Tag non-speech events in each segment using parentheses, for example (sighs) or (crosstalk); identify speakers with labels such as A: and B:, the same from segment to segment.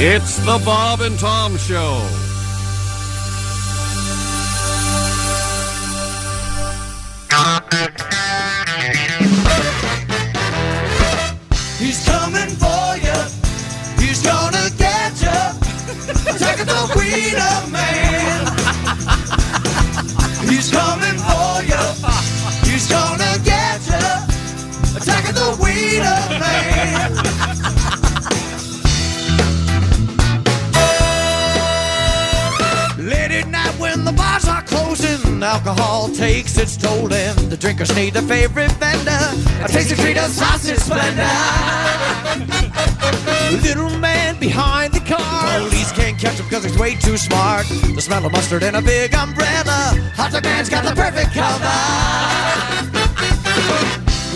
A: It's the Bob and Tom Show.
B: He's coming for you. He's gonna get you. Take the weed up, man. He's coming for you. He's gonna get you. Take the weed up, man. Late at night when the bars are closing, alcohol takes its toll, and the drinkers need a favorite vendor. A tasty treat of sausage splendor. Little man behind the car. Police can't catch him because he's way too smart. The smell of mustard and a big umbrella. Hot dog man's got the perfect cover.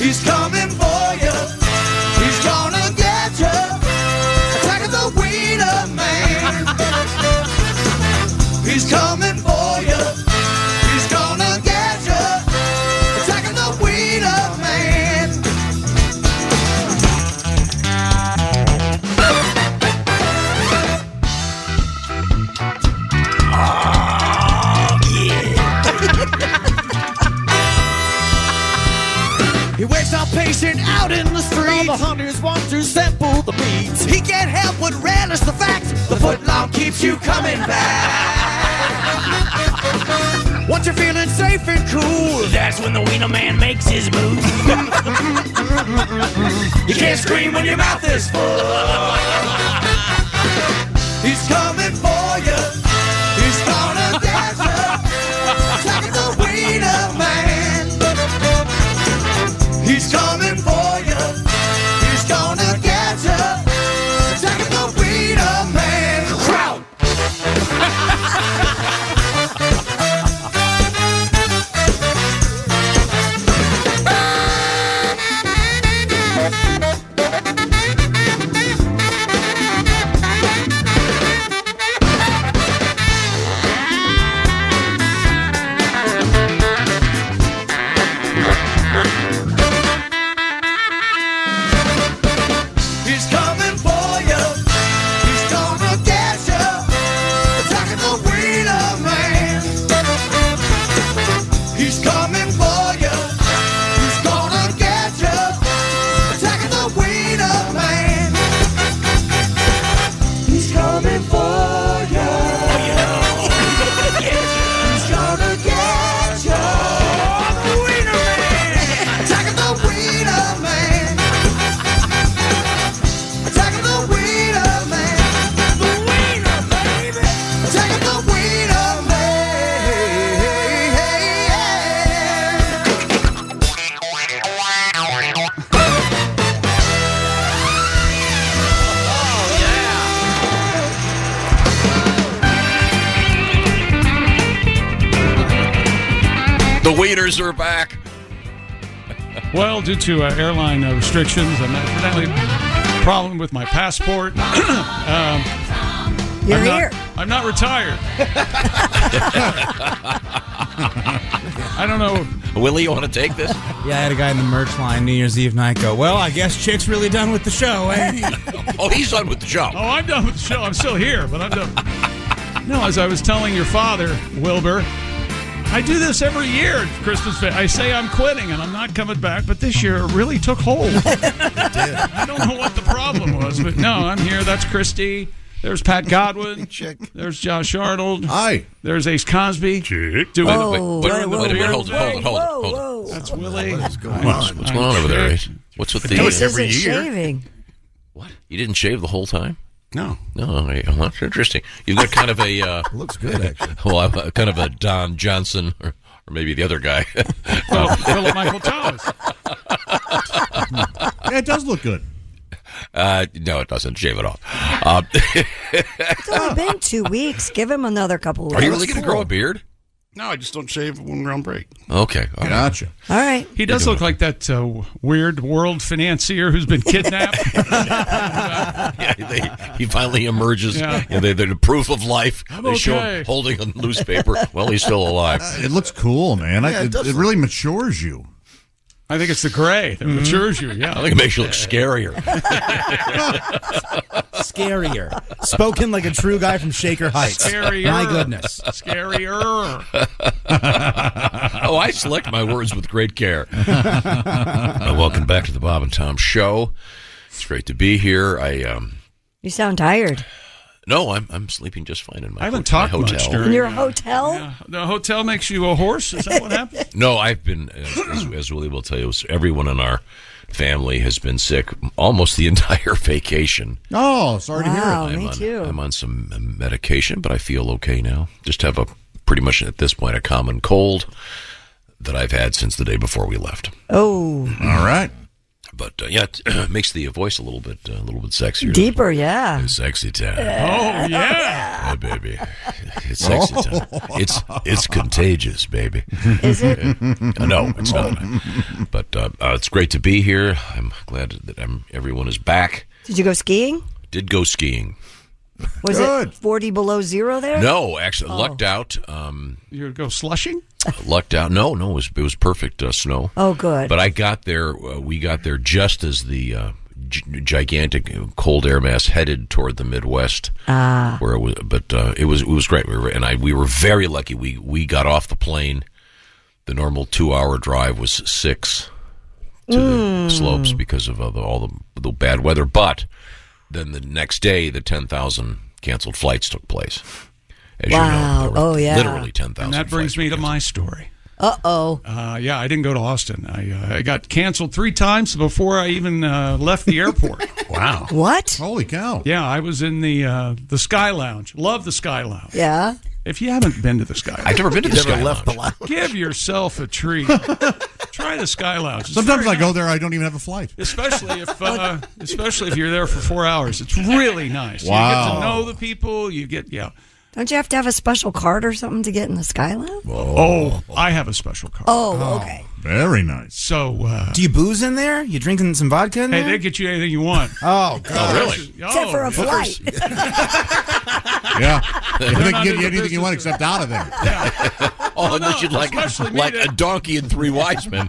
B: He's coming for you. He's gonna get you. Attack of the wiener man. He's coming for you. He's gonna get you. Attack of the wiener man. He wakes up patient out in the street. All the hunters want to sample the meats. He can't help but relish the fact the footlong keeps you coming back. Once you're feeling safe and cool,
C: That's when the wiener man makes his move.
B: you can't scream when your mouth is full. He's coming for you. He's gonna get you. Attack the wiener man. He's coming for you. He's gonna get you. Attack the wiener man. Crowd. (laughs) He's coming for you. He's gonna get you. Attacking the wheeler man. He's coming for you. He's gonna get you. Attacking the wheeler man. He's coming for you. He's gonna get you. The wiener man. Attacking the wiener man. Attack of the wiener man. The wiener, baby. Attack of the wiener man.
A: The Wieners are back.
D: Well, due to uh, airline uh, restrictions and evidently problem with my passport, (clears throat) um,
E: You're
D: I'm,
E: here.
D: Not, I'm not retired. (laughs) I don't know.
A: Willie, you want to take this?
F: Yeah, I had a guy in the merch line New Year's Eve night go, Well, I guess Chick's really done with the show,
D: (laughs)
F: eh?
A: (laughs) Oh, he's done with the
D: Oh,
A: job.
D: I'm done with the show. I'm still here, but I'm done. No, as I was telling your father, Wilbur, I do this every year at Christmas. Fa- I say I'm quitting and I'm not coming back, but this year it really took hold. I don't know what the problem was, but no, I'm here. That's Christy. There's Pat Godwin.
G: Chick.
D: There's Josh Arnold.
G: Hi.
D: There's Ace Cosby.
A: Wait,
D: Doing
A: wait, wait,
B: Oh,
A: wait, wait, wait, wait, hold it, hold it, hold it, hold it.
E: whoa.
D: That's Willie.
G: What's going on?
A: eh? What's going on over there? Ace? What's with the? uh,
E: This
G: every
A: (laughs)
E: isn't
G: year.
E: shaving.
A: What? (laughs) You didn't shave the whole time?
E: No.
A: No, I- well, that's interesting. You've got kind of
E: (laughs)
A: a uh,
G: Looks good, actually.
A: (laughs) well, I'm, uh, kind of a Don Johnson, or, or maybe the other guy. (laughs) Um,
D: Philip, Oh, Philip Michael Thomas.
E: (laughs) Yeah, it does look good.
A: Uh, no, it doesn't. Shave it off. Uh,
H: It's only been two weeks. Give him another couple weeks.
A: are you really going to grow a beard?
E: No, I just don't shave one round break.
A: (laughs) Okay. all right.
G: Gotcha.
H: All right.
D: He does look like that uh, weird world financier who's been
A: (laughs)
D: kidnapped.
A: Yeah, they- he finally emerges.
D: Yeah.
A: Yeah, they, they're the proof of life. they show
D: okay.
A: him holding a newspaper. well, he's still alive.
G: It looks cool, man. I, it, it really matures you.
D: I think it's the gray that matures you. Yeah.
A: Mm-hmm. I think it makes you look scarier.
F: Scarier. Spoken like a true guy from Shaker Heights.
D: Scarier.
F: My goodness.
D: Scarier.
A: (laughs) oh, I select my words with great care. Uh, welcome back to the Bob and Tom Show. It's great to be here. I um,
H: You sound tired.
A: no, I'm I'm sleeping just fine in my,
D: I haven't
A: ho- my
D: talked much
A: hotel.
D: during-
H: In your hotel?
D: Yeah. The hotel makes you a horse. Is that what happened?
A: No, I've been, as, as- as Willie will tell you, everyone in our family has been sick almost the (laughs) entire vacation.
G: Oh, sorry to hear
H: Wow,
G: it.
H: me
A: on,
H: too.
A: I'm on some um, medication, but I feel okay now. Just have a pretty much at this point a common cold that I've had since the day before we left.
H: oh,
G: All right.
A: But uh, yeah, it (clears throat) makes the voice a little bit uh, a little bit sexier.
H: deeper, yeah.
A: Sexy time,
D: Oh, yeah.
A: oh, baby. (laughs) It's sexy time. It's it's contagious, baby.
H: Is it?
A: (laughs) Uh, No, it's not. But uh, uh, it's great to be here. I'm glad that I'm, everyone is back.
H: Did you go skiing?
A: Did go skiing.
H: Was
G: Good.
H: it 40 below zero there? Oh.
A: No, actually, lucked out. Um,
D: You go slushing?
A: lucked out. No, no, it was, it was perfect uh, snow.
H: Oh, good.
A: But I got there. Uh, we got there just as the uh, gi- gigantic cold air mass headed toward the Midwest. Ah. Where it was, but uh, it was it was great. We were, and I we were very lucky. We we got off the plane. The normal two hour drive was six to
H: Hmm. Mm.
A: the slopes because of all the, all the the bad weather. But then the next day, the ten thousand canceled flights took place. As
H: Wow.
A: You know, there were
H: Oh, yeah.
A: Literally ten
D: And
A: thousand.
D: that brings me to my story.
H: Uh oh.
D: Uh, yeah, I didn't go to Austin. I, uh, I got canceled three times before I even uh, left the
A: (laughs)
D: airport.
E: Wow.
H: What?
G: Holy cow.
D: yeah, I was in the uh, the Sky Lounge. Love the Sky Lounge.
H: Yeah.
D: If you haven't been to the Sky Lounge,
A: I've never been to the
G: Never
A: Sky
G: left the
A: Lounge.
G: lounge.
D: give yourself a treat. Try the Sky Lounge. It's
G: Sometimes
D: very
G: I go there, I don't even have
H: (laughs)
G: a flight.
D: especially if uh, especially if you're there for four hours. It's really nice. You get to
G: Wow.
D: know the people. You get yeah.
H: Don't you have to have a special card or something to get in the Skyline?
D: Oh, I have a special card.
H: Oh, okay.
G: Very nice.
D: So uh,
F: Do you booze in there? You drinking some vodka in
D: hey,
F: there?
D: they get you anything you want.
F: (laughs) oh, God.
A: Oh, really?
H: Except for a
D: Oh,
H: flight.
D: (laughs)
G: Yeah. If they
D: not
G: can give
D: into
G: you anything you want
D: business.
G: except out of there.
A: (laughs) Oh, unless you'd like
D: especially me
A: like
D: that-
A: a donkey and three
D: (laughs)
A: wise men.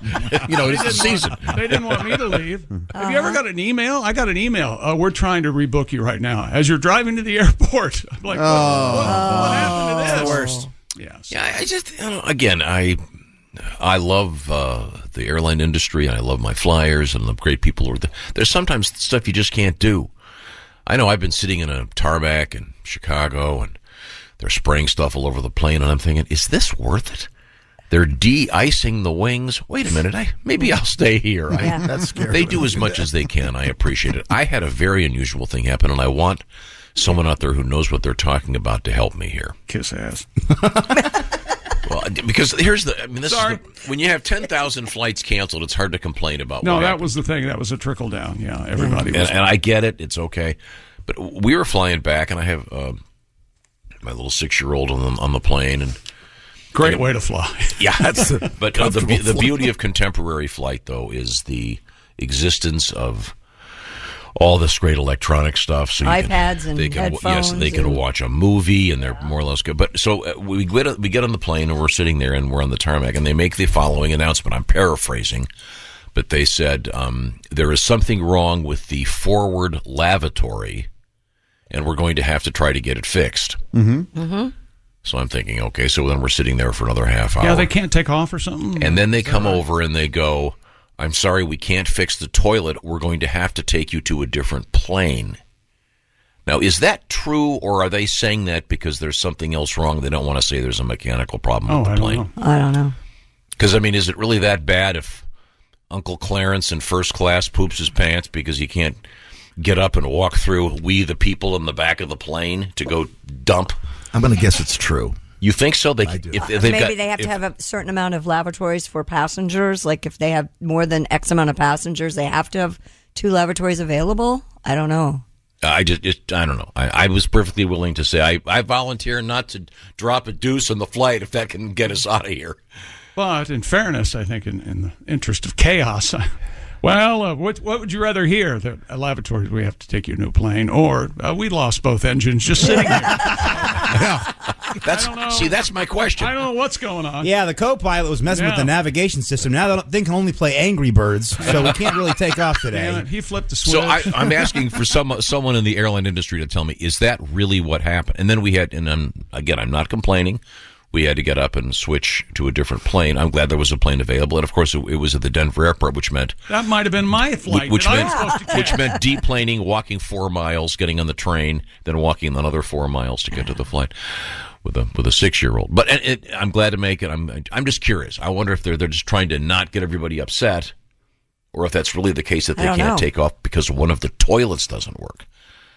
A: you know, it's the season.
D: they didn't want me to leave.
A: (laughs)
D: Have you ever got an email? I got an email. Uh, we're trying to rebook you right now as you're driving to the (laughs) airport. I'm
G: Oh.
D: like, what,
B: Oh.
D: what,
H: Oh.
D: what happened to this? worst. Yes.
A: Yeah, I- I just you know, again, I I love uh, the airline industry. And I love my flyers and the great people. Or the, there's sometimes stuff you just can't do. I know I've been sitting in a tarmac in Chicago, and they're spraying stuff all over the plane, and I'm thinking, is this worth it? They're de-icing the wings. Wait a minute, I maybe I'll stay here. I,
H: Yeah.
G: That's scary.
A: They do as much as they can. I appreciate it. I had a very unusual thing happen, and I want someone out there who knows what they're talking about to help me here.
D: Kiss ass.
A: Well, I- because here's the. I mean, this
D: Sorry.
A: is the, when you have ten thousand flights canceled, it's hard to complain about.
D: No,
A: what
D: that
A: happened.
D: was the thing. That was a trickle down. Yeah, everybody was.
A: Oh, And, and I get it. It's okay. But we were flying back, and I have uh, my little six-year-old on the, on the plane, and
D: Great way to fly.
A: (laughs) yeah, that's but uh, the be-
D: (laughs)
A: the beauty of contemporary flight though is the existence of all this great electronic stuff. So you
H: iPads
A: can,
H: and
A: they can, Yes,
H: headphones
A: they can
H: and-
A: watch a movie, and they're more or less good. But so uh, we get we get on the plane, and we're sitting there, and we're on the tarmac, and they make the following announcement. I'm paraphrasing, but they said um, there is something wrong with the forward lavatory, and we're going to have to try to get it fixed. Mm-hmm. Mm-hmm. So I'm thinking, okay, so then we're sitting there for another half hour.
D: Yeah, they can't take off or something.
A: And then they come
H: Mm-hmm.
A: over and they go, I'm sorry, we can't fix the toilet. We're going to have to take you to a different plane. Now, is that true, or are they saying that because there's something else wrong? They don't want to say there's a mechanical problem
D: oh,
A: with the
D: I don't
A: plane.
D: know.
H: I don't know.
A: Because, I mean, is it really that bad if Uncle Clarence in first class poops his pants because he can't get up and walk through we the people in the back of the plane to go dump?
I: I'm going to guess it's true.
A: You think so? They I do. If, if they've
H: Maybe
A: got-
H: they have
A: if-
H: to have a certain amount of lavatories for passengers. Like if they have more than X amount of passengers, they have to have two lavatories available. I don't know.
A: I just, it, I don't know. I, I was perfectly willing to say I, I volunteer not to drop a deuce on the flight if that can get us out of here.
D: But in fairness, I think in, in the interest of chaos, (laughs) well, uh, what, what would you rather hear? That a lavatory, we have to take your new plane, or uh, we lost both engines just sitting
A: (laughs)
D: there.
A: That's see, that's my question.
D: I don't know what's going on.
F: Yeah, the co-pilot was messing with
D: Yeah.
F: the navigation system. Now they can only play Angry Birds, so we can't really take off
D: (laughs) Damn
F: today.
D: it, he flipped the switch.
A: eh? So I,
D: (laughs)
A: I'm asking for some someone in the airline industry to tell me is that really what happened? And then we had, and I'm again, I'm not complaining. We had to get up and switch to a different plane. I'm glad there was a plane available, and of course, it, it was at the Denver airport, which meant
D: That might have been my flight.
A: which
D: that I
A: meant
D: was supposed to
A: which
D: catch.
A: meant deplaning, walking four miles, getting on the train, then walking another four miles to get to the flight with a with a six year old. But it, it, I'm glad to make it. I'm I'm just curious. I wonder if they're they're just trying to not get everybody upset, or if that's really the case that
H: I
A: they
H: don't
A: can't
H: know.
A: take off because one of the toilets doesn't work.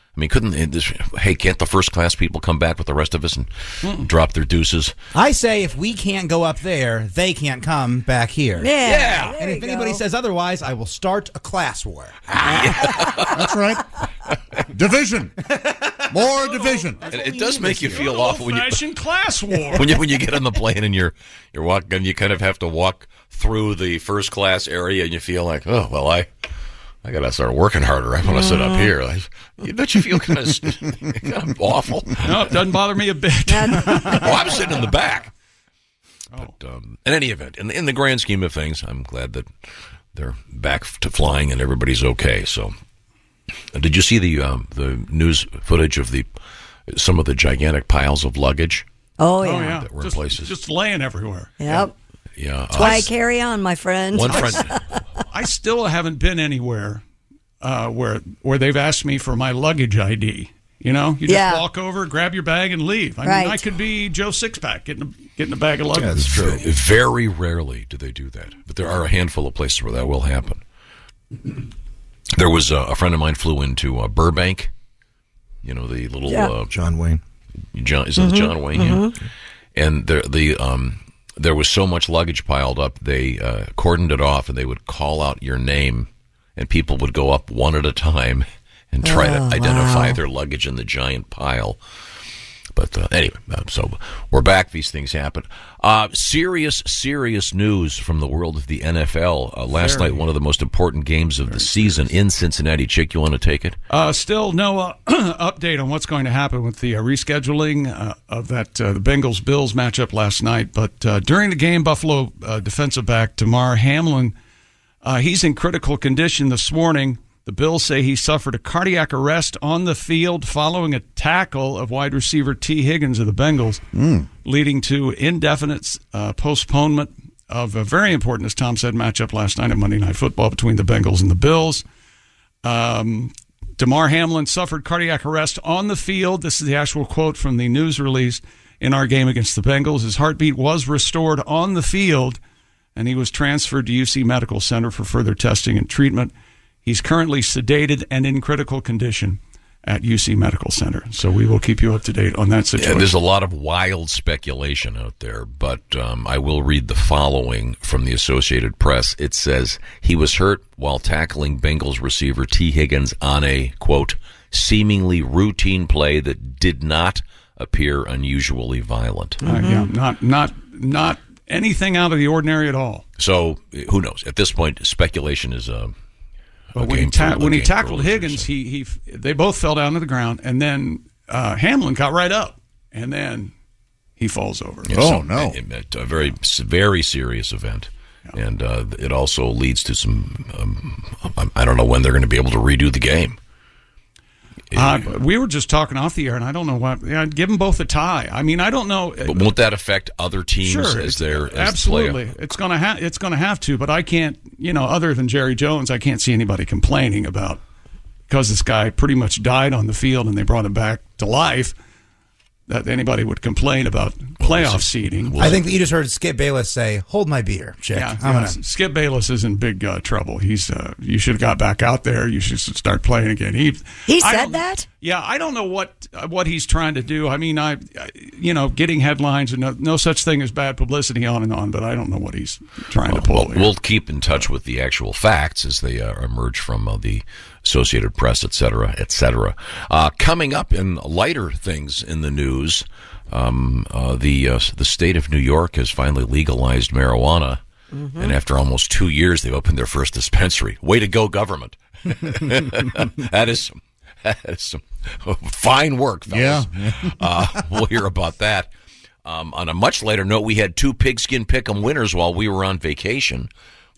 A: I mean, couldn't eh, this, hey can't the first class people come back with the rest of us and
F: Mm-mm.
A: drop their deuces?
F: I say if we can't go up there, they can't come back here.
G: Yeah, Yeah. there
F: And if
G: you
F: anybody
G: go.
F: says otherwise, I will start a
H: (laughs)
F: class war.
G: That's right. Division. More division.
A: It, it does make you feel awful when you
D: Old-fashioned class war.
A: when you when you get on the plane and you're you're walking and you kind of have to walk through the first class area and you feel like oh well I I gotta start working harder I want to sit
D: Mm-hmm.
A: up here like, you bet you feel kind (laughs) of, kind of awful
D: no it doesn't bother me a bit
A: (laughs) well I'm sitting in the back but um, in any event in the, in the grand scheme of things I'm glad that they're back to flying and everybody's okay so uh, did you see the um, the news footage of the some of the gigantic piles of luggage
H: Oh yeah.
D: Oh, yeah.
A: that were
D: just,
A: in places
D: just laying everywhere.
H: Yep.
A: yeah
H: That's
A: uh,
H: why I carry on, my friend.
A: One friend-
D: (laughs) I still haven't been anywhere uh, where where they've asked me for my luggage ID. You know, you just
H: Yeah.
D: walk over, grab your bag, and leave. I
H: Right.
D: mean, I could be Joe Sixpack getting a, getting a bag of luggage.
A: V- Very rarely do they do that, but there are a handful of places where that will happen. There was a, a friend of mine flew into uh, Burbank, you know the little
I: Yeah.
A: uh,
I: John Wayne.
A: John is it
I: Mhm,
A: John Wayne, yeah?
I: mhm.
A: and the the um there was so much luggage piled up they uh, cordoned it off, and they would call out your name, and people would go up one at a time and try
I: Oh,
A: to identify
I: wow.
A: their luggage in the giant pile. But uh, anyway, uh, so we're back. These things happen. Uh, serious, serious news from the world of the NFL. Uh, last
D: Very.
A: night, one of the most important games of the season in Cincinnati. Chick, you want to take it?
D: Uh, still no uh, (clears throat) update on what's going to happen with the uh, rescheduling uh, of that uh, the Bengals Bills matchup last night. But uh, during the game, Buffalo uh, defensive back Damar Hamlin, uh, he's in critical condition this morning. The Bills say he suffered a cardiac arrest on the field following a tackle of wide receiver T. Higgins of the Bengals, leading to indefinite uh, postponement of a very important, as Tom said, matchup last night at Monday Night Football between the Bengals and the Bills. Um, Damar Hamlin suffered cardiac arrest on the field. This is the actual quote from the news release in our game against the Bengals. His heartbeat was restored on the field, and he was transferred to UC Medical Center for further testing and treatment. He's currently sedated and in critical condition at UC Medical Center. So we will keep you up to date on that
A: Yeah,
D: situation.
A: there's a lot of wild speculation out there, but um, I will read the following from the Associated Press. It says he was hurt while tackling Bengals receiver T. Higgins on a quote seemingly routine play that did not appear unusually violent.
D: Uh, yeah, not not not anything out of the ordinary at all.
A: So who knows? At this point, speculation is um, a.
D: But when he,
A: game for-
D: ta-
A: a
D: when he
A: game for
D: tackled
A: losers.
D: Higgins, he he f- they both fell down to the ground, and then uh, Hamlin got right up, and then he falls over.
A: Yeah, so it- it- a very, s- very serious event, and uh, it also leads to some. Um, um, I don't know when they're going to be able to redo the game.
D: Uh, we were just talking off the air, and I don't know why. Yeah, I'd give them both a tie. I mean, I don't know.
A: But won't that affect other teams
D: Sure,
A: as their as the
D: Absolutely,
A: playoff?
D: it's gonna ha- it's gonna have to. But I can't, you know, other than Jerry Jones, I can't see anybody complaining about because this guy pretty much died on the field and they brought him back to life. That anybody would complain about playoff seeding.
F: I think you just heard Skip Bayless say, "Hold my beer, chick."
D: Yeah,
F: I'm
D: yeah.
F: gonna.
D: Skip Bayless is in big uh, trouble. He's uh, you should have got back out there. You should start playing again. He
H: He
D: I
H: said
D: don't-
H: that?
D: Yeah, I don't know what uh, what he's trying to do. I mean, I, I you know, getting headlines and no, no such thing as bad publicity on and on. But I don't know what he's trying to pull.
A: Well, we'll keep in touch with the actual facts as they uh, emerge from uh, the Associated Press, et cetera, et cetera. Uh, coming up in lighter things in the news, um, uh, the uh, the state of New York has finally legalized marijuana, and after almost two years, they've opened their first dispensary. Way to go, government! (laughs) that is some, that is some fine work, fellas.
G: Yeah.
A: uh, we'll hear about that. Um, on a much later note, we had two pigskin pick'em winners while we were on vacation.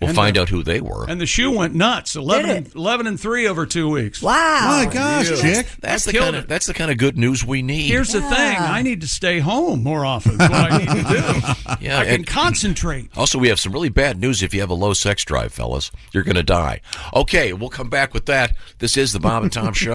A: We'll
D: And,
A: find
D: uh,
A: out who they were.
D: And the shoe went nuts. 11, and, 11 and three over two weeks.
H: Wow.
G: gosh, Chick.
A: that's the
D: killed
A: kind of
D: it.
A: that's the kind of good news we need.
D: Here's the thing: I need to stay home more often. That's what I need to do.
A: (laughs) yeah,
D: I can
A: and
D: concentrate.
A: also we have some really bad news. If you have a low sex drive, fellas, you're going to die. Okay, we'll come back with that. This is the Bob and Tom Show.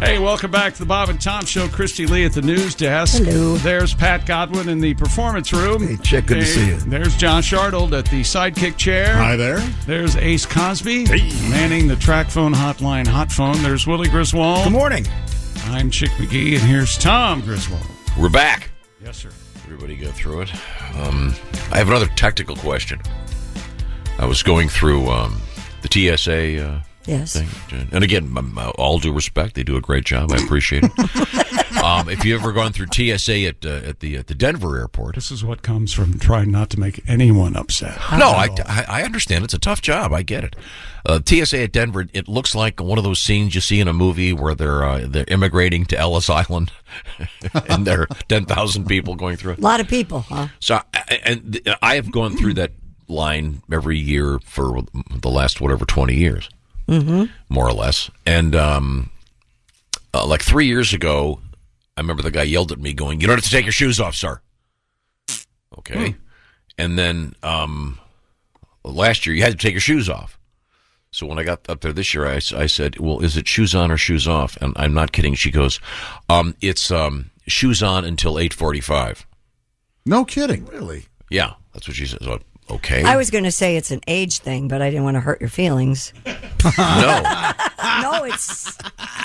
D: Hey, welcome back to the Bob and Tom Show. Christy Lee at the news desk. Hello. There's Pat Godwin in the performance room. Hey,
J: Chick, good to see you.
D: There's John Shardold at the sidekick chair.
J: Hi there.
D: There's Ace Cosby manning the track phone hotline hot phone. There's Willie Griswold. Good morning. I'm Chick McGee, and here's Tom Griswold.
A: We're back.
D: Yes, sir.
A: Everybody go through it. Um, I have another technical question. I was going through um, the TSA uh,
H: Yes.
A: thing. And again, my, my- all due respect, they do a great job. I appreciate it.
H: (laughs)
A: um, if you've ever gone through TSA at, uh, at, the, at the Denver airport,
D: This is what comes from trying not to make anyone upset.
H: Uh-huh.
A: no, I, I, I understand. It's a tough job. I get it. Uh, TSA at Denver, it looks like one of those scenes you see in a movie where they're uh, they're immigrating to Ellis Island, (laughs) and there are ten thousand people going through. it.
H: A lot of people, huh?
A: So, I- and th- I have gone through that line every year for the last whatever twenty years,
H: Mm-hmm.
A: more or less. And um, uh, like three years ago, I remember the guy yelled at me, going, "You don't have to take your shoes off, sir." Okay. And then um, last year, you had to take your shoes off. So when I got up there this year, I, s- I said, "Well, is it shoes on or shoes off?" And I'm not kidding. She goes, um, "It's um, shoes on until 8:45."
K: No kidding. Really?
A: Yeah, that's what she says. So, Okay.
H: I was going to say it's an age thing, but I didn't want to hurt
J: (laughs)
H: your feelings.
A: no,
H: no, it's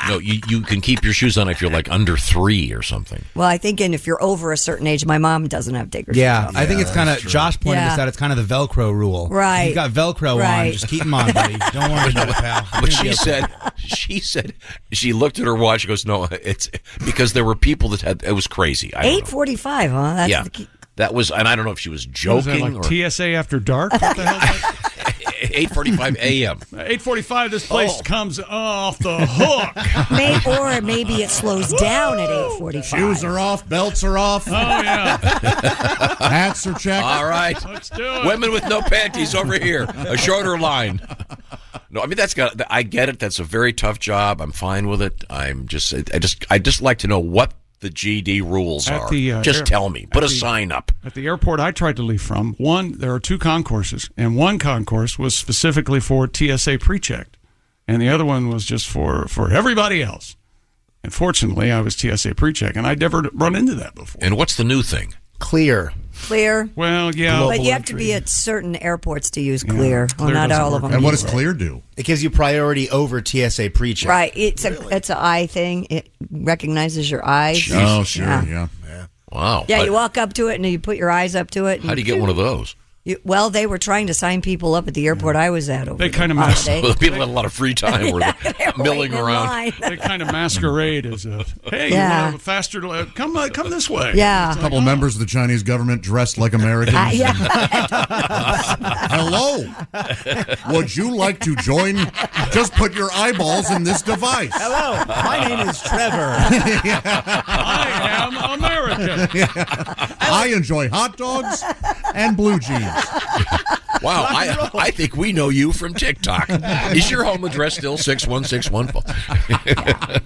A: no. You, you can keep your shoes on if you're like under three or something.
H: (laughs) well, I think, and if you're over a certain age, my mom doesn't have diggers.
F: Yeah, I think it's kind of Josh pointed
H: Yeah.
F: this out. It's kind of the Velcro rule.
H: Right.
F: If you've got Velcro on.
H: Right. (laughs)
F: Just keep them on, buddy. Don't worry about it, pal.
A: But she said, she said she looked at her watch. She goes, "No, it's (laughs) because there were people that had it was crazy." I don't
H: Eight forty-five, huh?
A: know.
H: That's
A: yeah,
H: the key-
A: that was, and I don't know if she was
D: What is that,
A: joking
D: like
A: or
D: TSA after dark? What the hell?
A: (laughs) eight forty-five a.m.
J: (laughs)
D: 8:45. This place
J: Oh.
D: comes off the hook.
H: May, or maybe it slows down at eight forty-five.
G: Shoes are off, belts are off. Oh
D: yeah,
G: (laughs) hats are checked.
A: All right.
D: Let's do it.
A: Women with no panties over here. A shorter line. No, I mean that's got. I get it. That's a very tough job. I'm fine with it. I'm just. I just. I just like to know what the GD rules
D: At
A: are.
D: the, uh,
A: just
D: air-
A: tell me. Put
D: at
A: a
D: the-
A: sign up.
D: At the airport I tried to leave from, one, there are two concourses, and one concourse was specifically for TSA pre checked, and the other one was just for, for everybody else. And fortunately, I was TSA pre check, and I'd never run into that before.
A: And what's the new thing?
D: Clear.
H: Clear.
D: Well, yeah.
H: but you have to be at certain airports to use clear. well,
J: Clear
H: not
J: doesn't
H: all of
J: work.
H: them.
J: And what
H: use
J: does
H: it.
J: Clear
G: do?
J: It gives you priority over TSA pre-check.
H: Right. It's a it's a eye thing. It recognizes your eyes.
J: Oh, sure,
H: Yeah.
A: Wow.
H: Yeah,
A: How-
H: you walk up to it and you put your eyes up to it. and
A: Oh, How do you get one of those?
H: you- well, they were trying to sign people up at the airport I was at. Over
D: They kind of
H: the
D: messed
H: holiday.
A: Well, people had
H: (laughs)
A: a lot of free time where
H: Yeah,
A: they're
H: they're
A: milling
H: waiting in
A: around.
H: line.
D: They kind of masquerade as a, hey,
H: Yeah.
D: you want a faster, uh, come, uh, come this way.
H: Yeah.
D: It's
G: A
D: like,
G: couple members of the Chinese government dressed like Americans.
H: Uh, yeah.
G: (laughs) Hello. Would you like to join? Just put your eyeballs in this device.
J: Hello, my name is
G: (laughs)
J: Trevor.
D: I am American.
G: I enjoy hot dogs and blue jeans.
A: Wow, I, I think we know you from TikTok. Is your home address still 61614?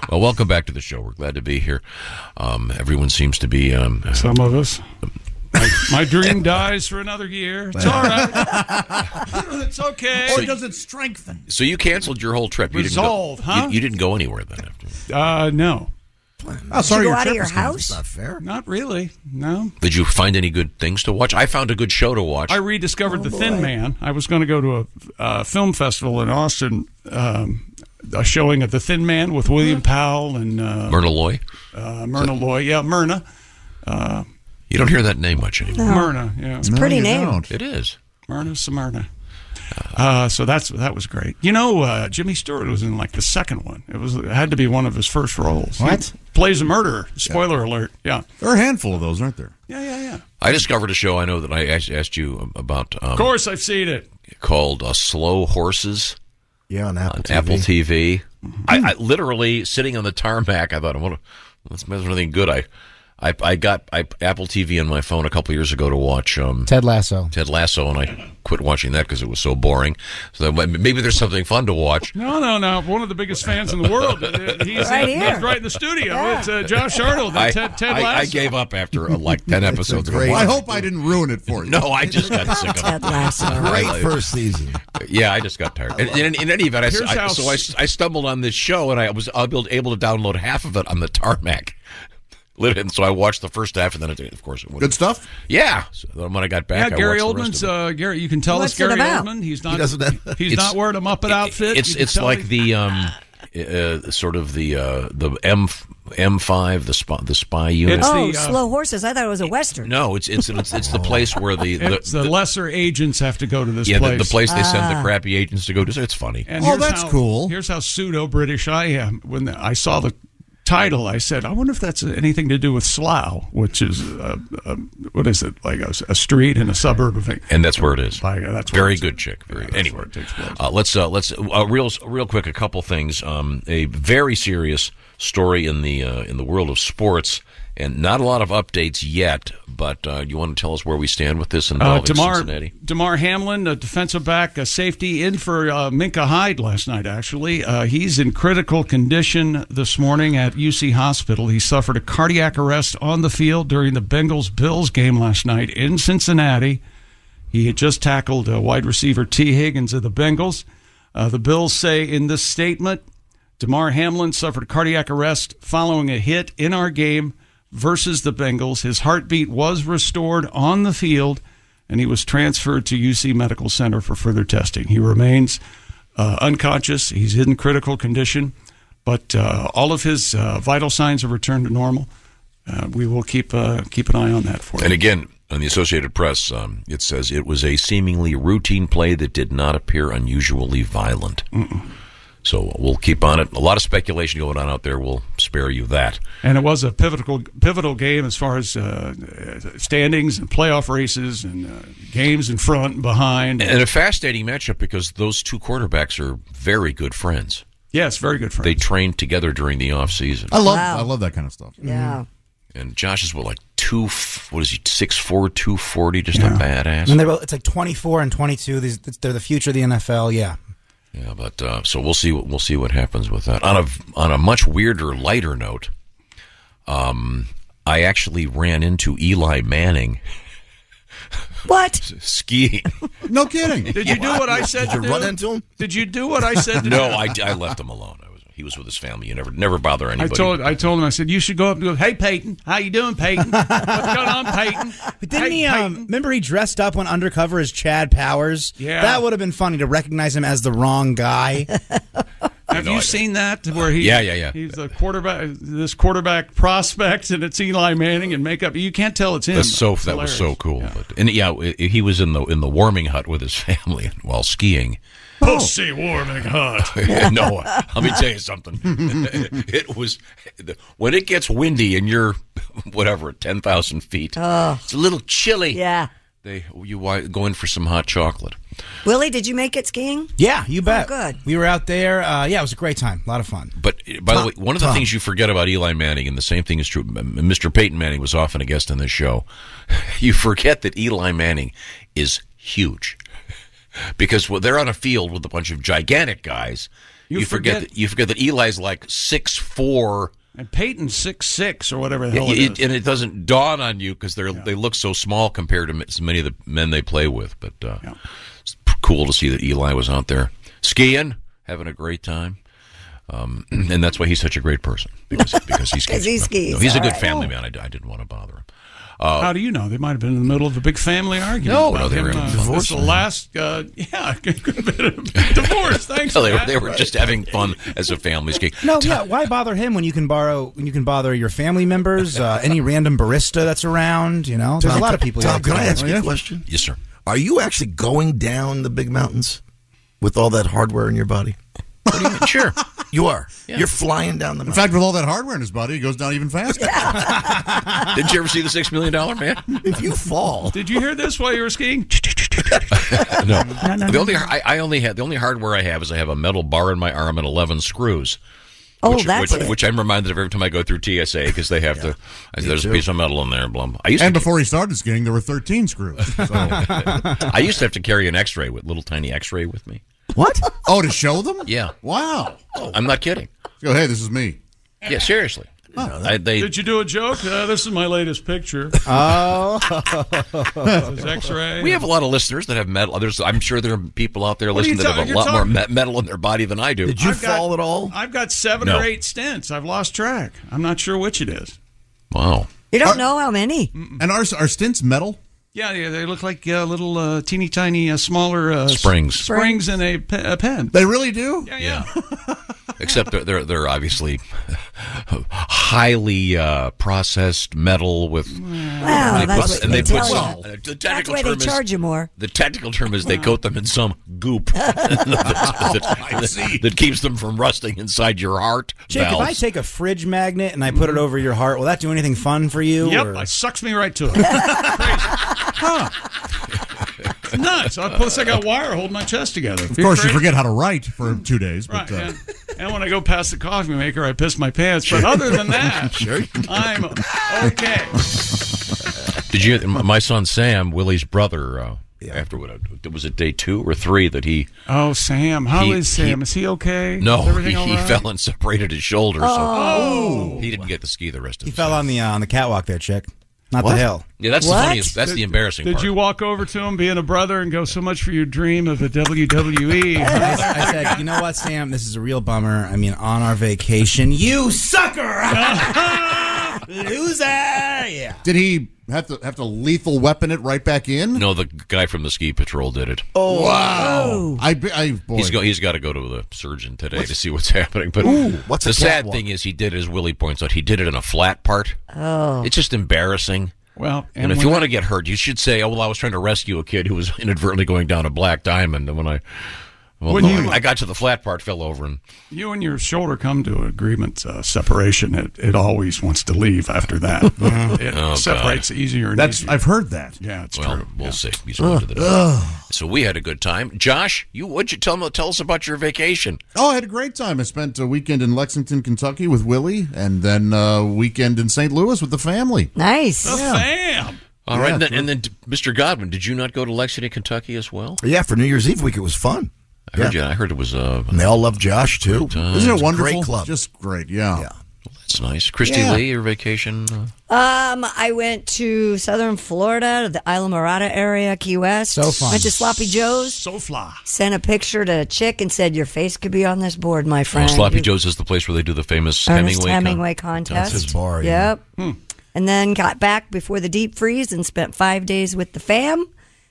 A: (laughs) well, welcome back to the show. We're glad to be here. Um, everyone seems to be. Um,
D: Some of us. My dream dies for another year. It's all right. it's okay.
G: Or does it strengthen?
A: So you canceled your whole trip. You
D: Resolve,
A: didn't go,
D: huh?
A: You, you didn't go anywhere then. After.
D: Uh, no.
G: Oh,
H: sorry, You go your out of trip your was canceled. house?
J: Not fair.
D: Not really. No.
A: Did you find any good things to watch? I found a good show to watch.
D: I rediscovered The Thin Man. I was going to go to a uh, film festival in Austin, um, a showing of The Thin Man with William Powell and uh,
A: Myrna Loy.
D: Uh, Myrna Loy. Yeah, Myrna. Uh,
A: You don't hear that name much anymore.
D: Myrna. Yeah,
H: It's a No, pretty you name. don't.
A: It is.
D: Myrna Smyrna. Uh, so that's that was great. You know, uh, Jimmy Stewart was in like the second one. It was it had to be one of his first roles. He
G: What?
D: plays a murderer? Spoiler alert. Yeah.
G: There are a handful of those, aren't there?
D: Yeah, yeah, yeah.
A: I discovered a show I know that I asked, asked you about um,
D: Of course, I've seen it.
A: called uh, Slow Horses.
J: Yeah, on Apple TV.
A: Apple TV. I, I literally sitting on the tarmac. I thought, "What? Let's make anything good." I, I, I got I, Apple TV on my phone a couple years ago to watch um,
J: Ted Lasso.
A: Ted Lasso, and I quit watching that because it was so boring. So that, maybe there's something fun to watch.
D: No, no, no. One of the biggest fans in the world.
H: (laughs)
D: Uh, He's
H: Right
D: he's
H: here.
D: right in the studio.
H: Yeah.
D: It's uh, Josh Arnold.
A: I,
D: Ted, Ted
A: I, I
D: Lasso.
A: gave up after uh, like ten episodes. of it.
G: Well, I hope I didn't ruin it for you.
A: No, I just got sick of it.
J: Great first season.
A: Yeah, I just got tired. In, in, in any event, I,
D: Here's
A: I-
D: how-
A: so I, I stumbled on this show and I was able, able to download half of it on the tarmac. (laughs) Lit- And so I watched the first half, and then it, of course it wouldn't.
G: Good stuff.
A: Yeah. So then when I got
D: yeah,
A: back, I
D: Gary
A: watched the rest
D: Oldman's.
A: of it.
D: Uh, Gary, you can tell
H: What's
D: us Gary
H: it about?
D: Oldman. He's not.
J: He doesn't have-
D: he's
A: It's-
D: not wearing a Muppet outfit.
A: It's
D: You can
A: it's
D: tell
A: like
D: he-
A: the um, uh, sort of the uh, the M M five the spy the spy unit.
D: It's
H: oh,
D: the, uh,
H: slow horses! I thought it was a western.
A: no, it's it's it's, it's the place where the, the,
D: It's the, lesser agents have to go to this
A: yeah
D: place.
A: The, the place they send
H: Ah.
A: the crappy agents to go to. It's funny.
D: And
G: Oh,
D: here's
G: that's
D: how-
G: cool.
D: Here's how pseudo British I am. When I saw the title, I said, "I wonder if that's anything to do with Slough, which is uh, uh, what is it like a, a street in a suburb of England."
A: and that's where it is.
D: Like, uh, that's where
A: very
D: it's-
A: good chick. Very
D: that's
A: anyway.
D: where it takes place.
A: Uh, let's uh, let's uh, real real quick a couple things. Um, a very serious story in the uh, in the world of sports, and not a lot of updates yet. But uh, you want to tell us where we stand with this
D: Uh,
A: involving
D: Damar,
A: Cincinnati?
D: Damar Hamlin, a defensive back, a safety in for uh, Minka Hyde last night, actually. Uh, he's in critical condition this morning at UC Hospital. He suffered a cardiac arrest on the field during the Bengals Bills game last night in Cincinnati. He had just tackled uh, wide receiver T. Higgins of the Bengals. Uh, the Bills say in this statement Damar Hamlin suffered cardiac arrest following a hit in our game versus the Bengals. His heartbeat was restored on the field, and he was transferred to UC Medical Center for further testing. He remains uh, unconscious. He's in critical condition, but uh, all of his uh, vital signs have returned to normal. Uh, we will keep uh, keep an eye on that for you.
A: And again, on the Associated Press, um, it says it was a seemingly routine play that did not appear unusually violent. So we'll keep on it. A lot of speculation going on out there. We'll spare you that.
D: And it was a pivotal pivotal game as far as uh, standings and playoff races and uh, games in front and behind.
A: And a fascinating matchup because those two quarterbacks are very good friends.
D: Yes, very good friends.
A: They trained together during the off season.
K: I love I love that kind of stuff.
H: Yeah.
A: And Josh is what like two f- what is he six four two forty just a badass.
J: And they're both, it's like 24 and 22. These they're the future of the NFL. Yeah.
A: Yeah, but uh, so we'll see. What, we'll see what happens with that. On a on a much weirder, lighter note, um, I actually ran into Eli Manning.
H: What
A: (laughs) skiing?
K: No kidding.
D: Did you do what I said?
A: Did you
D: to
A: run
D: do?
A: into
D: him? Did you do what I said? To
A: no,
D: do?
A: I, I left him alone. I was he was with his family. You never never bother
D: I
A: anybody.
D: told I told him I said you should go up and go. Hey Peyton, how you doing,
A: (laughs)
D: Peyton? What's going on, Peyton?
J: But didn't he? Um, remember he dressed up when undercover as Chad Powers.
D: Yeah.
J: That would have been funny to recognize him as the wrong (laughs) guy.
D: Have you seen that where he?
J: Yeah, yeah, yeah.
D: He's a quarterback. This quarterback prospect, and it's Eli Manning and makeup. You can't tell it's him.
A: That's so
D: It's
A: that was so
D: hilarious.
A: cool. But and yeah, i- i- he was in the in the warming hut with his (laughs) family while skiing.
D: Pussy warming
A: (laughs)
D: hot.
A: no, let me tell you something. (laughs) it was when it gets windy and you're (laughs) whatever ten thousand feet. It's a little chilly.
H: Oh. Yeah.
A: They you wi- go in for some hot chocolate.
H: Willie, did you make it skiing?
J: Yeah, you bet.
H: Oh, good.
J: We were out there. Uh, yeah, it was a great time. A lot of fun.
A: But uh, by
J: Tom-
A: the way, one of the
J: Tom.
A: things you forget about Eli Manning, and the same thing is true. M- Mr. Peyton Manning was often a guest on this show. (laughs) You forget that Eli Manning is huge because when they're on a field with a bunch of gigantic guys.
D: You
A: You, forget,
D: forget-
A: that, you forget that Eli's like six four.
D: And Peyton's six six or whatever the hell
A: Yeah,
D: it
A: it-
D: is.
A: and it doesn't dawn on you because they are they look so small compared to m- so many of the men they play with. But uh, it's p- cool to see that Eli was out there skiing, having a great time, um, (clears throat) and that's why he's such a great person because
H: (laughs)
A: because he skis.
H: 'Cause he
A: No,
H: skis,
A: no, he's a
H: all
A: good
H: right.
A: family man. I, d- I didn't want to bother him. Uh,
D: How do you know? They might have been in the middle of a big family argument.
A: No,
D: about
A: no, they
D: him,
A: were in
D: uh,
A: a divorce.
D: this is the last, uh, yeah,
A: (laughs)
D: divorce. Thanks.
A: no, they
D: for
A: were
D: that.
A: they were just having fun as a family skiing.
J: No, yeah. Why bother him when you can borrow when you can bother your family members, uh, any random barista that's around? You know, there's a lot of people.
A: Tom,
J: out
A: can
J: there.
A: I ask
J: Oh,
A: you a
J: yeah?
E: question?
A: Yes, sir.
E: Are you actually going down the big mountains with all that hardware in your body?
A: sure,
E: you are.
K: Yeah.
E: You're flying down the
K: In
E: mountain.
K: fact, with all that hardware in his body, he goes down even faster.
A: Didn't you ever see the six million dollar
J: (laughs)
A: man?
E: if you fall,
D: Did you hear this while you were skiing?
A: (laughs) no.
D: No, no,
A: the
D: no,
A: only
D: no.
A: I, I only have the only hardware I have is I have a metal bar in my arm and eleven screws.
H: Oh,
A: which,
H: that's
A: which,
H: it.
A: which I'm reminded of every time I go through TSA because they have to. I, there's a piece of metal in there. Blum. I used
K: and
A: to.
K: before he started skiing, there were 13
A: (laughs)
K: screws.
A: Oh.
D: (laughs)
A: I used to have to carry an X-ray with little tiny X-ray with me.
K: What? Oh, to show them?
A: Yeah.
K: Wow.
A: I'm not kidding.
K: Go, hey, this is
A: (laughs)
K: me.
A: Yeah, seriously. I, they,
D: Did you do a joke? Uh, this is my latest picture.
J: Oh.
D: This is X-ray.
A: we have a lot of listeners that have metal. There's, I'm sure there are people out there
D: uh, What are you
A: listening that
D: talking-
A: have a lot
D: you're
A: more
D: talking-
A: me- metal in their body than I do.
D: I've got- I've got seven
A: No.
D: or eight stents. I've lost track. I'm not sure which it is.
A: Wow.
H: You don't know how many.
K: And are, are stints metal?
D: Yeah, yeah, they look like uh, little uh, teeny tiny uh, smaller uh, s-
A: Springs.
D: springs in a, pe- a pen.
K: They really do?
D: Yeah, yeah. (laughs)
A: Except they're they're, they're obviously (laughs) highly uh, processed metal with.
D: Mm.
H: Wow,
A: they
H: that's
A: put-
H: what
A: and
H: they
A: they put
H: tell you.
A: some- uh, the
H: That's
A: technical
H: why they
A: term is-
H: charge you
D: (laughs)
H: more.
A: The technical term is they coat them in some goop
H: (laughs)
A: (laughs) that, that- that keeps them from rusting inside your heart
J: Jake, if I
A: valves.
J: take a fridge magnet and I put it over your heart, will that do anything fun for you?
D: Yep,
J: or-
D: it sucks me right to it. Crazy. huh. It's nuts. I- Plus, I got wire holding my chest together.
K: Of course, you forget how to write for two days. But, uh,
D: And when I go past the coffee maker, I piss my pants. But other than
A: (laughs)
D: that, I'm okay.
A: (laughs) Did you? My son Sam, Willie's brother. Uh, After what uh, was it, day two or three that he
D: Oh, Sam. how is
A: He-
D: Sam?
A: he-
D: is he okay?
A: no
D: Is everything
A: he,
D: all
A: he
D: right?
A: fell and separated his shoulder,
D: Oh.
A: so he didn't get to ski the rest of.
J: He fell on the uh, on the catwalk there, Chick. Not the hill.
A: Yeah, that's the funniest. That's the embarrassing
D: Did
A: part.
D: you walk over to him, being a brother, and go, so much for your dream of a WWE?
J: I, I said, you know what, Sam? This is a real bummer. I mean, on our vacation, you sucker, loser. Yeah.
K: Did he have to have to lethal weapon it right back in?
A: No, the guy from the ski patrol did it.
K: Oh wow! I, be- I boy.
A: He's, go, he's got to go to the surgeon today to see what's (laughs) happening. But
K: Ooh, what's
A: the
K: a
A: sad
K: catwalk?
A: thing is, he did as Willie points out. He did it in a flat part.
H: Oh.
A: It's just embarrassing.
D: Well,
A: and, if you want to get (laughs) hurt, you should say, "Oh well, I was trying to rescue a kid who was inadvertently going down a black diamond, and when I Well,
D: Wouldn't
A: no,
D: you-
A: I got to the flat part, fell over, and
D: You and your shoulder come to agreement uh, separation. It, it always wants to leave after
A: (laughs)
D: that. Ah. Uh-huh. it
A: Oh, God.
D: separates easier and
A: That's-
D: easier.
A: I've
D: heard that. Yeah, it's
A: well,
D: true.
A: we'll see. He's
D: Ugh.
A: going to the
D: Ugh.
A: So we had a good time. Josh, you would you tell me tell us about your vacation?
K: Oh, I had a great time. I spent a weekend in Lexington, Kentucky with Willie, and then a weekend in St. Louis with the family.
H: Nice.
K: The
D: fam.
A: All right,
K: Yeah,
A: and, then, and then d- Mr. Godwin, did you not go to Lexington, Kentucky as well?
E: Yeah, for New Year's Eve week, it was fun.
A: I heard you. I heard it was. Uh,
E: And they all love Josh too.
A: Isn't it
E: It's a
A: wonderful?
E: Great club.
K: Just great. Yeah.
A: that's nice. Christy
H: Yeah.
A: Lee, your vacation. uh,
H: Um, I went to Southern Florida, the Isla Mirada area, Key West.
A: So fun.
H: Went to Sloppy Joe's.
D: So fly.
H: Sent a picture to a chick and said, "Your face could be on this board, my friend."
A: well, Sloppy
H: You-
A: Joe's is the place where they do the famous
H: Ernest
A: Hemingway.
H: Hemingway,
A: con-
H: contest.
A: That's his bar, yeah.
H: Yep. And then got back before the deep freeze and spent five days with the fam,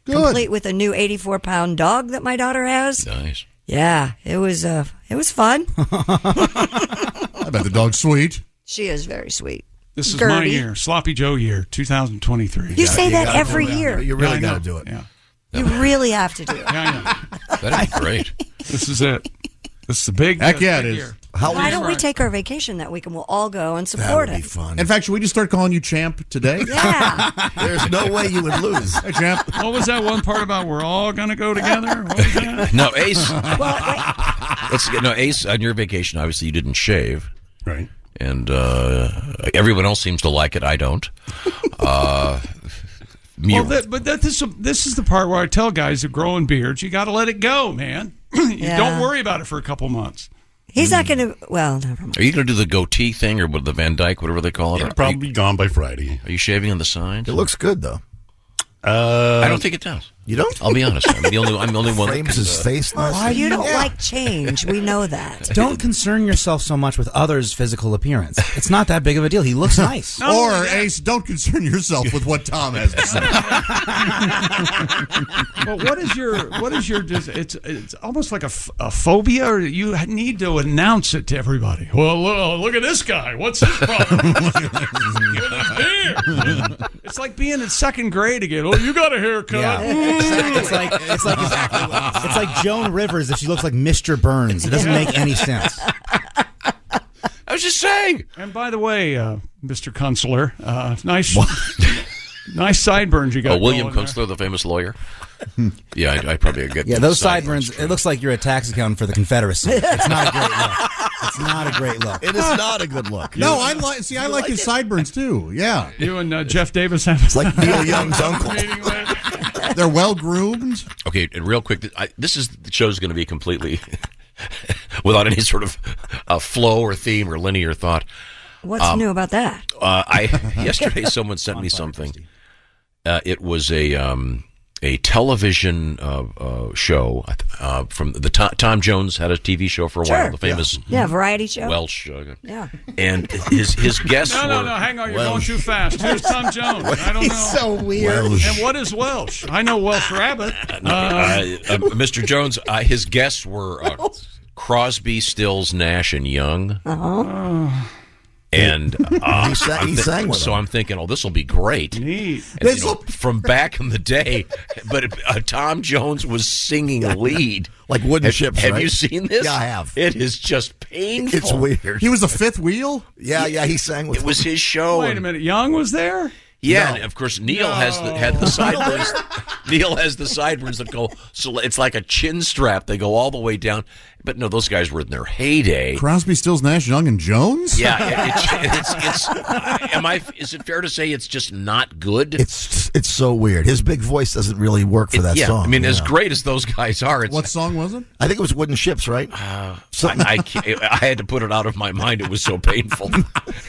H: complete with a new eighty-four pound dog that my daughter has.
A: Nice.
H: Yeah, it was. Uh, it was
A: (laughs)
H: fun. (laughs)
K: I bet the dog's sweet.
H: she is very sweet.
D: This is my
H: Gertie.
D: year, Sloppy Joe year, 2023.
H: You say that every year. You really
D: got
H: gotta
D: to
H: do it.
D: Yeah.
H: You really have to do it.
A: That'd
H: (laughs)
A: be great.
D: this is it. This is the big.
K: Heck yeah,
D: big
K: it is.
D: year.
H: Why don't we take our vacation that week and we'll all go and support it?
K: In fact, should we just start calling you Champ today?
H: Yeah.
K: There's no way you would lose. Hey, Champ.
D: What was that one part about? We're all going to go together. What was that?
A: (laughs) (laughs) No,
D: (laughs)
A: Ace. Let's get no Ace on your vacation. Obviously, you didn't shave,
D: right?
A: And uh, everyone else seems to like it. I don't. (laughs) Uh, me-
D: Well, that, but that, this this is the part where I tell guys that growing beards, you got to let it go, man. (clears throat) you
H: Yeah.
D: don't worry about it for a couple months.
H: He's not going to. Well, never mind.
A: are you going to do the goatee thing or what, the Van Dyke, whatever they call it?
L: probably gone by Friday.
A: Are you shaving on the sides? It
E: looks good though.
L: Uh,
A: I don't think it does.
E: You don't?
A: I'll be honest. I'm the only. I'm the only one. that
E: Frames
A: can,
E: his
A: uh,
E: face.
H: Well, you don't like change. We know that.
J: Don't concern yourself so much with others' physical appearance. It's not that big of a deal. He looks nice. (laughs)
E: Oh,
K: or Ace, don't concern yourself with what Tom has to say.
D: But Mm. what is your what is your dis- (laughs) it's it's almost like a, f- a phobia or you need to announce it to everybody. Well, look, oh, look at this guy. What's his problem? With his beard. It's like being in second grade again. Oh, you got a haircut.
J: Yeah.
H: Mm.
J: It's like- it's like exactly It's like Joan Rivers if she looks like Mr. Burns. It doesn't make any sense.
A: I was just saying.
D: And by the way, uh, Mr. Kunstler, uh, nice (laughs) nice sideburns you got.
A: Oh, William
D: going there.
A: Kunstler, the famous lawyer. (laughs) yeah, I, I probably get.
J: Yeah, those sideburns. It looks like you're a tax accountant for the Confederacy. It's not a great look. It's not a great look.
E: It is not a good look.
K: No, I like. See, I like, his sideburns too. Yeah,
D: You and uh, (laughs) Jeff Davis have it's
E: like
D: (laughs)
E: Neil Young's uncle.
K: They're well groomed.
A: Okay, and real quick, th- I, this is the show's going to be completely (laughs) without any sort of uh, flow or theme or linear thought.
H: What's
A: Um,
H: new about that?
A: Uh, I yesterday someone sent me something. Uh, it was a um, a television uh, uh, show uh, from the Tom, Tom Jones had a TV show for a
H: Sure.
A: while, the famous
H: Yeah, variety show.
A: Welsh. Uh,
H: Yeah.
A: and his his guests
D: No, no,
A: were-
D: no. Hang on. You're going too fast. Who's
A: (laughs)
D: Tom Jones? I don't know.
A: He's
D: so
A: weird. Welsh.
D: And what is Welsh? I know Welsh
A: (laughs)
D: rabbit.
A: No, uh, uh, Mr. Jones, uh, his guests were uh, Crosby, Stills, Nash, and Young.
H: Uh-huh.
A: And
E: (laughs)
A: uh,
E: He sang-
A: I'm
E: he sang with
A: so I'm thinking, oh, this will be great. And, you know, from back in the day, but uh, Tom Jones was singing lead,
E: Like wooden
A: have,
E: ships,
A: Have
E: right?
A: you seen this?
E: Yeah, I have.
A: It is just painful.
E: It's weird.
K: He was
E: (laughs)
K: the fifth wheel.
E: Yeah, yeah. He sang with.
A: It was his show.
D: Wait
A: and-
D: a minute. Young was there?
A: yeah,
D: No.
A: and of course Neil has the, had the sideburns. Neil has the sideburns that go so it's like a chin strap. They go all the way down. But no, those guys were in their heyday.
K: Crosby, Stills, Nash, Young, and Jones.
A: Yeah, it, it's, it's, it's am I? Is it fair to say it's just not good?
E: It's it's so weird. His big voice doesn't really work for
A: It-
E: that
A: yeah,
E: song.
A: I mean,
E: yeah.
A: as great as those guys are, it's,
K: What song was it?
E: I think it was Wooden Ships, right?
A: Uh, I, I, can't- I had to put it out of my mind. It was so painful. (laughs)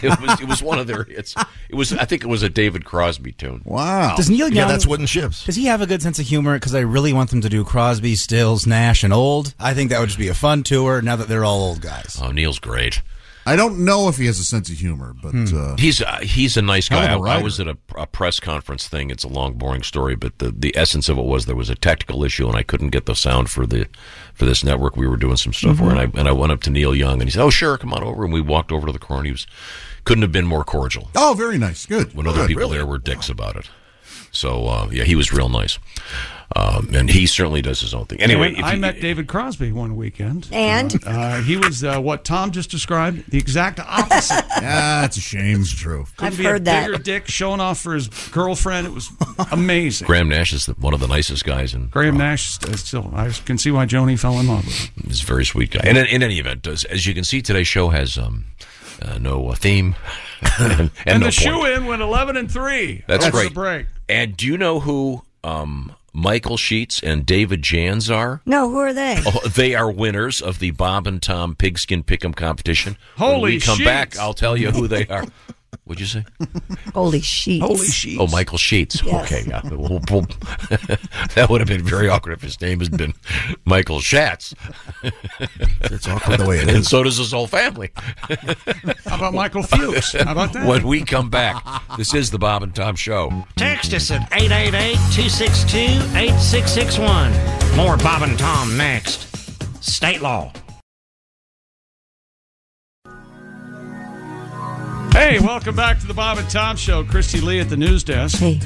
A: It was it was one of their hits. It was I think it was a David Crosby tune.
K: Wow.
J: Does Neil Young?
E: ships.
J: Does he have a good sense of humor? Because I really want them to do Crosby, Stills, Nash, and Old. I think that would just be a fun tour. Now that they're all old guys.
A: Oh, Neil's great.
K: I don't know if he has a sense of humor, but
D: Hmm.
K: uh,
A: He's uh, he's a nice
K: Hell of
A: guy.
K: a
A: I, I
K: writer.
A: was at a, a press conference thing. It's a long, boring story, but the, the essence of it was there was a technical issue, and I couldn't get the sound for the for this network we were doing some stuff
K: Mm-hmm.
A: for, and I and I went up to Neil Young, and he said, "Oh, sure, come on over," and we walked over to the corner. And he was couldn't have been more cordial
K: oh, very nice. Good.
A: when other
K: Good,
A: people
K: really.
A: there were dicks about it. So uh, yeah, he was real nice, um, and he certainly does his own thing. Anyway,
D: And
A: if
D: I
A: you- (laughs)
D: met David Crosby one weekend,
H: And?
D: uh, he was uh, what Tom just described, the
H: (laughs)
D: exact opposite.
K: That's a shame. It's true.
D: Couldn't
H: I've
D: be
H: heard
D: a
H: that.
D: bigger dick showing off for his girlfriend. It was amazing.
A: Graham Nash is the, one of the nicest guys, and
D: Graham Nash is still. I can see why Joni fell in love with him.
A: he's a very sweet guy. And in, in any event, as, as you can see, today's show has um, uh, no uh, theme (laughs) and, and
D: And,
A: no
D: the
A: point.
D: shoe in went eleven and three.
A: That's
D: That's
A: right.
D: The break.
A: And do you know who um, Michael Sheets and David Jans are?
H: No, who are they?
A: Oh, they are winners of the Bob and Tom Pigskin Pick'em competition. when
H: Holy
A: we come
H: Sheets.
A: back, I'll tell you who they are. What'd you say?
H: Holy sheets.
A: Oh, Michael Sheets.
H: Yes.
A: Okay, yeah. Well, well, (laughs) that would have been very awkward if his name had been Michael
D: (laughs)
A: Schatz.
E: It's awkward the way it
A: And
E: is.
A: so does his whole family.
D: How about Michael Fuchs? How about that?
A: When we come back, this is the Bob and Tom Show.
M: Text us at 888-262-8661. More Bob and Tom next. State law.
D: Hey, welcome back to the Bob and Tom Show. Christy Lee at the news desk. Hey.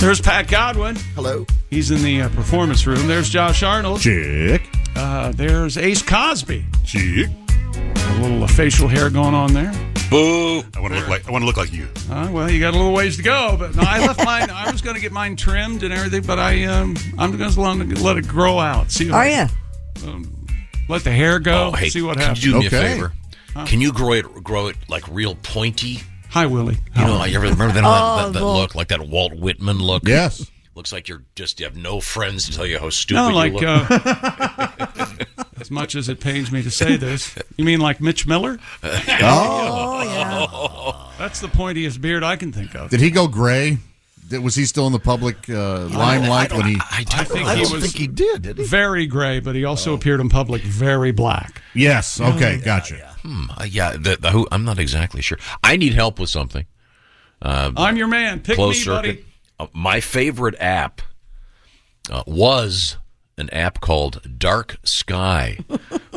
D: There's Pat Godwin.
E: Hello.
D: He's in the uh, performance room. There's Josh Arnold.
K: Chick.
D: Uh, there's Ace Cosby. Chick. A little uh, facial hair going on there.
L: Boo! I want to look like I want to look like you.
D: Uh, well, you got a little ways to go, but no, I left mine. I was going to get mine trimmed and everything, but I um, I'm going to let it grow out. See. if
M: Oh,
H: Are
D: I-
H: ya?
D: Um, let the hair go.
A: Oh, hey,
D: see what
A: can
D: happens.
A: you do me a favor? Can you grow it, grow it like real pointy?
D: Hi, Willie.
A: You know, I ever remember that,
D: Oh,
A: that, that
D: well-
A: look, like that Walt Whitman look.
D: Yes.
A: Looks like you're just you have no friends to tell you how stupid
D: No, like
A: you look. (laughs)
D: uh, as much as it pains me to say this, you mean like Mitch
A: (laughs)
D: Miller?
K: Oh,
D: yeah. That's the pointiest beard I can think of.
K: Did he go gray? Did, was he still in the public uh, limelight when he?
D: I think
K: I
D: he
K: don't
D: was
K: think he did,
D: Very gray, but he
A: Oh.
D: also appeared in public very black.
K: Yes.
D: Oh,
K: Okay. Gotcha.
A: Hmm, uh, yeah, the, the, who, I'm not exactly sure. I need help with something. Uh,
D: I'm your man. Pick me, buddy.
A: Uh, my favorite app uh, was an app called Dark
D: (laughs)
A: Sky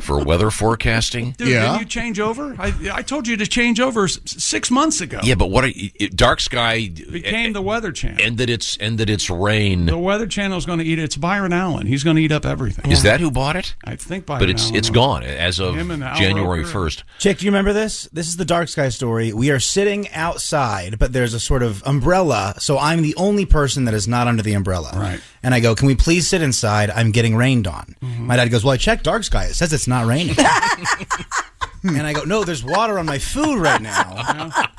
A: for weather forecasting.
D: Dude, didn't you change over? I, I told you to change over s- six months ago.
A: yeah, but what? Are, it, Dark Sky
D: Became the Weather Channel.
A: ended its ended its reign.
D: The Weather Channel's going to eat it. It's Byron Allen. He's going to eat up everything.
A: Is that who bought it?
D: I think Byron
A: But it's
D: Allen
A: it's
D: owned
A: gone as of
D: uh, Him and Al
A: January
D: Roker. (laughs)
A: first.
J: Chick, do you remember this? This is the Dark Sky story. We are sitting outside, but there's a sort of umbrella, so I'm the only person that is not under the umbrella. Right. And I go, Can we please sit inside? I'm getting rained on. My dad goes, Well, I checked Dark Sky. It says it's not (laughs) raining. Hmm. and I go, No, there's water on my
D: (laughs)
J: food right now.
A: (laughs)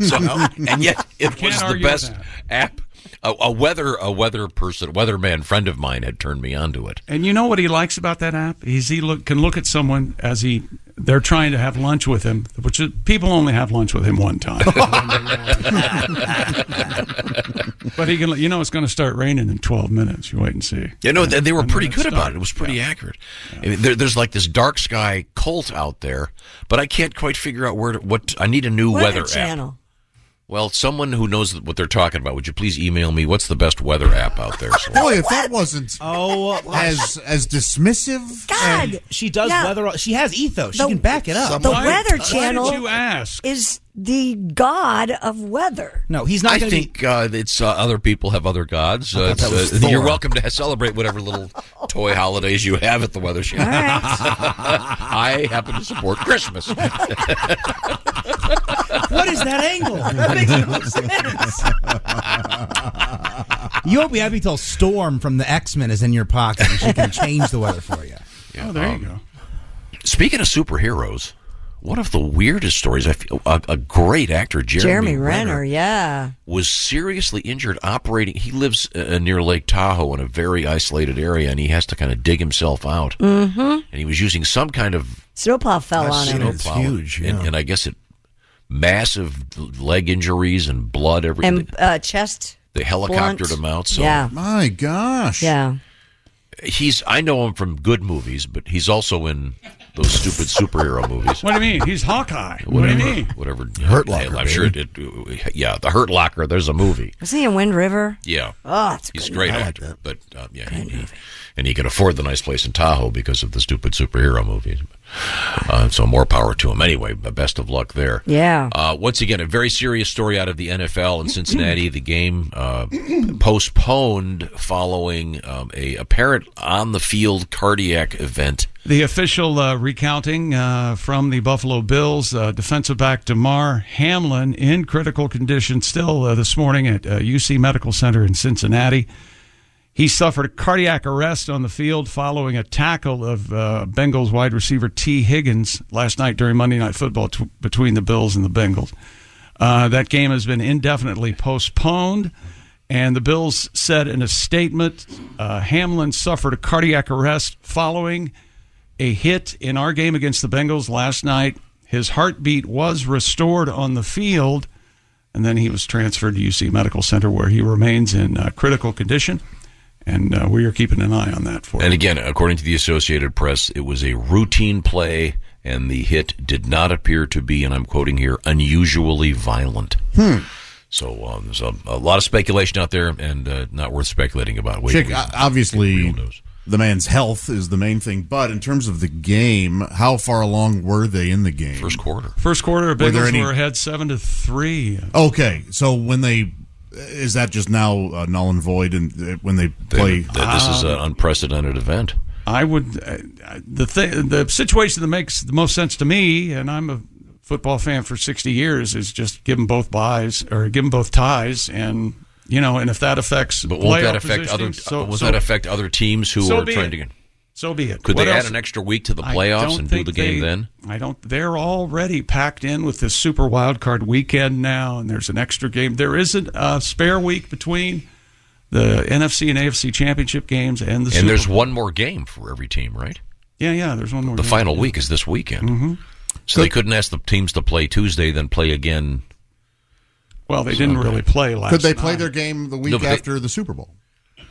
A: So, and yet it was the
J: argue with
A: best app. A, a weather a weather person, weatherman friend of mine had turned me onto it.
D: And you know what he likes about that app? He's he look, can look at someone as he they're trying to have lunch with him, which is, people only have lunch with him one (laughs) time. but he can, you know, it's going to start raining in twelve minutes. You wait and see.
A: You know, they, they were
D: And then
A: pretty good about
D: started.
A: it. It was pretty accurate. I mean, there, there's like this dark sky cult out there, but I can't quite figure out where to, what I need a new weather app. Well, someone who knows what they're talking about, would you please email me what's the best weather app out there? So-
K: Boy, if that wasn't
J: oh
K: as as dismissive.
H: God.
J: she does
H: Yeah.
J: weather. She has ethos. She
H: The-
J: can back it up.
H: The Weather
D: Why
H: Channel
D: did you ask?
H: is the god of weather.
J: No, he's
A: I think uh, it's uh, other people have other gods. Uh,
J: thought that
A: it's,
J: was
A: uh, you're
J: Thor.
A: welcome to celebrate
J: (laughs)
A: whatever little toy holidays you have at the Weather Channel.
B: All
A: (laughs) I happen to
J: (laughs)
A: support Christmas.
J: What is that angle? (laughs) That makes no sense. You won't be happy till Storm from the X Men is in your pocket. and She can change the weather for you.
A: Yeah,
J: Oh, there you
D: go.
A: um, Speaking of superheroes, one of the weirdest stories I feel a, a great actor Jeremy,
H: Jeremy Renner, yeah.
A: was seriously injured operating. He lives uh, near Lake Tahoe in a very isolated area, and he has to kind of dig himself out.
H: Mm-hmm.
A: And he was using some kind of
H: Snowplow fell
A: I've
H: on
A: seen
H: him.
A: it. Wow. and, and I guess it massive leg injuries and blood. Every
H: And uh, chest.
A: they helicoptered
H: blunt.
A: him out. So
H: Yeah.
K: My gosh.
H: Yeah.
A: he's I know him from good movies, but he's also in those stupid superhero movies.
D: What do you mean? He's Hawkeye. What do you mean?
A: Whatever. Hurt Locker. I'm sure it, it- Yeah, the Hurt Locker. There's a movie.
H: Was he in Wind River?
A: Yeah.
H: Oh, it's
A: he's Ah, a great actor. But um, yeah, he- he- and he could afford the nice place in Tahoe because of the stupid superhero movies. Uh, so more power to him. Anyway, but best of luck there.
H: Yeah.
A: Uh, once again, a very serious story out of the NFL in Cincinnati. The game uh, postponed following um, a apparent on the field cardiac event.
D: The official uh, recounting uh, from the Buffalo Bills uh, defensive back DeMar Hamlin in critical condition still uh, this morning at uh, UC Medical Center in Cincinnati. He suffered a cardiac arrest on the field following a tackle of uh, Bengals wide receiver T. Higgins last night during Monday Night Football t- between the Bills and the Bengals. Uh, that game has been indefinitely postponed. And the Bills said in a statement uh, Hamlin suffered a cardiac arrest following a hit in our game against the Bengals last night. His heartbeat was restored on the field, and then he was transferred to UC Medical Center where he remains in uh, critical condition. And uh, we are keeping an eye on that for
A: And again, according to the Associated Press, it was a routine play, and the hit did not appear to be, and I'm quoting here, unusually violent.
K: Hmm.
A: So um, there's a, a lot of speculation out there, and uh, not worth speculating about. Wait,
K: Chick, o- obviously, the man's health is the main thing. But in terms of the game, how far along were they in the game? First
A: quarter.
D: First quarter,
K: Were there
D: Bengals
K: any-
D: were ahead 7 to 3.
K: Okay, so when they is that just now uh, null and void, and uh, when they play,
A: th- this is
D: Um,
A: an unprecedented event.
D: I would uh, the thing the situation that makes the most sense to me, and I'm a football fan for 60 years, is just give them both buys or give them both ties, and you know, and if that affects
A: But won't that
D: uh, playoff
A: affect other? uh,
D: positioning, so-
A: won't
D: so-
A: that affect other teams who
D: so
A: are
D: be
A: trying
D: it.
A: to get?
D: So be it.
A: Could
D: What
A: they
D: else?
A: add an extra week to the
D: I
A: playoffs
D: don't
A: and do
D: think
A: the game
D: they-
A: then?
D: I don't. They're already packed in with this super wild card weekend now, and there's an extra game. There isn't a spare week between the NFC and AFC championship games and the.
A: and
D: Super
A: there's
D: Bowl.
A: one more game for every team, right?
D: Yeah, yeah. There's one more.
A: The
D: game.
A: final
D: Yeah.
A: week is this weekend.
D: Mhm.
A: So they couldn't ask the teams to play Tuesday, then play again.
D: Well, they didn't really play last.
K: could they play their
D: night.
K: game the week
A: No, but they-
K: after the Super Bowl?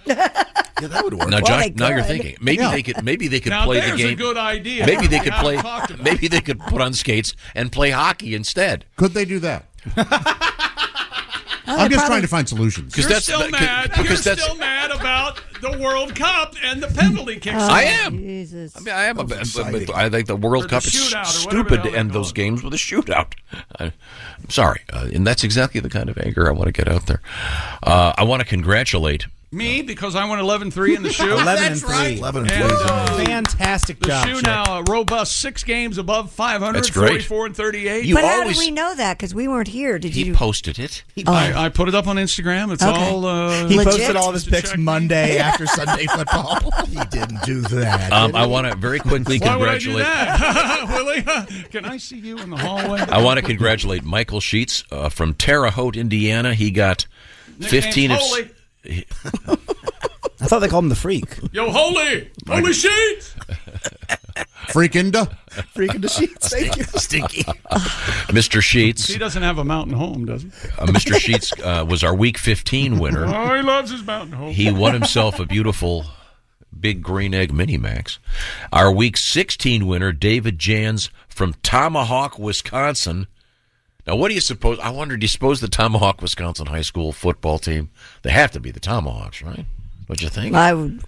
A: that would
K: work. Well,
A: Now,
J: Oh
A: Josh,
K: they
A: now you're
K: could.
A: thinking maybe
K: Yeah.
A: they could maybe they could
D: Now
A: play the
D: there's a
A: game.
D: good idea. (laughs)
A: Maybe they could
D: Yeah,
A: play.
D: I've talked about
A: Maybe they could put on skates and play hockey instead.
K: Could they do that? I'm just trying to find solutions
D: You're still mad. You're
A: because that's
D: still mad about the World Cup and the penalty kicks.
A: I am.
D: Jesus.
A: I mean, I am a, but- but I think the World
D: Or the
A: Cup is
D: shootout, or whatever
A: stupid
D: the
A: to
D: hell
A: end those games with a shootout. I, I'm sorry, uh, and that's exactly the kind of anger I want to get out there. Uh, I want to congratulate
D: Me because I went 11-3 in the shoe.
J: 11 and That's three. right. 11 and three.
D: uh,
J: Fantastic
D: the
J: job,
D: shoe
J: Chick.
D: now a robust six games above 500,
A: That's great.
D: 44 and 38.
H: but how do we know that? Because we weren't here. Did you?
A: posted it.
H: Oh.
D: I, I put it up on Instagram. It's
H: Okay.
D: all. Uh,
H: He posted Legit? all
J: of his
N: (laughs)
J: picks Monday after Sunday football. (laughs)
E: he didn't do that.
A: Um, I want to very quickly
D: Why would I
A: congratulate.
D: do that, (laughs) Willie? (laughs) Can I see you in the hallway?
A: I want to congratulate Michael Sheets uh, from Terre Haute, Indiana. He got
D: Nickname
A: 15 of.
D: Holy.
J: I thought they called him the freak.
D: Yo, holy, holy sheets.
K: Freakinda.
J: Freaking the
A: (laughs)
J: sheets. Thank you.
A: Stinky. Mr. Sheets.
D: He doesn't have a mountain home, does he?
A: Uh, Mr. Sheets uh, was our Week 15 winner.
D: Oh, he loves his mountain home.
A: He won himself a beautiful big green egg mini max. Our Week 16 winner, David Jans from Tomahawk, Wisconsin. Now, what do you suppose? I wonder, do you suppose the Tomahawk, Wisconsin high school football team? They have to be the Tomahawks, right? What do you
H: (laughs)
A: think?
H: I would.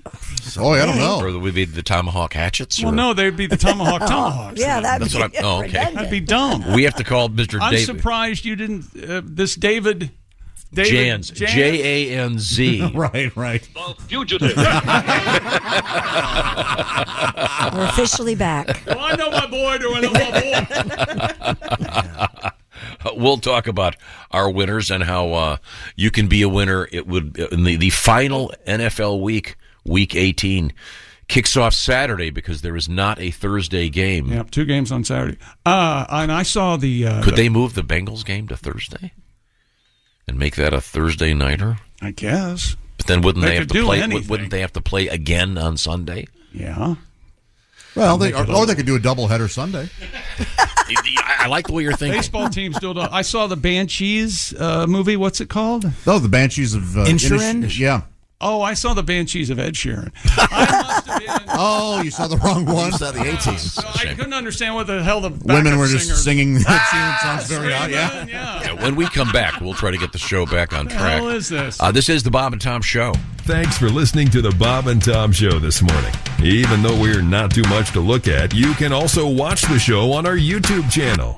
K: Oh, I don't know.
A: Or would be the Tomahawk Hatchets?
D: Well,
A: or-
D: no, they'd be
H: (laughs)
D: the tomahawk tomahawks.
H: Oh, Yeah,
D: then.
H: that'd
A: That's
H: be
A: what I'm- oh, okay.
H: redundant.
D: That'd be dumb.
A: We have to call Mr.
D: I'm
A: David
D: surprised you didn't. Uh, this David, David
A: Jans. J A
D: (laughs)
A: N Z.
K: Right, right.
D: fugitive.
H: We're officially back.
D: well, I know my boy doing a
A: (laughs) we'll talk about our winners and how uh, you can be a winner. It would in the, the final NFL week, week 18, kicks off Saturday because there is not a Thursday game.
D: Yep, two games on Saturday. Uh, and I saw the. Uh,
A: Could they move the Bengals game to Thursday and make that a Thursday nighter?
D: I guess.
A: But then wouldn't
D: They
A: they, have
D: could
A: to
D: do
A: play?
D: anything.
A: Wouldn't they have to play again on Sunday?
D: Yeah.
K: Well, they or, or they could do a doubleheader Sunday.
A: I, I like the way you're thinking.
D: Baseball team still don't. I saw the Banshees uh, movie. What's it called?
K: No, Oh, the Banshees of uh,
D: Insurance?
K: Inish- yeah. (laughs)
D: Oh, I saw the Banshees of Ed Sheeran. I must
K: oh, you saw the wrong one. You saw the 18s.
D: I couldn't understand what the hell the
K: Women
D: backup
K: were just
D: singer-
K: singing
D: (laughs)
K: (laughs) the
D: Ah,
K: tune. It Sounds very odd.
D: screaming.
K: Yeah.
A: Yeah, when we come back, we'll try to get the show back on
D: What the
A: track.
D: hell is this?
A: Uh, this is the Bob and Tom Show.
O: Thanks for listening to the Bob and Tom Show this morning. Even though we're not too much to look at, you can also watch the show on our YouTube channel.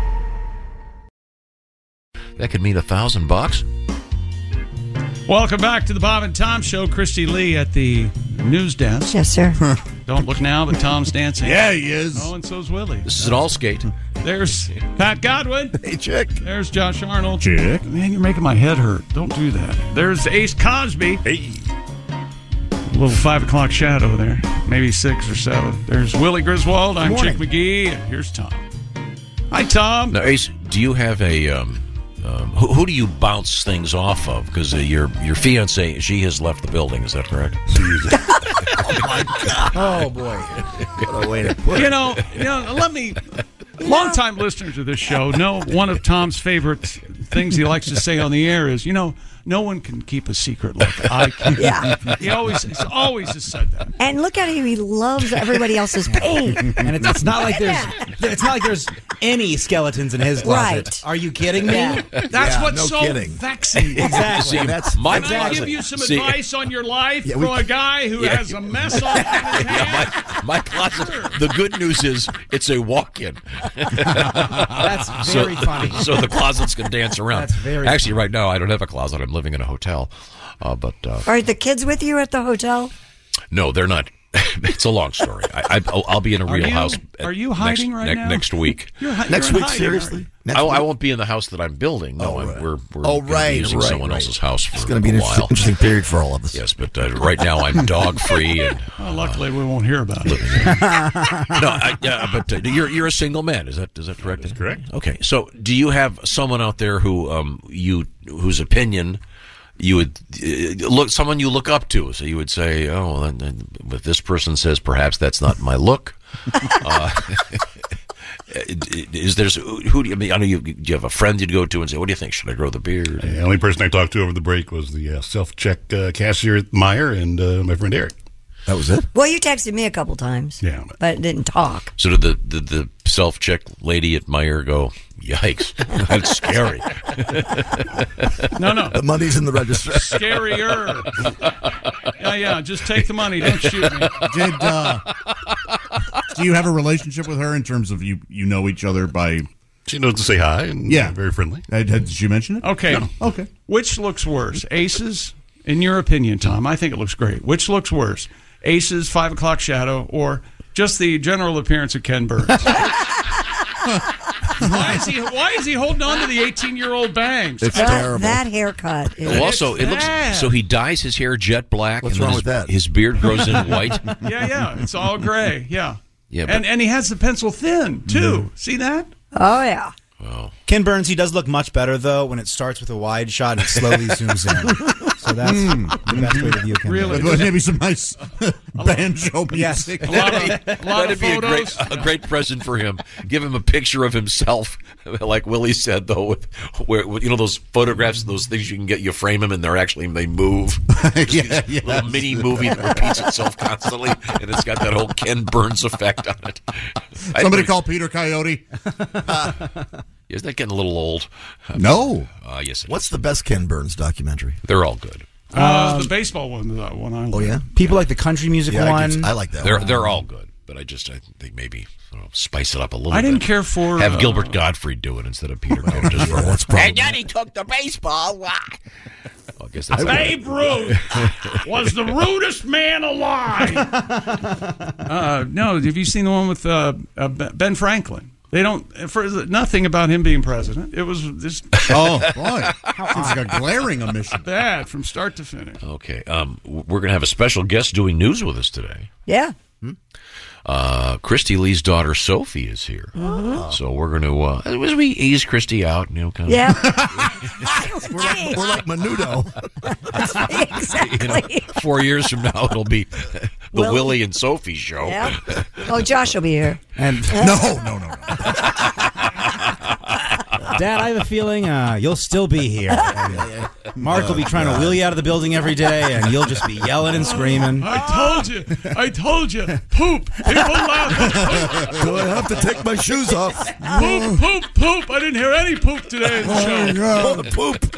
A: That could mean a thousand bucks.
D: Welcome back to the Bob and Tom Show. Christy Lee at the news desk.
H: Yes, sir.
D: (laughs) Don't look now, but Tom's dancing.
K: Yeah, he is.
D: Oh, and so's Willie.
A: This is an all skate.
D: There's Pat Godwin.
K: Hey, Chick.
D: There's Josh Arnold.
K: Chick.
D: Man, you're making my head hurt. Don't do that. There's Ace Cosby. Hey. Little five o'clock shadow there. Maybe six or seven. There's Willie Griswold. I'm
A: Morning.
D: Chick McGee. And
E: (laughs)
D: here's Tom. Hi, Tom.
A: Now, Ace, do you have a um, um, who, who do you bounce things off of? Because uh, your your fiance she has left the building. Is that correct? (laughs)
J: Oh boy.
E: What a way to
D: You know, you know, let me. Longtime listeners of this show know one of Tom's favorite things he likes to say on the air is, you know, no one can keep a secret like I can.
H: Yeah.
D: He always, he's always has said that.
H: And look at him. He loves everybody else's pain.
J: And it's, it's not like there's it's not like there's any skeletons in his closet.
H: Right.
J: Are you kidding me?
H: Yeah.
D: That's what's so (laughs)
J: (laughs)
D: vexing.
J: exactly.
D: See,
J: That's
D: my Can I
J: exactly.
D: give you some
A: See-
D: advice on your life
A: Yeah,
D: for
A: we-
D: a guy who
A: Yeah.
D: has a mess
A: (laughs)
D: on his hands?
A: My closet. The good news is it's a
E: (laughs)
A: walk-in.
D: That's
A: So- (laughs)
D: very funny.
A: So the closets can dance around.
H: That's very
A: Actually, right now I don't have a closet. I'm living in a hotel, uh, but uh,
H: Are the kids with you at the hotel?
A: no, they're not. (laughs) it's a long story. I, I, I'll, I'll be in a
D: Are
A: real
D: you-
A: house.
D: are you
A: next-
D: hiding right
A: ne-
D: now?
A: Next week.
D: (laughs) You're hi- Next you're week, hiding, seriously? aren't
A: I, I won't be in the house that I'm building. No, I'm- we're, we're
E: Oh,
A: gonna be
E: right,
A: using
E: right,
A: someone
E: right.
A: else's house for
E: It's going to be
A: a
E: an
A: while.
E: inter- interesting period for all of us.
A: Yes, but uh, right now I'm dog free and
D: Well, luckily, we won't hear about it.
A: (laughs) no, I, yeah, but uh, you're you're a single man. Is that is that correct? That's correct. Okay. So, do you have someone out there who um you whose opinion you would uh, look someone you look up to? So you would say, oh, well, then, then if this person says perhaps that's not my
L: (laughs)
A: look. uh, (laughs) is there's who do you I mean? I know you. Do you have a friend you'd go to and say, "What do you think? Should I grow the beard?"
L: The only person I talked to over the break was the uh, self-check uh, cashier at Meyer and uh, my friend Eric.
E: That was it.
H: Well, you texted me a couple times.
L: Yeah.
H: But didn't talk.
A: So did the did the self check lady at Meyer go? Yikes, (laughs) that's scary.
D: No, no.
E: The money's in the
D: (laughs)
E: register.
D: Scarier. Yeah, yeah. Just take the money. Don't shoot me.
K: Did uh, do you have a relationship with her in terms of you you know each other by?
L: She knows to say hi and
K: yeah,
L: very friendly.
K: did she mention it?
D: Okay.
K: No. Okay.
D: Which looks worse, aces? In your opinion, Tom, I think it looks great. Which looks worse, aces, five o'clock shadow, or just the general appearance of Ken Burns? why is he? Why is he holding on to the eighteen-year-old bangs?
H: that, That haircut. Is
A: (laughs) Well, also, it looks so he dyes his hair jet black. What's and wrong his, with that? His beard (laughs) grows
D: (laughs)
A: in white.
D: yeah, yeah. It's all gray. Yeah.
A: Yeah, but-
D: and and he has the pencil thin too. See that?
H: Oh yeah.
J: Ken Burns, he does look much better though when it starts with a wide shot and it slowly zooms in. So that's
G: Hmm.
J: the best way to view Ken.
D: Really?
J: Burns.
K: Hmm. maybe some
A: (laughs)
K: nice banjo
J: Yes.
K: music.
J: A
K: (laughs)
J: lot
A: of-
D: a (laughs) lot
A: That'd
D: of
A: be a great,
D: photos.
A: a great present for him. Give him a picture of himself, (laughs) like Willie said, though, with where you know those photographs, those things you can get. You frame them, and they're actually they move. Just
K: Yeah,
A: these little
K: yes.
A: mini movie that repeats itself constantly, and it's got that whole Ken Burns effect on it. I
K: Somebody
A: think-
K: call Peter Coyote.
A: Isn't that getting a little old?
K: No.
A: Uh, yes. it
E: What's the best Ken Burns documentary?
A: They're all good.
D: Uh,
L: Um,
D: the baseball one, the one
J: oh,
H: Oh,
D: I like.
J: people like the country music one.
A: They're they're all good, but I just I think maybe I don't know, spice it up a little.
D: I didn't
A: bit.
D: care for,
A: have
D: uh,
A: Gilbert Godfrey do it instead of Peter Coates. just for once.
D: probably-
A: And then he took the baseball. Why? I
B: (laughs)
A: guess that's
D: Babe Ruth was the rudest man alive.
A: (laughs)
D: Uh, no, have you seen the one with uh, uh, Ben Franklin? They don't for nothing about him being president. It was just (laughs)
A: Oh, boy. Seems
L: like a glaring omission.
D: Bad from start to finish.
A: Okay, um, w- we're gonna have a special guest doing news with us today.
H: Yeah.
A: Uh, Christy Lee's daughter Sophie is here,
H: Mhm.
A: so we're going to uh, as we ease Christy out, you know, kind of (laughs)
H: Yeah.
E: we're, like, we're like Menudo.
A: You know, four years from now, it'll (laughs) be the
H: Willie.
A: Willie and Sophie show.
H: Yeah. Oh, Josh will be here. (laughs)
J: And
H: no,
J: no, no. Dad, I have a feeling uh, you'll still be
H: (laughs)
J: here. Mark
H: Oh,
J: will be trying to wheel you out of the building every day, and you'll just be yelling and screaming.
D: I told you. I told you. Poop. People laugh. at poop.
J: Do I have to take my shoes off?
D: (laughs) Poop, poop, poop. I didn't hear any poop today in the show.
A: poop.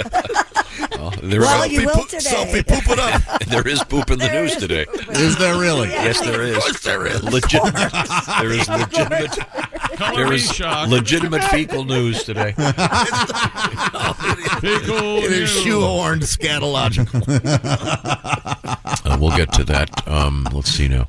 A: Oh, Well, there
D: Well,
A: is-
D: you will today.
A: Sophie, poop it up. (laughs) there is poop in the news today. Is there really? Yes, there is. Of course there is. Legitimate. there is legitimate. There
D: me
A: is
D: shocked.
A: legitimate fecal
D: (laughs)
A: news (laughs) today.
D: It
E: is shoehorned
J: (laughs)
E: scatological.
A: Uh, we'll get to that. Um, let's see now.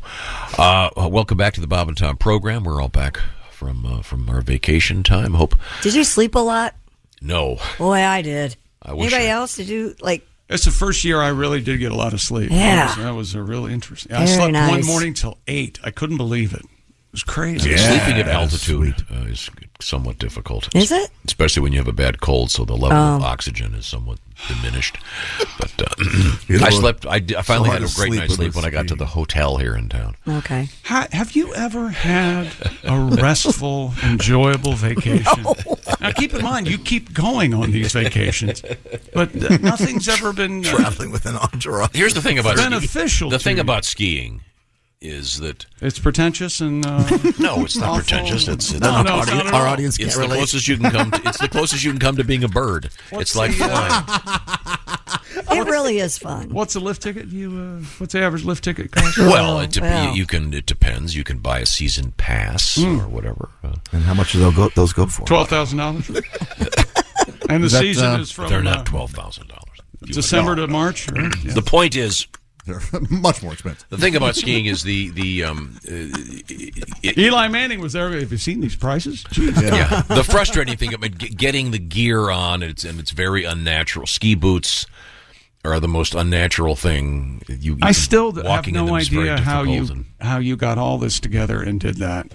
A: Uh, uh, welcome back to the Bob and Tom program. We're all back from uh, from our vacation time. Hope
H: (laughs) Did you sleep a lot?
A: no.
H: Boy, I did.
A: I wish
H: Anybody else? Did you like?
D: That's the first year I really did get a lot of sleep.
H: Yeah.
D: That was, that was a really interesting. I
H: Very
D: slept one
H: nice.
D: morning till eight. I couldn't believe it. It was crazy.
A: Sleeping at altitude uh, is somewhat difficult.
D: Is it?
A: Especially when you have a bad cold, so the level of
D: Oh.
A: oxygen is somewhat diminished. But uh,
D: (clears throat) You know,
A: I slept. I, d- I
D: it's
A: finally
D: hard
A: had a
D: to
A: great
D: sleep
A: night's
D: when
A: sleep when I got to the hotel here
D: (laughs)
A: in town.
H: Okay.
D: Ha- have you ever had a restful, enjoyable vacation?
A: (laughs)
D: Now, keep in mind, you keep going on these vacations, but uh,
A: (laughs)
D: nothing's ever been uh,
E: traveling with an entourage.
A: Here's the thing about
D: beneficial.
A: The
D: to
A: thing
D: you.
A: about skiing is that
D: it's pretentious and uh,
A: (laughs) no, it's not
D: awful.
A: pretentious. It's,
D: (laughs)
A: it's
D: no,
A: not
D: no, it's not at all.
A: It's the closest you can come. (laughs) To, it's the closest you can come to being a bird. it's like
K: uh,
H: (laughs)
A: flying.
H: It really is fun.
D: What's a lift ticket? You uh, what's the average lift ticket cost?
A: Well, it dep-
D: well.
A: You, you can. It depends. You can buy a season pass
K: Hmm.
A: or whatever. Uh,
E: And how much do those go, those go for?
D: twelve thousand
A: (laughs)
D: dollars. And the
A: Is that,
D: season
A: uh,
D: is from
A: They're not
D: uh,
A: twelve thousand dollars.
D: December to
A: (clears throat)
D: March. Right?
A: Mm-hmm. The point is,
K: They're (laughs)
A: (laughs)
K: much more expensive.
A: the thing about skiing is the the um, uh, it-
D: Eli Manning was there. Have you seen these prices? Jeez.
A: yeah. the frustrating thing about g- getting the gear on it's and it's very unnatural. Ski boots are the most unnatural thing you.
D: I
A: (laughs)
D: still have
A: walking in
D: no
A: them is very
D: idea how you
A: difficult and-
D: how you got all this together and did that.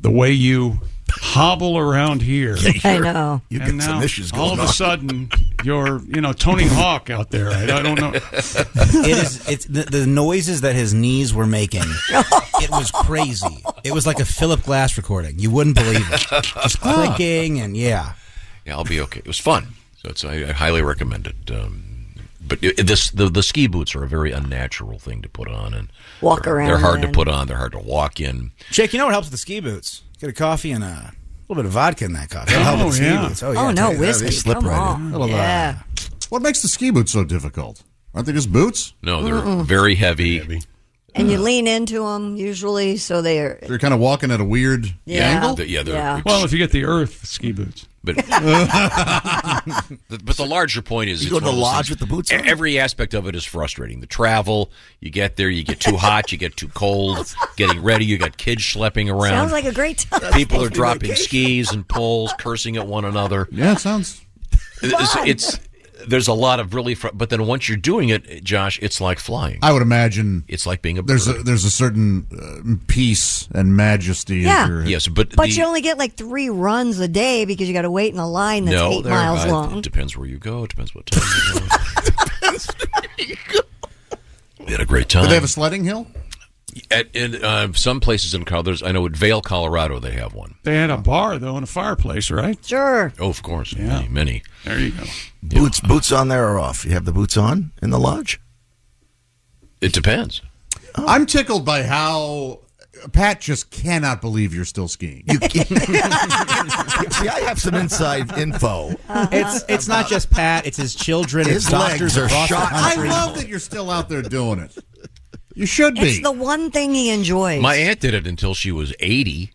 D: The way you hobble around
H: (laughs)
D: here,
H: Yeah, I you're- know. you
D: and
H: got some
D: now
H: issues
D: all
H: going
D: of a
H: on.
D: sudden you're you know Tony Hawk out there. I,
H: (laughs)
D: I don't know.
J: It is. It's the, the noises that his knees were
H: (laughs)
J: making. It was crazy. It was like a Philip Glass recording. You wouldn't believe
H: (laughs)
J: it. Just
A: Ah.
J: clicking and yeah.
A: Yeah, I'll be okay. It was fun, so it's, I, I highly recommend it. Um, but it, this the the ski boots are a very unnatural thing to put on and
J: Walk
A: they're,
J: around
A: They're hard to
J: in.
A: put on. They're hard to walk in.
J: Jake, you know what helps with the ski boots? Get a coffee and a little bit of vodka in that coffee.
A: Oh,
J: Help with the ski
A: yeah.
J: boots.
H: Oh, no,
J: take-
H: whiskey.
J: they slip
H: Come
J: right
H: on.
J: in. A little, uh,
H: Yeah.
K: What makes the ski boots so difficult? Aren't they just boots?
A: No, they're
G: Mm-hmm.
H: Mm-mm.
A: very heavy.
H: And you lean into them usually, so they are.
K: They're kind of walking at a weird
H: Yeah.
K: angle.
A: The- yeah, they're
H: Yeah.
D: Well, if you get the Earth ski boots,
K: (laughs)
A: but The- but the larger point is
D: You
A: it's
D: go to the
A: one of those
D: lodge with
A: things-
D: the boots
A: e-
D: on?
A: Every aspect of it is frustrating. The travel, you get there, you get too hot, you get too cold. Getting ready, you got kids schlepping around.
H: Sounds like a great time.
A: People are dropping skis and poles, cursing at one another.
K: Yeah, it sounds.
A: It's, it's- there's a lot of really, fr- but then once you're doing it, Josh, it's like flying.
K: I would imagine
A: it's like being a
K: there's
A: bird.
K: a there's a certain uh, peace and majesty. if
H: Yeah.
K: you're-
A: Yes, but
H: But you only get like three runs a day because you got to wait in a line that's
A: no,
H: eight
A: there-
H: miles
A: I-
H: long.
A: It depends where you go. It depends what time you go.
H: (laughs)
A: we had a great time.
K: Do they have a sledding hill?
A: At, in uh, some places in Colorado, I know at Vail, Colorado, they have one.
D: they had a bar though and a fireplace, right?
H: Sure.
A: Oh, of course,
D: Yeah.
A: many, many.
D: There you go.
E: Boots boots on there or off? You have the boots on in the lodge?
A: It depends.
K: I'm tickled by how Pat just cannot believe you're still skiing.
E: (laughs)
K: You
E: See, I have some inside info.
H: Uh-huh.
J: It's it's not just Pat. It's his children.
K: His
J: it's doctors
K: legs are
J: across the
K: shot. I
J: country.
K: love that you're still out there doing it. You should
H: It's
K: be.
H: the one thing he enjoys.
A: My aunt did it until she was 80.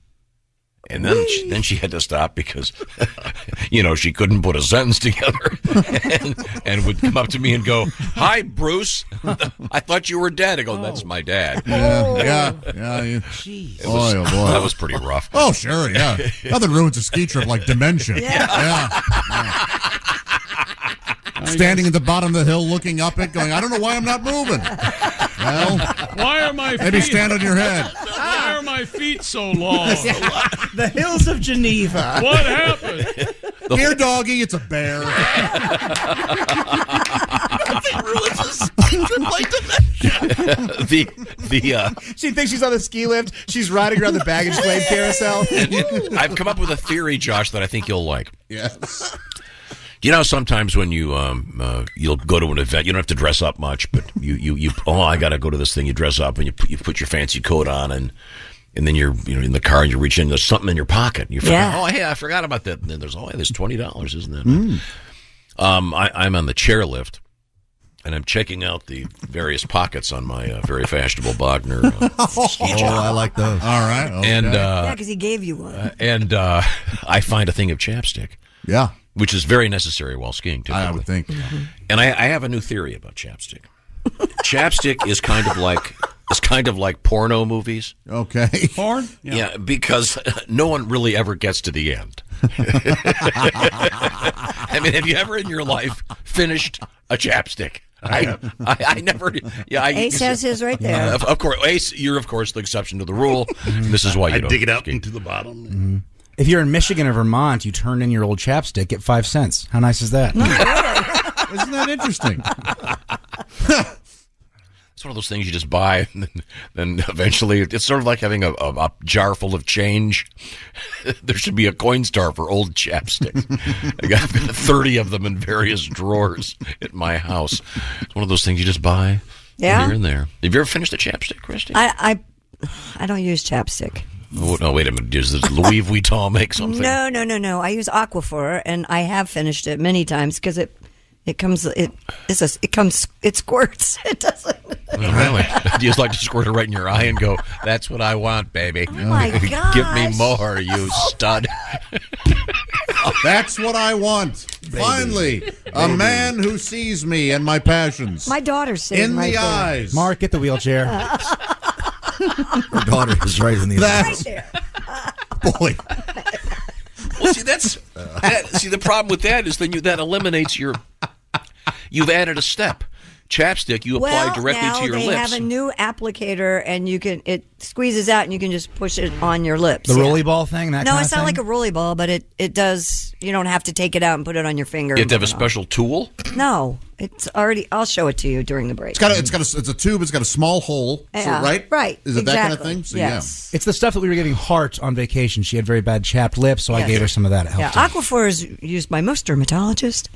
A: And then she, then she had to stop because, (laughs) you know, she couldn't put a sentence together (laughs) and, and would come up to me and go, Hi, Bruce. (laughs) I thought you were dead. I go, That's my dad.
E: Oh.
G: Oh.
K: Yeah, yeah, yeah. you-
A: It was-
K: Boy, oh, boy.
A: That was pretty rough.
K: Oh, sure, yeah. Nothing ruins a ski trip like dementia.
A: Yeah.
K: yeah.
E: (laughs)
K: yeah. Standing at the bottom of the hill, looking up it, going, I don't know why I'm not moving. Well,
D: Why are my
K: maybe
D: feet-
K: stand on your head.
D: Why are my feet so long?
J: (laughs) the hills of Geneva.
D: What happened?
K: Here, doggy, it's a bear.
A: (laughs) (laughs) the the uh,
J: She thinks she's on a ski lift. She's riding around the baggage
H: (laughs)
J: claim carousel.
A: and- and I've come up with a theory, Josh, that I think you'll like.
K: Yes.
A: You know, sometimes when you um, uh, you'll go to an event, you don't have to dress up much, but you you, you oh, I got to go to this thing. You dress up and you put, you put your fancy coat on, and and then you're you know in the car and you reach in, there's something in your pocket. And you forget, oh hey, I forgot about that. And then there's oh hey, there's twenty dollars, isn't it?
B: Hmm.
A: Um, I, I'm on the chairlift, and I'm checking out the various pockets on my uh, very fashionable Bogner. Uh,
E: oh, I like those.
K: (laughs) All right.
A: And uh,
H: yeah, because he gave you one.
A: and uh, (laughs) I find a thing of chapstick.
K: Yeah.
A: Which is very necessary while skiing, typically. I would
K: think.
A: And I, I have a new theory about chapstick. (laughs) chapstick is kind of like is kind of like porno movies.
K: (laughs) Okay.
D: Porn?
A: Yeah. because (laughs) no one really ever gets to the end. (laughs) I mean, have you ever in your life finished a chapstick? I, I, I never. Yeah, I,
H: Ace has his right there.
A: Of, of course, Ace, you're of course the exception to the (laughs) rule. this is why you
L: I
A: don't
L: dig it out
A: skate.
L: into the bottom.
J: Mm-hmm. If you're in Michigan or Vermont, you turn in your old chapstick at five cents. How nice is that?
K: Isn't that interesting?
A: It's one of those things you just buy, (laughs) and then, then eventually it's sort of like having a, a, a jar full of change. (laughs) there should be a coin star for old chapsticks.
K: (laughs)
A: I got thirty of them in various drawers at my house. It's one of those things you just buy.
H: Yeah.
A: here and there. Have you ever finished a chapstick, Christy?
H: I, I I don't use chapstick.
A: Oh, no, wait a minute. Does this Louis Vuitton
H: (laughs)
A: make something?
H: No, no, no, no. I use Aquaphor, and I have finished it many times because it it comes it it's a, it comes it squirts. (laughs) It doesn't.
A: (laughs) Oh, really? (laughs) Do you just like to squirt it right in your eye and go, "That's what I want, baby.
H: Oh, my
A: (laughs) Give me
H: gosh. (laughs)
A: more, you stud."
K: That's what I want. Finally, a
H: Baby.
K: man who sees me and my passions.
H: My daughter's sitting
K: in
H: right Uh,
K: the
H: there.
K: eyes.
J: Mark, get the wheelchair.
H: (laughs)
E: Her daughter is right in the
K: That's-
H: Right
K: Boy.
A: (laughs) Well, see, that's that, see the problem with that is then you that eliminates your. You've added a step. Chapstick you apply
H: well,
A: directly
H: now
A: to your
H: they have
A: lips.
H: a new applicator, and you can it squeezes out, and you can just push it on your lips.
J: The rolly ball thing. That
H: no,
J: kind
H: it's
J: of
H: not
J: thing?
H: like a rolly ball, but it it does. You don't have to take it out and put it on your finger.
A: you have to have
H: and
A: a special tool.
H: put it on. No, it's already. I'll show it to you during the break.
K: It's got a, it's got a, it's a tube. It's got a small hole. so-
H: Yeah,
K: right?
H: right,
K: Is it that kind of
H: exactly,
K: thing? So
H: yes.
J: It's the stuff that we were getting heart on vacation. She had very bad chapped lips, so I
H: Yes.
J: gave her some of that. It
H: yeah,
J: helped.
H: Aquaphor is used by most
J: (laughs)
H: dermatologists.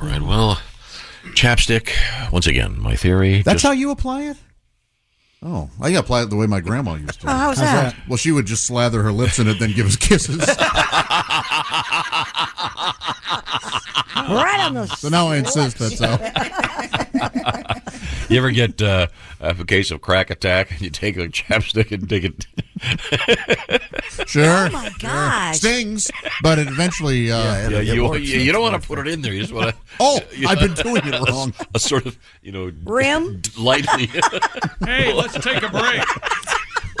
A: All right. Well, chapstick. (laughs) Once again, my theory.
K: That's
A: just-
K: how you apply it. Oh, I apply it the way my grandma used to.
H: Oh, how's How's that? Oh,
K: Well, she would just slather her lips in it, then give
H: (laughs)
K: us kisses.
B: (laughs)
H: right on the.
K: So now I insist that's how.
A: You ever get uh, a case of crack attack and you take a chapstick and dig it? (laughs)
K: Sure.
A: Oh, my
K: Sure.
A: gosh.
K: Stings, but it eventually. Uh,
A: Yeah, you, you, you don't want to put it in there. You just want to.
K: (laughs)
A: (laughs)
K: Oh, I've been doing it wrong.
A: A, sort of, you know,
H: Rim? (laughs)
A: lightly.
D: Hey, let's take a break.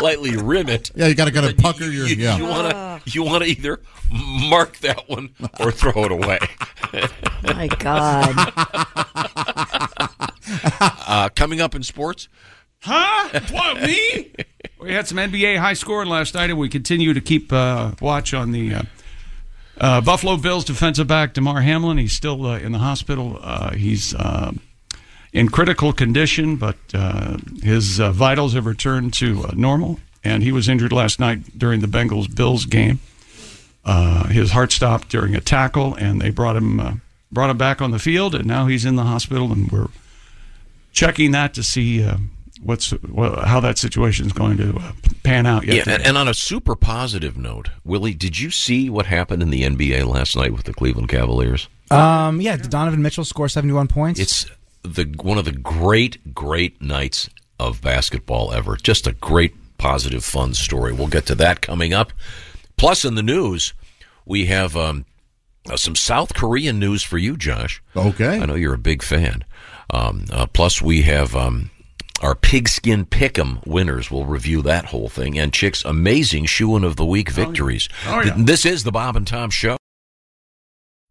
A: (laughs) lightly rim it.
K: Yeah, you gotta kinda pucker your-
A: You,
K: yeah.
A: you wanna you wanna either mark that one or throw it away.
H: (laughs) My God.
A: (laughs) uh, coming up in sports,
D: (laughs) Huh? What, me? (laughs) We had some NBA high scoring last night, and we continue to keep uh, watch on the uh, uh, Buffalo Bills defensive back DeMar Hamlin. He's still uh, in the hospital. Uh, he's uh, in critical condition, but uh, his uh, vitals have returned to uh, normal. And he was injured last night during the Bengals Bills game. Uh, his heart stopped during a tackle, and they brought him uh, brought him back on the field, and now he's in the hospital, and we're checking that to see uh, what's well, how that situation is going to uh, pan out. Yet
A: Yeah, and, and on a super positive note, Willie, did you see what happened in the NBA last night with the Cleveland Cavaliers?
J: Um, yeah, did Donovan Mitchell score 71 points?
A: It's the one of the great, great nights of basketball ever. Just a great, positive, fun story. We'll get to that coming up. Plus, in the news, we have um, uh, some South Korean news for you, Josh.
G: Okay,
A: I know you're a big fan. Um, uh, plus, we have um, our pigskin pick'em winners. We'll review that whole thing and Chick's amazing shoeing of the week victories.
K: Oh, yeah.
A: Th- This is the Bob and Tom Show.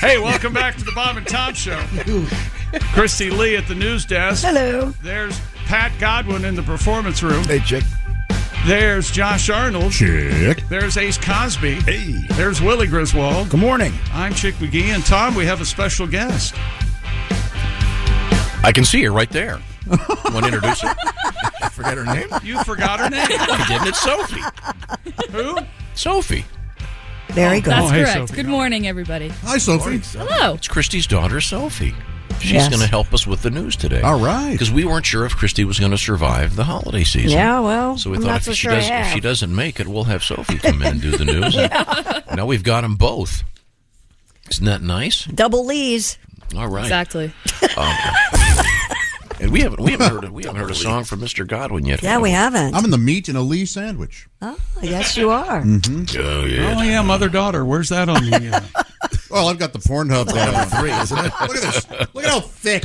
D: Hey, welcome back to the Bob and Tom
A: (laughs)
D: Show. Christy Lee at the news desk. Hello. There's Pat Godwin in the performance room. Hey,
B: Chick.
D: There's Josh Arnold.
G: Chick.
D: There's Ace Cosby. Hey. There's Willie Griswold. Good morning. I'm Chick McGee, and Tom, we have a special guest.
A: I can see her right there. Want to introduce
K: (laughs)
A: her?
D: I forgot her name? You forgot her name?
B: (laughs)
A: I didn't. It's Sophie.
D: Who?
A: Sophie.
H: (laughs) Very good.
P: That's
A: Oh, hey,
P: correct.
A: Sophie.
P: Good morning, everybody.
G: Hi, Sophie.
P: Hello.
A: It's Christy's daughter, Sophie. She's
P: Yes.
A: going to help us with the news today. All right. Because we weren't sure if Christy was going to survive the holiday season.
H: Yeah, well,
A: So we
H: I'm
A: thought
H: not
A: if,
H: so
A: she
H: sure I
A: does, if
H: have.
A: she doesn't make it, we'll have Sophie come in and do
H: (laughs)
A: the news. And Now we've got them both. Isn't that nice?
H: Double Lees.
A: All right.
P: Exactly.
A: Um, (laughs) and we haven't we haven't heard a, we haven't heard a song from Mr. Godwin yet.
H: Yeah, we haven't.
G: I'm in the meat and a Lee sandwich.
H: Oh, yes, you are.
A: Oh
D: Oh, yeah, mother daughter. Where's that on the. Uh...
G: (laughs) well, I've got the Pornhub uh,
D: three, isn't it?
G: Look at this. Look at how thick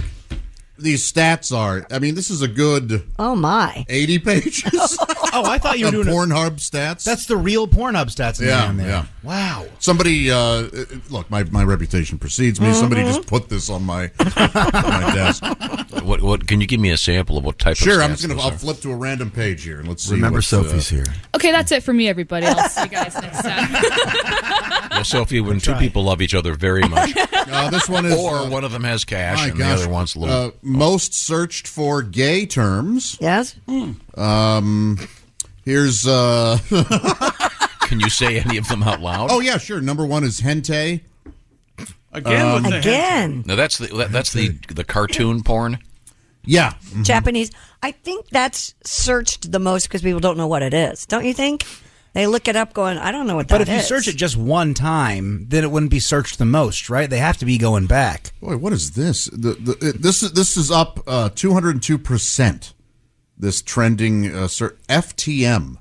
G: these stats are. I mean, this is a good
H: Oh my.
G: 80 pages.
J: (laughs) oh, I thought you were
G: The
J: doing a-
G: Pornhub stats.
J: That's the real Pornhub stats. in
G: Yeah,
J: there, man.
G: yeah.
J: Wow.
G: Somebody, uh, uh, look, my, my reputation precedes me. Somebody
J: Mhm.
G: just put this on my, on my desk.
A: (laughs) What what can you give me a sample of what type
J: Mm-hmm.
A: of
G: Sure, I'm
A: stats
G: just gonna.
A: those
G: I'll
A: are?
G: flip to a random page here and let's see.
A: Remember
G: what's,
A: Sophie's
G: uh,
P: Okay, that's it for me, everybody. I'll see you guys next
J: (laughs)
P: time.
A: Well, Sophie, when two people love each other very much,
G: Uh, this one is.
A: or
G: uh,
A: one of them has cash
G: my
A: and
G: gosh,
A: the other wants a little.
G: Uh, most searched for gay terms.
H: Yes.
A: Hmm.
G: Um, here's. Uh,
A: (laughs)
G: (laughs)
A: Can you say any of them out loud?
G: oh yeah, sure. Um, Number one is hente.
A: Again with the
H: Again.
A: No, that's the that, that's the the cartoon porn.
G: Yeah,
J: Mm-hmm.
H: Japanese. I think that's searched the most because people don't know what it is. Don't you think? They look it up going, I don't know what that
J: But
H: is.
J: if you search it just one time, then it wouldn't be searched the most, right? They have to be going back.
G: Boy, what is this? The, the, it- this is this is up uh, two hundred two percent. This trending uh, ser- FTM.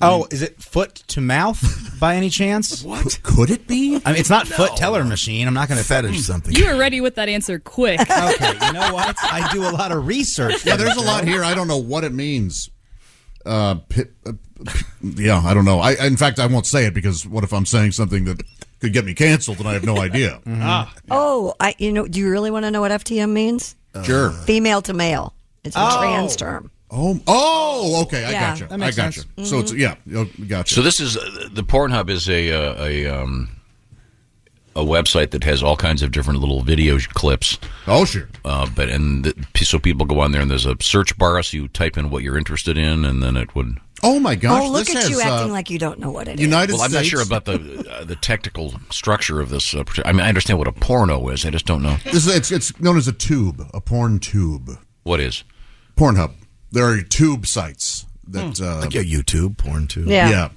J: Oh, is it foot to mouth (laughs) by any chance?
G: (laughs) what could it be?
J: I mean, it's not foot teller machine. I'm not going to
B: fetish
G: (laughs)
B: something.
P: You were ready with that answer quick.
J: okay,
P: (laughs)
J: you know what? I do a lot of research.
G: Yeah, there's a lot here. I don't know what it means. Uh, pi- uh, pi- yeah, I don't know. I in fact, I won't say it because what if I'm saying something that could get me canceled and I have no idea?
A: Mm-hmm.
H: Ah. Oh, I you know, do you really want to know what FTM means?
J: Uh,
G: Sure.
H: Female to male. It's a
G: Oh.
H: trans term.
G: Uh, Oh, oh, okay, I
H: Yeah,
G: gotcha.
H: that makes
G: I gotcha.
H: sense.
G: So it's yeah, oh, gotcha.
A: So this is uh, the Pornhub is a uh, a um, a website that has all kinds of different little video clips.
G: Oh sure.
A: Uh, but and the, so people go on there and there's a search bar, so you type in what you're interested in, and then it would.
G: Oh my gosh!
H: oh, look
G: this
H: at
G: has,
H: you acting
G: uh,
H: like you don't know what it is.
A: well, I'm not sure about the uh, the technical structure of this. Uh, partic- I mean, I understand what a porno is. I just don't know
G: This is, it's it's known as a tube, a porn tube.
A: what is.
G: Pornhub. There are tube sites that
A: Hmm.
G: uh,
B: Like your YouTube, porn too.
G: Yeah.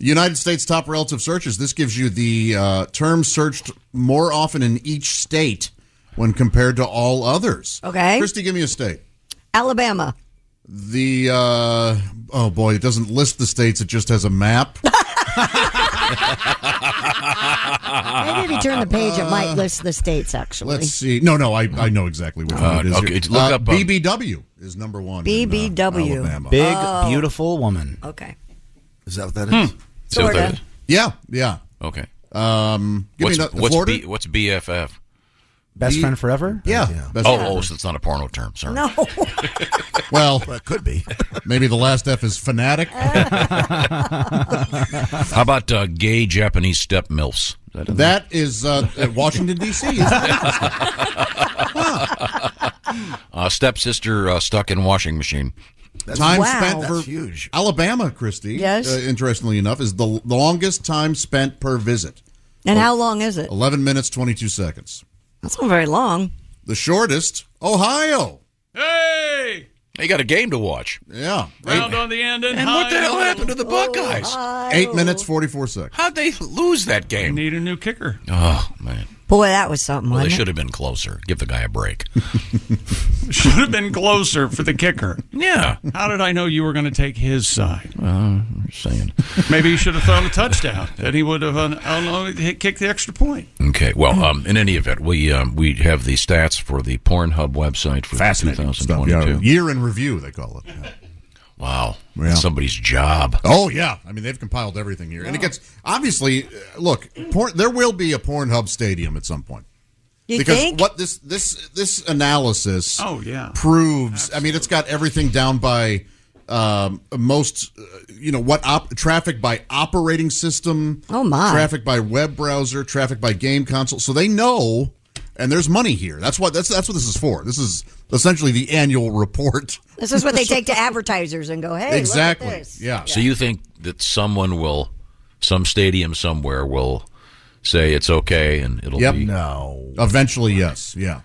G: United States top relative searches. This gives you the uh, terms searched more often in each state when compared to all others.
H: Okay.
G: Christy, give me a state.
A: (laughs)
H: Alabama.
G: The uh, oh boy, it doesn't list the states. It just has
O: (laughs)
G: a map.
O: Maybe if you turn the page, it might list the states, actually.
G: Uh, Let's see. No, no, I, I know exactly which
A: Uh,
G: one it is.
A: okay,
G: here.
A: it's- look
G: Uh,
A: up, um,
G: BBW is number one. in, uh,
H: BBW.
G: Alabama.
J: Big,
O: Oh.
J: beautiful woman.
H: Okay.
G: Is that what that
H: is? Hmm.
A: Is that what that is?
G: Yeah, yeah.
A: Okay.
G: Um, give
A: what's
G: me another,
A: what's,
G: Florida.
A: B, what's BFF?
J: Best friend forever?
G: Yeah.
A: Oh,
G: Best friend.
A: oh, so it's not a porno term. Sorry.
Q: No.
G: Well,
E: it could
G: (laughs)
E: be.
G: Maybe the last F
J: (laughs)
G: is fanatic.
A: How about uh, gay Japanese step milfs?
G: that is uh, at Washington D.C. isn't it?
A: (laughs) uh, stepsister uh, stuck in washing machine.
G: time spent for Alabama, Christy.
Q: Yes.
G: uh, interestingly enough, is the, the longest time spent per visit. Uh,
Q: And how long is it?
G: Eleven minutes twenty two seconds.
Q: That's not very long.
G: The shortest, Ohio.
D: Hey!
A: They got a game to watch.
G: Yeah.
D: Round on the end and,
A: And what the
D: high.
A: hell happened to the Buckeyes?
G: Eight minutes forty four seconds.
A: How'd they lose that game?
D: Need a new kicker.
A: Oh man.
Q: Boy, that was something.
A: Well, they
Q: wasn't it?
A: should have been closer. Give the guy
G: (laughs)
A: a break.
D: Should have been closer for the kicker.
A: Yeah.
D: How did I know you were going to take his side?
A: Uh, I'm just saying.
D: (laughs) Maybe he should have thrown a touchdown, and he would have, uh, I don't know, he kicked the extra point.
A: Okay. Well, um, in any event, we um, we have the stats for the Pornhub website for
G: Fascinating stuff.
A: 2022.
G: Yeah. Year in review, they call it.
A: Wow. Somebody's job.
G: Oh yeah, I mean they've compiled everything here, and it gets obviously. uh, Look, porn, there will be a Pornhub stadium at some point.
Q: You
G: because
Q: think?
G: what this this this analysis?
D: Oh, yeah.
G: proves. I mean, it's got everything down by um, most. Uh, you know what? Op- traffic by operating system.
Q: Oh, my.
G: Traffic by web browser. Traffic by game console. So they know, and there's money here. That's what that's that's what this is for. This is essentially the annual report.
Q: This is what they take to advertisers and go, hey, look at this.
G: Yeah.
A: So you think that someone will, some stadium somewhere will say it's okay and it'll
G: Yep.
A: be
G: No. Eventually, yes. Yeah.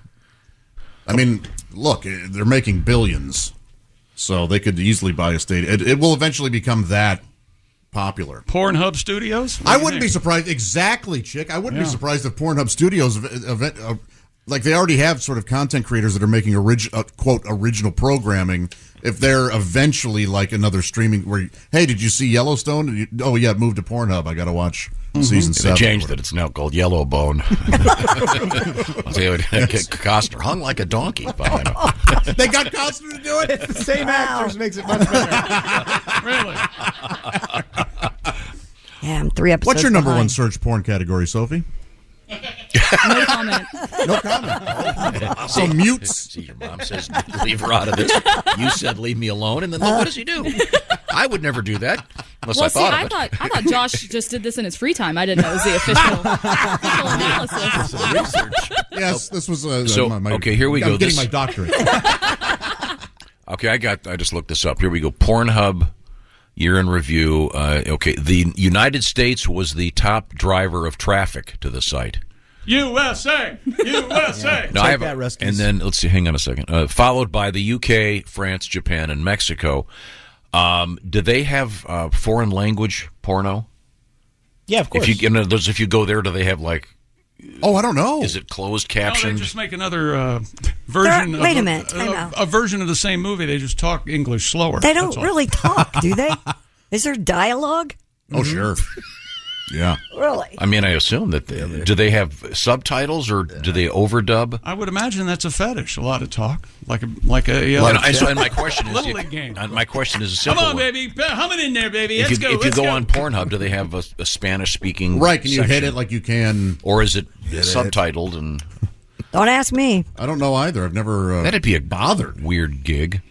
G: I mean, look, eh, they're making billions, so they could easily buy a stadium. It, it will eventually become that popular.
D: Pornhub Studios?
G: I wouldn't be surprised. Exactly, chick. I wouldn't be
D: Yeah.
G: surprised if Pornhub Studios ev- event. Uh, like they already have sort of content creators that are making orig- uh, quote original programming. If they're eventually like another streaming, where you- hey, did you see Yellowstone? Did you- oh yeah, it moved to Pornhub. I got to watch season
A: Mm-hmm. They
G: seven.
A: changed it. It's now called Yellowbone. (laughs) I'll tell you what, Costner hung like a donkey. By him.
G: they got Costner to do it.
F: It's the same actors makes it much better.
D: (laughs) really?
Q: Yeah, I'm three episodes.
G: What's your number one
Q: behind.
G: search porn category, Sophie?
Q: (laughs) No comment.
G: no comment. So mute.
A: (laughs) See, your mom says leave her out of this. You said leave me alone, and then look, what does he do? I would never do that unless
P: well,
A: I thought
P: see,
A: of
P: I
A: it.
P: thought I thought
G: (laughs)
A: (laughs)
P: Josh just did this in his free time. I didn't know it was the official.
G: Yes, this was uh,
A: So,
G: my, my-
A: okay, here we
G: I'm
A: go.
G: Getting
A: This-
P: (laughs)
G: my doctorate.
A: Okay, I got. I just looked this up. Here we go. Pornhub year in review. Uh, okay, the United States was the top driver of traffic to the site.
D: USA!
G: (laughs)
D: USA!
A: No, I have a- and then let's see. Hang on a second. Uh, followed by the UK, France, Japan, and Mexico. Um, do they have uh, foreign language porno?
J: Yeah, of
A: If you, you know, those, if you go there, do they have like?
G: Oh, I don't know.
A: Is it closed
D: No,
A: captioned?
D: they just make another uh, version.
Q: They're-
D: of
Q: wait a
D: the-
Q: minute, time
D: a,
Q: out.
D: a version of the same movie. They just talk English slower.
Q: They
D: That's
Q: don't
D: all.
Q: really talk, do
A: (laughs)
Q: they? Is there dialogue?
G: oh,
A: Mm-hmm.
G: sure. Yeah.
Q: Really?
A: I mean, I assume that. They, do they have subtitles or do they overdub?
D: I would imagine that's a fetish. A lot of talk, like a like a. Uh,
A: and, I- so- and my question is,
D: Little League game.
A: and my question is a
D: Come
A: simple
D: on,
A: one.
D: baby, P- hum it in there, baby.
A: if
D: Let's go.
A: you, if you
D: let's
A: go,
D: go.
A: on Pornhub, do they have a, a Spanish speaking
G: Right? Can you hit it like you can?
A: or is it
G: Hit it.
A: subtitled? And
Q: Don't ask me
G: I don't know either. I've never. Uh,
A: that'd be a
G: bothered
A: weird gig.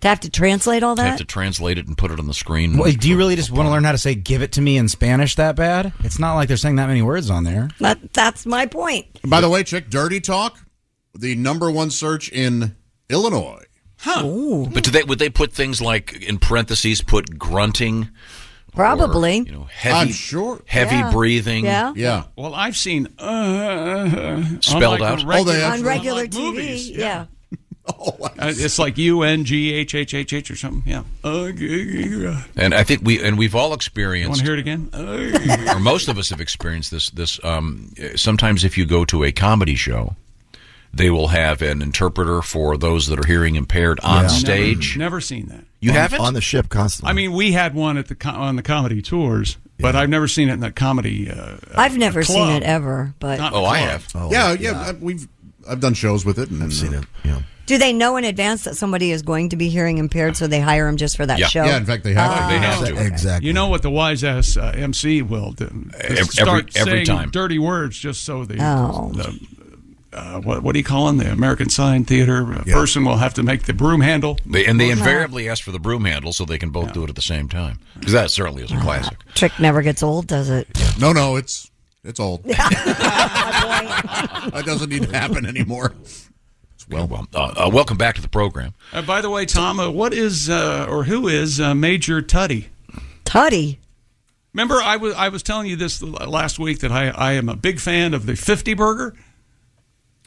Q: to have to translate all
A: Have
Q: that.
A: to translate it and put it on the screen.
J: Well, do you really just want to learn how to say "give it to me" in Spanish that bad? It's not like they're saying that many words on there.
Q: That, that's my point.
G: By the way, chick, dirty talk, the number one search in Illinois.
A: But do they would they put things like in parentheses? Put grunting,
Q: Probably.
A: heavy, heavy
Q: Yeah.
A: breathing.
Q: Yeah.
G: Yeah.
D: Well, I've seen uh, uh, uh, on,
A: Spelled
D: like,
A: out?
D: a
A: Oh, they
D: regular-
Q: on regular TV.
D: movies,
Q: yeah.
D: Uh, it's like U N G H H H H or something. Yeah. Uh, g- uh,
A: And I think we and we've
D: you
A: all
D: want
A: experienced,
D: to hear it again? Uh,
A: (laughs) or most of us have experienced this. This um, sometimes if you go to a comedy show, they will have an interpreter for those that are hearing impaired on
D: Never- (laughs)
A: stage.
D: Never, seen that.
A: You haven't
E: on the ship constantly.
D: I mean, we had one at the co- on the comedy tours, but I've never seen it in the comedy. Uh,
Q: I've never seen
D: club.
Q: it ever, but
A: Oh,
D: Not club.
G: yeah, Oh, yeah, I- We've I've done shows with it, and I've seen it. Yeah.
Q: do they know in advance that somebody is going to be hearing impaired, so they hire them just for that show?
G: to.
A: Oh, They have to.
E: Exactly.
D: You know what the wise ass uh, MC will do? Just
A: Every-
D: start
A: every
D: saying
A: time.
D: dirty words just so the,
Q: Oh.
D: the uh, what, what do you call them? The American Sign Theater. A person will have to make the broom handle.
A: They, and they invariably ask for the broom handle so they can both do it at the same time. Because that certainly is a
H: (laughs)
A: classic.
H: Uh,
Q: Trick never gets old, does it?
G: No, no, it's it's old. (laughs)
Q: that
G: uh, doesn't need to happen anymore.
A: (laughs) Well, well uh, uh, welcome back to the program.
D: Uh, by the way, Tom, uh, what is uh, or who is uh, Major Tutty?
Q: Tutty.
D: Remember, I was I was telling you this l- last week that I, I am a big fan of the fifty burger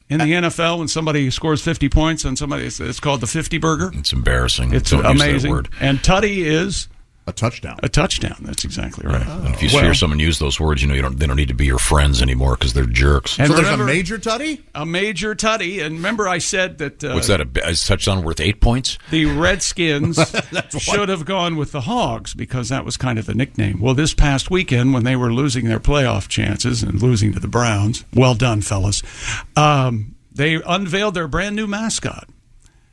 D: in the NFL. When somebody scores fifty points on somebody, it's, it's called the fifty burger.
A: It's embarrassing.
D: It's
A: Don't use that
D: amazing.
A: word.
D: And Tutty is
G: a touchdown.
D: A touchdown. That's exactly right.
A: And if you
D: Well-
A: hear someone use those words, you know you don't. They don't need to be your friends anymore because they're jerks.
D: And remember-
G: tutty?
D: A major tutty. And remember, I said that. Uh,
A: What's that? A, b- a touchdown worth eight points?
D: The
G: (laughs)
D: Redskins
A: That's what-
D: should have gone with the Hogs because that was kind of the nickname. Well, this past weekend, when they were losing their playoff chances and losing to the Browns, well done, fellas, um, they unveiled their brand new mascot.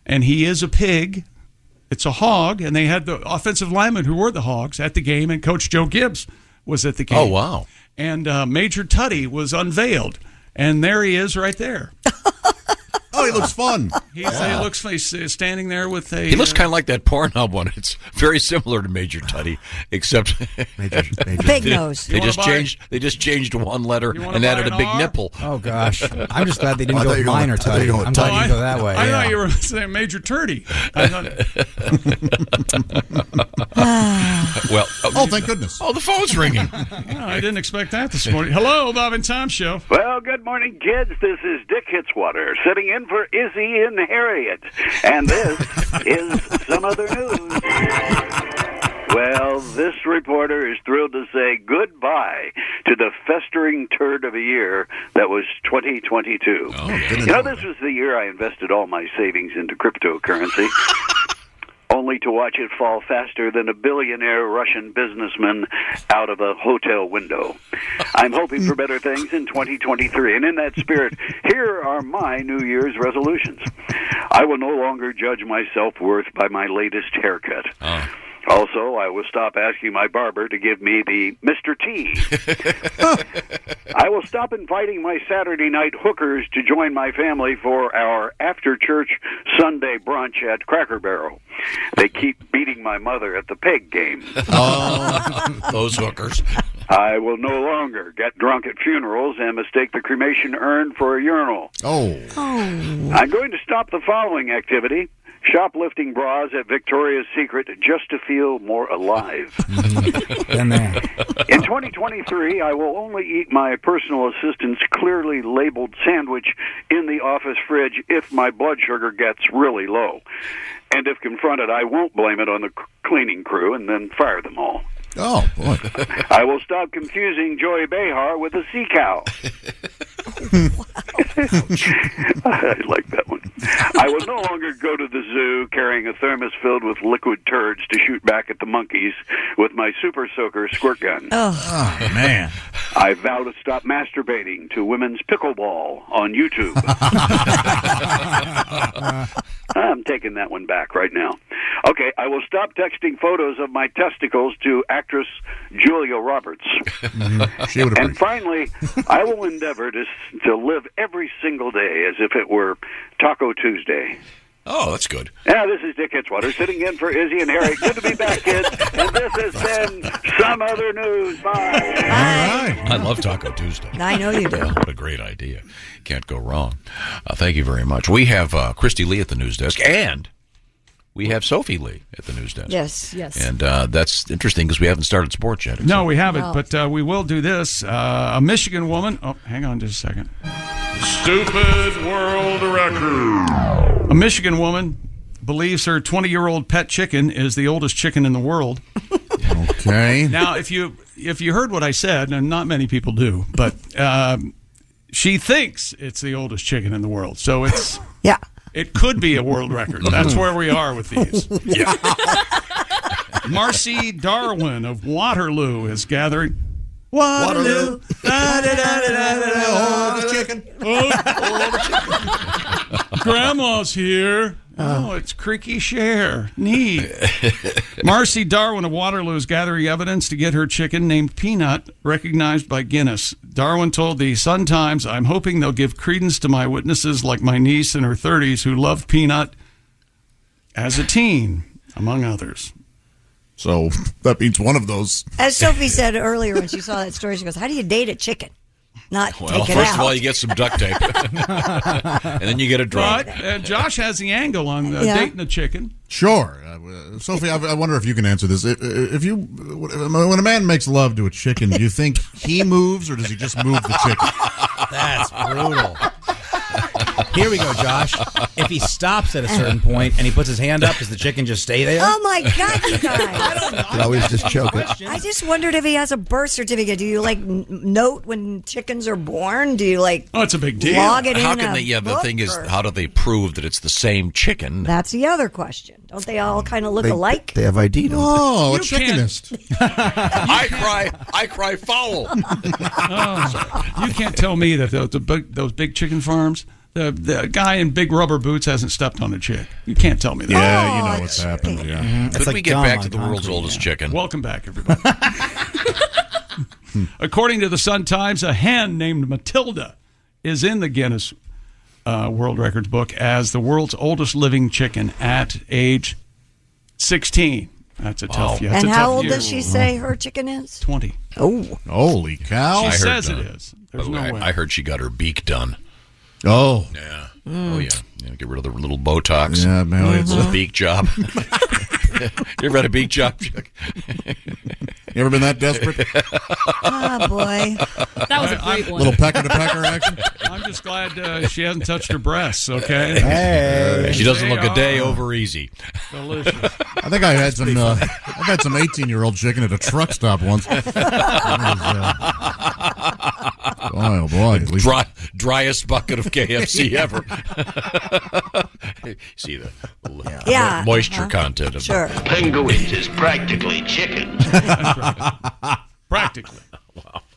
D: And he is a pig. It's a hog. And they had the offensive linemen who were the Hogs at the game, and Coach Joe Gibbs was at the game.
A: Oh, wow.
D: And uh, Major Tutty was unveiled. And there he is right there.
G: oh, he looks fun.
D: (laughs) He looks he's uh, standing there with a.
A: He looks
D: uh,
A: kind of like that Pornhub one. It's very similar to Major Tutty, except (laughs) Major,
Q: Big nose.
A: They
Q: You wanna
A: just
Q: buy-
A: changed. They just changed one letter and added a big nipple.
F: Oh
B: (laughs)
F: gosh, I'm just glad they
B: Oh,
F: didn't go minor Tutty. I'm glad you didn't go that way.
D: I
F: yeah.
D: thought you were saying Major Turdy. I
B: (sighs)
D: thought-
A: well,
G: Oh, thank goodness.
A: Oh, the phone's ringing.
D: No, I didn't expect that this morning. Hello, Bob and Tom Show.
C: Well, good morning, kids. This is Dick Hitswater sitting in for Izzy and Harriet. And this is some other news. Well, this reporter is thrilled to say goodbye to the festering turd of a year that was 2022. you know, this was the year I invested all my savings into cryptocurrency. (laughs) Only to watch it fall faster than a billionaire Russian businessman out of a hotel window. I'm hoping for better things in 2023. And in that spirit, here are my New Year's resolutions I will no longer judge my self worth by my latest haircut. Also, I will stop asking my barber to give me the Mr. T. I will stop inviting my Saturday night hookers to join my family for our after church Sunday brunch at Cracker Barrel. They keep beating my mother at the peg
A: (laughs)
C: game.
A: Oh, those hookers.
C: I will no longer get drunk at funerals and mistake the cremation urn for a urinal.
G: Oh.
C: I'm going to stop the following activity shoplifting bras at Victoria's Secret just to feel more alive.
F: Been there.
C: In 2023, I will only eat my personal assistant's clearly labeled sandwich in the office fridge if my blood sugar gets really low. And if confronted, I won't blame it on the c- cleaning crew and then fire them all.
G: Oh, boy.
C: I will stop confusing Joy Behar with a sea cow. I like that one. (laughs) I will no longer go to the zoo carrying a thermos filled with liquid turds to shoot back at the monkeys with my super soaker squirt gun.
Q: Oh.
C: man. I vow to stop masturbating to women's pickleball on
G: (laughs)
C: YouTube. I'm taking that one back right now. Okay, I will stop texting photos of my testicles to actress Julia Roberts.
G: Mm-hmm. She would
C: And finally, I will endeavor to to live every single day as if it were Taco Tuesday.
A: Oh, that's good.
C: Yeah, this is Dick Hitzwater sitting in for Izzy and Harry. Good to be back, kids. And this has been some other news. Bye.
A: I love Taco Tuesday.
C: I know you do.
A: Yeah, what a great idea. Can't go wrong. Uh, thank you very much. We have uh, Christy Lee at the news desk, and we have Sophie Lee at the news desk.
Q: Yes. Yes.
A: And uh, that's interesting because we haven't started sports yet.
D: No, we haven't,
Q: No.
D: but uh, we will do this. Uh, a Michigan woman. Oh, hang on just a second. Stupid world record. A Michigan woman believes her 20 year old pet chicken is the oldest chicken in the world.
G: Okay.
D: Now, if you if you heard what I said, and not many people do, but um, she thinks it's the oldest chicken in the world, so it's
Q: yeah.
D: It could be a world record.
B: (laughs)
D: That's where we are with these. Marcy Darwin of Waterloo is gathering. Waterloo. Da-da-da-da-da-da.
G: Oh, the chicken.
D: Oh. grandma's here. Oh, it's creaky share.
A: (laughs)
D: Neat. Marcy Darwin of Waterloo is gathering evidence to get her chicken named Peanut recognized by Guinness. Darwin told the Sun Times, I'm hoping they'll give credence to my witnesses like my niece in her 30s who loved Peanut as a teen, among others.
G: So that means one of those.
H: (laughs) As Sophie said earlier when she saw that story, she goes, How do you date a chicken? Not
A: Well,
H: take it
A: first
H: out.
A: of all, you get some
D: (laughs)
A: duct tape, and then (laughs) you get a drug.
D: But uh, Josh has the angle on uh,
G: Yeah.
D: dating a chicken.
G: Sure, Uh, uh, Sophie. I, I wonder if you can answer this. If, if you, when a man makes love to a chicken, do you think he moves or does he just move the chicken?
J: That's brutal. Here we go, Josh. If he stops at a certain point and he puts his hand up, does the chicken just stay there?
H: Oh my God, you guys!
J: Could always just choke it.
H: I just wondered if he has a birth certificate. Do you like n- note when chickens are born? Do you like?
D: Oh, it's a big
H: deal. Log it
A: how
H: in
A: can
H: a
A: they? Yeah, the
H: book
A: thing is,
H: or-
A: how do they prove that it's the same chicken?
H: That's the other question. Don't they all kind of look alike?
A: They have ID.
H: Oh, a You
G: chickenist.
A: I cry. I cry foul.
D: You can't tell me that those, the big, those big chicken farms, the, the guy in big rubber boots hasn't stepped on a chick. You can't tell me that.
G: Yeah, you
D: Oh,
G: know what's happened. Yeah.
A: Oh. Could we get back to the world's oldest chicken?
D: Welcome back,
G: (laughs)
D: everybody. According to the Sun Times, a hen named Matilda is in the Guinness uh, World Records book as the world's oldest living chicken at age 16. That's a tough. Yeah, that's
H: and
D: a
H: how
D: tough
H: old
D: year.
H: does she say her chicken is?
D: 20.
H: Oh.
G: Holy cow!
A: I heard,
D: says
A: uh,
D: it is.
A: by the way, I, I heard she got her beak done.
G: Oh.
A: Yeah. Oh yeah. yeah. Get rid of the little Botox.
G: Yeah, man, it's-
A: Little beak job.
G: (laughs)
A: (laughs) you ever had a beak job? Chuck?
G: You ever been that desperate?
H: Ah, boy.
D: That was a
G: great one. Little pecker to pecker action.
D: I'm just glad uh, she hasn't touched her breasts, okay?
G: Hey.
A: She doesn't look a day
D: They are
A: over easy.
D: Delicious.
A: (laughs)
G: I think I had some. Uh, I've had some eighteen-year-old chicken at a truck stop once. That was, uh, boy, oh boy! at least-
A: Dry, driest (laughs) bucket
G: (laughs)
A: of (laughs) KFC ever. See the the
B: Yeah,
A: moisture
B: uh-huh.
A: content of
B: Sure. Penguins is practically
A: (laughs)
B: chicken.
D: practically.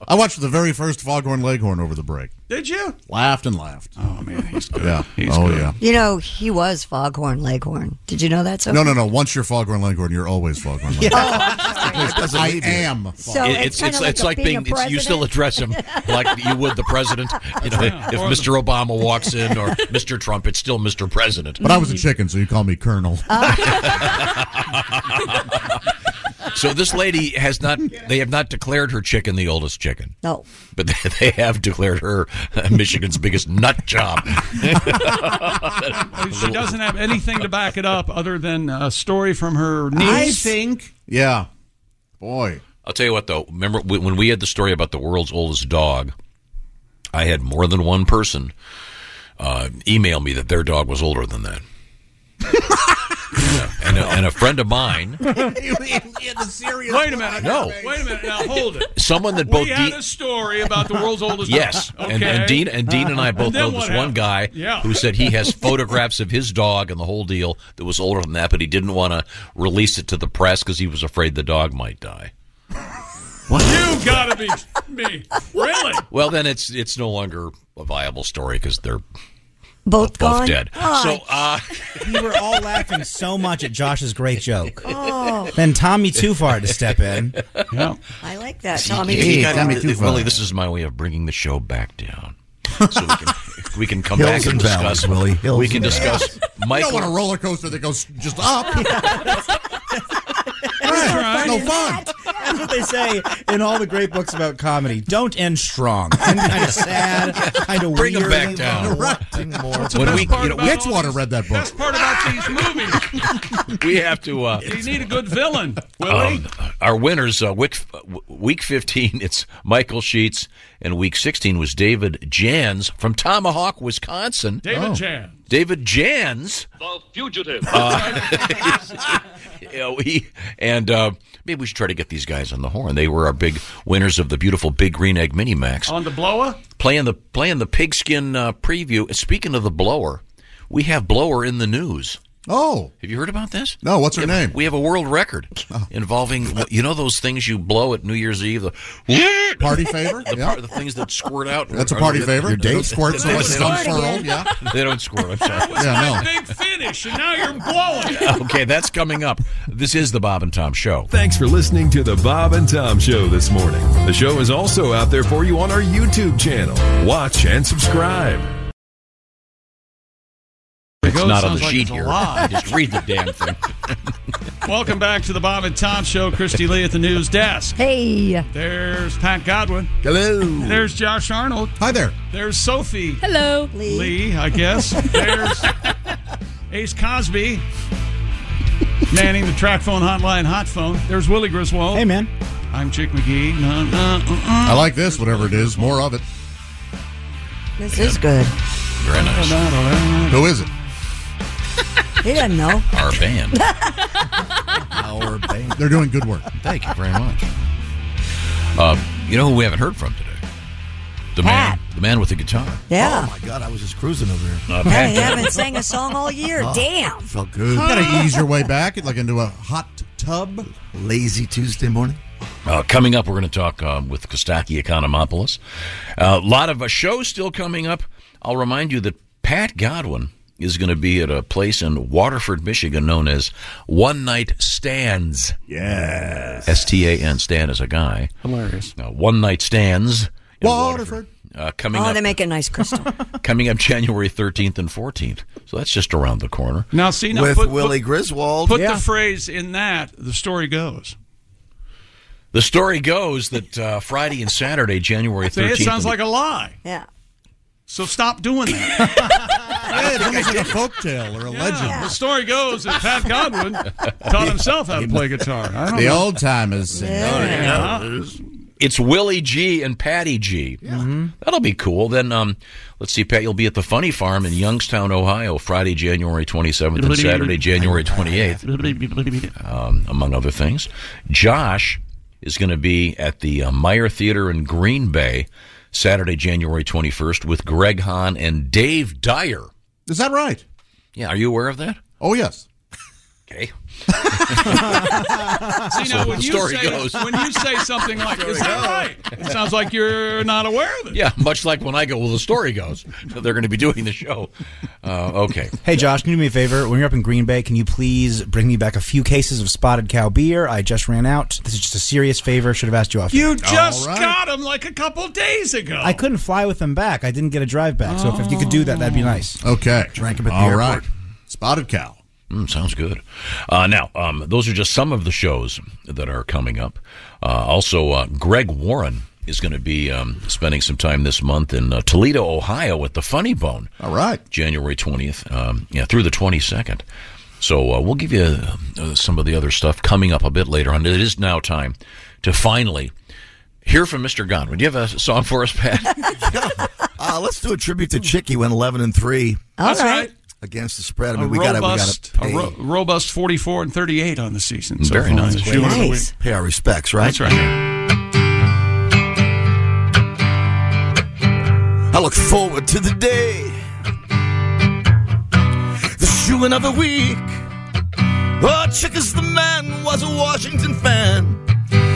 G: I watched the very first Foghorn Leghorn over the break.
D: Did you?
G: Laughed and laughed. Oh
D: man, he's good.
G: Yeah. oh yeah.
H: You know, he was Foghorn Leghorn. Did you know that? Sophie?
G: No, no, no. Once you're Foghorn Leghorn, you're always
Q: (laughs)
G: Foghorn Leghorn. I am.
H: So
A: It-
H: it's, Oh, kinda
A: it's like being,
H: a
A: it's- you still
H: president.
A: address
H: (laughs)
A: him like you would the president. You know, if Mr. Obama walks in or Mr. Trump, it's still Mr. President.
G: But I was a chicken, so you call me Colonel. (laughs)
A: so this lady has not. They have not declared her chicken the oldest chicken.
H: No.
A: But (laughs) they, they have declared her Michigan's biggest
H: (laughs)
A: nut job.
D: She doesn't have anything to back it up other than a story from her niece.
G: think. Yeah. Boy.
A: I'll tell you what, though. Remember wh- when we had the story about the world's oldest dog? I had more than one person uh, email me that their dog was
G: (laughs)
A: older than that. Yeah. and, a, and a friend of mine,
D: Wait a minute.
A: No.
D: Wait a minute. Now hold it.
A: someone that both
D: we had
A: de-
D: a story about the world's oldest.
A: (laughs) Yes,
D: dog.
A: and, and
D: Okay.
A: Dean and Dean and I both
D: then
A: know
D: what
A: this one
D: happened?
A: guy
D: Yeah.
A: who said he has photographs of his dog and the whole deal that was older than that, but he didn't want to release it to the press because he was afraid the dog might die.
D: You gotta be me. Really?
A: Well, then it's it's no longer a viable story because they're
H: both
A: both dead. So uh,
J: we were all laughing so much at Josh's great joke.
H: Oh.
J: Then Tommy too far to step in.
H: I like that, Tommy.
A: Hey,
H: T.
A: guys,
H: Tommy
A: th-
H: T.
A: Willie, this is my way of bringing the show back down. So we can, we can come
E: Hills
A: back and
E: and valleys,
A: discuss.
E: Willie. Hills
A: we can
E: and
A: discuss
G: You
A: Michael.
G: don't want a roller coaster that goes just
Q: (laughs)
G: up.
J: That's
G: no fun.
J: That's what they say in all the great books about comedy. Don't end strong. End kind of sad, kind of
A: Bring 'em
J: weird.
A: back down.
J: Right.
A: When we, you know, we-
G: Wetchwater read that book.
D: Best part about these movies.
A: we have to. Uh,
D: You need a good
A: (laughs)
D: villain, Willie.
A: um, our winners uh, week week fifteen. It's Michael Sheets, and week sixteen was David Jans from Tomahawk, Wisconsin.
D: David
E: Oh.
D: Jans.
A: David Jans.
I: The fugitive.
A: (laughs) Uh, you know, he- and uh, maybe we should try to get these guys on the horn. They were our big winners of the beautiful Big Green Egg Mini Max.
D: On the blower.
A: playing the playing the pigskin uh, preview. Speaking of the blower, we have blower in the news.
G: Oh.
A: Have you heard about this?
G: No, what's her
A: We have-
G: name? Oh.
A: We have a world
G: (laughs)
A: record involving you know those things you blow at New Year's Eve, the
G: Party favor?
A: the, par- the things that squirt out.
G: That's a party favor. Your date
A: They don't-
G: squirts
A: they
G: out,
A: don't-
G: it's
A: they don't-
G: unfurled, yeah.
A: (laughs) they don't squirt. I'm sorry.
D: My big finish, and now you're blowing. it.
A: (laughs) okay, that's coming up. This is the Bob and Tom Show.
O: Thanks for listening to the Bob and Tom Show this morning. The show is also out there for you on our YouTube channel. Watch and subscribe.
A: It's
D: goes.
A: not on the
D: Sounds like
A: sheet
D: it's a
A: here.
D: lie.
A: (laughs) Just read the damn thing.
D: (laughs) Welcome back to the Bob and Tom Show. Christy Lee at the news desk.
Q: Hey.
D: There's Pat Godwin.
G: Hello.
D: There's Josh Arnold.
G: Hi there.
D: There's Sophie
P: Hello.
D: Lee, I guess. There's Ace Cosby. Manning the track phone hotline, hot phone. There's Willie Griswold. Hey,
J: man.
D: I'm Chick McGee. No, no, uh-uh.
G: I like this, whatever it is. More of it.
Q: This is good.
A: Very nice.
G: Who is it?
Q: He doesn't know.
A: Our
H: (laughs)
A: band.
Q: (laughs)
G: Our band. They're doing good work.
A: (laughs) Thank you very much. Uh, you know who we haven't heard from today? The man, the man with the guitar.
Q: Yeah.
I: Oh my God, I was just cruising over here.
A: Uh,
Q: Yeah,
A: Pat
Q: you haven't
A: Godwin.
Q: sang a song all year.
I: Oh.
Q: Damn.
I: Felt
G: You
I: good.
G: gotta ease your way back, like into a hot tub.
I: Lazy Tuesday morning.
A: Uh, coming up, we're going to talk um, with Kostaki Economopoulos. A lot of uh, shows still coming up. I'll remind you that Pat Godwin is going to be at a place in Waterford, Michigan known as One Night Stands. Yes. S T A N, Stand as a guy.
D: Hilarious.
A: Uh, One Night Stands. in Waterford. Uh, coming,
Q: Oh,
A: up,
Q: they make a nice crystal.
A: (laughs) coming up January 13th and 14th. So that's just around the corner.
D: Now, see, now
A: With
D: put,
A: Willie
D: put,
I: Griswold.
D: Put
A: Yeah.
D: the phrase in that, the story goes.
A: The story goes that uh, Friday and Saturday, January 13th.
D: See, it sounds
A: and-
D: like a lie.
Q: Yeah.
D: So stop doing that.
G: Yeah, it's almost like a folk tale or a legend.
D: The story goes that Pat Godwin taught himself how to play guitar. I don't
G: The
D: know. (laughs)
G: old timers.
D: Yeah.
A: It's Willie G and Patty G.
G: Mm-hmm.
A: That'll be cool. Then, um, let's see, Pat, you'll be at the Funny Farm in Youngstown, Ohio, Friday, January 27th and Saturday, January 28th, um, among other things. Josh is going to be at the uh, Meyer Theater in Green Bay, Saturday, January 21st, with Greg Hahn and Dave Dyer.
G: Is that right?
A: Yeah, are you aware of that?
G: Oh, yes.
A: Okay.
D: See, now,
A: So
D: when
A: the
D: you,
A: story
D: say,
A: goes.
D: when you say something like, is that right?
A: (laughs)
D: It sounds like you're not aware of it.
A: Yeah, much like when I go, well, the story goes. They're going to be doing the show. Uh, okay.
J: Hey Josh, can you do me a favor? When you're up in Green Bay, can you please bring me back a few cases of spotted cow beer? I just ran out. This is just a serious favor. Should have asked you off.
D: You just got him like a couple days ago.
J: I couldn't fly with them back. I didn't get a drive back. So if, if you could do that, that'd be nice.
G: Okay.
J: Drank them at the
G: All
J: airport.
G: right. Spotted cow.
A: Mm, sounds good. Uh, now, um, those are just some of the shows that are coming up. Uh, also, uh, Greg Warren is going to be um, spending some time this month in uh, Toledo, Ohio, at the Funny Bone.
G: All right,
A: January twentieth, um, yeah, through the twenty second. So uh, we'll give you uh, some of the other stuff coming up a bit later on. It is now time to finally hear from Mr. Godwin. Do you have a song for us, Pat?
I: (laughs) Uh, let's do a tribute to Chicky when eleven and three.
Q: All That's right. right.
I: Against the spread. I
D: a
I: mean, we got to. We got
D: robust,
I: to pay,
D: a ro- robust 44 and 38 on the season. So
I: Very
D: far.
I: nice.
D: It's the winner of the week.
I: pay our respects, right?
D: That's right.
I: I look forward to the day, the shoeing of the week. Oh, Chick is the man, was a Washington fan.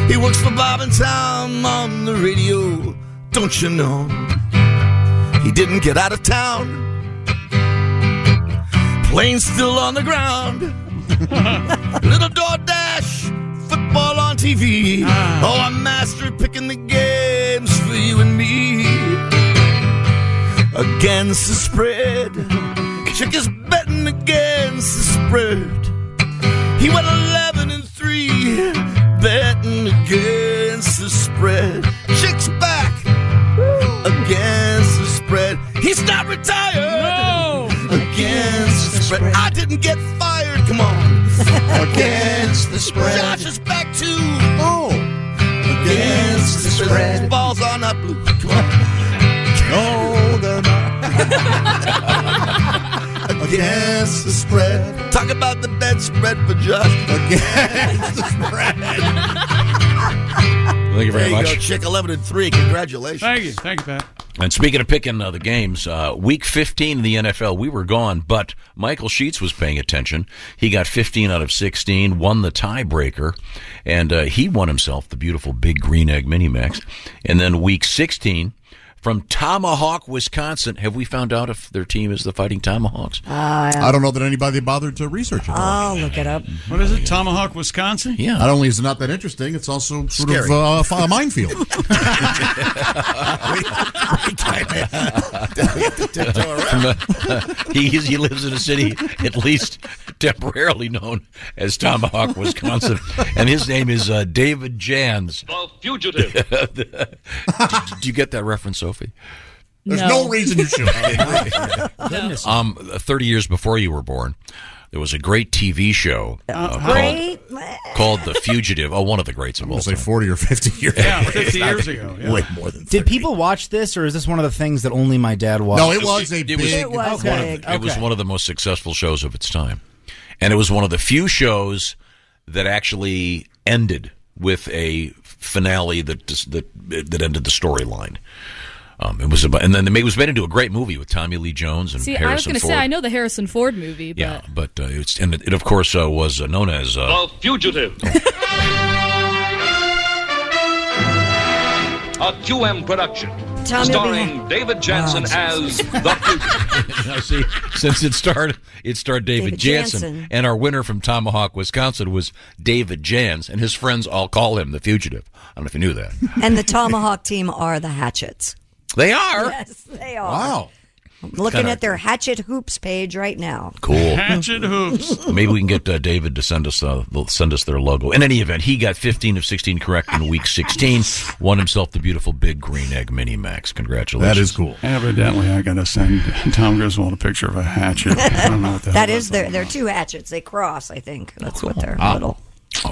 I: He works for Bob and Tom on the radio, don't you know? He didn't get out of town. Plane still on the ground. Little DoorDash, football on TV. Oh, I'm master at picking the games for you and me against the spread. Chick is betting against the spread. He went 11 and 3, betting against the spread. Chick's back against the spread. He's not retired against the spread. I didn't get fired, come (laughs) on. against the spread. Josh is back too. Oh. Against the spread. His balls are not blue. Come on. No, they're not (laughs) against the spread. Talk about the bedspread for Josh against the spread.
A: Thank you very
I: there you
A: much.
I: Go, chick, eleven and three. Congratulations.
D: Thank you. Thank you, Pat.
A: And speaking of picking uh, the games, uh, week 15 in the NFL, we were gone, but Michael Sheets was paying attention. He got 15 out of 16, won the tiebreaker, and uh, he won himself the beautiful Big Green Egg Mini Max. And then week 16, from Tomahawk, Wisconsin, have we found out if their team is the Fighting Tomahawks?
Q: Oh,
G: I don't know that anybody bothered to research it.
H: I'll look it up.
D: What is it? Tomahawk, Wisconsin?
A: Yeah.
G: Not only is it not that interesting, (laughs) it's also sort
D: Scary.
G: of uh, fi-
Q: (laughs)
G: a minefield.
A: (laughs) From, uh, he, he lives in a city at least temporarily known as Tomahawk, Wisconsin, and his name is uh, David Jans. The (laughs) fugitive. Do you get that reference, Sophie? (laughs)
G: There's no, reason you should.
D: (laughs)
A: Goodness. Um, 30 years before you were born, there was a great TV show uh, called,
H: Great.
A: called The Fugitive. Oh, one of the greats of all time. Say 40 or 50 years.
G: Yeah, 50 years
J: ago,
G: yeah. Way more than.
J: Did people watch this, or is this one of the things that only my dad watched?
A: No, it was a It was- big- it was
J: okay.
A: one of the- it was
J: okay.
A: one of the most successful shows of its time, and it was one of the few shows that actually ended with a finale that that that ended the storyline. Um, it was about, and then it was made into a great movie with Tommy Lee Jones and
P: See, I was
A: Harrison
P: going to
A: Ford.
P: say I know the Harrison Ford movie, but
A: yeah, but uh, it's and it, it, of course uh, was uh, known as uh,
R: A
A: (laughs)
R: fugitive. A QM production.
A: Tommy
R: starring David Jansen
A: Oh,
R: as the
A: (laughs) Now, see, since it started, it starred David,
R: David
A: Jansen,
R: Jansen.
A: and our winner from Tomahawk, Wisconsin, was David Jans, and his friends all call him the fugitive. I don't know if you knew that.
H: And the Tomahawk team are the Hatchets.
A: They are
H: Yes, they are.
A: Wow.
H: I'm looking
A: Kinda-
H: at their Hatchet Hoops page right now. (laughs)
A: cool.
D: Hatchet hoops.
A: Maybe we can get uh, David to send us uh, they'll send us their logo. In any event, he got 15 of 16 correct in week 16, won himself the beautiful big green egg mini max. Congratulations.
D: That is cool. Evidently, I got to send Tom Griswold a picture of a hatchet. I don't know what
H: (laughs)
D: the
H: That
D: hell
H: is their their two hatchets. They cross, I think. That's what they're.
A: Ah. All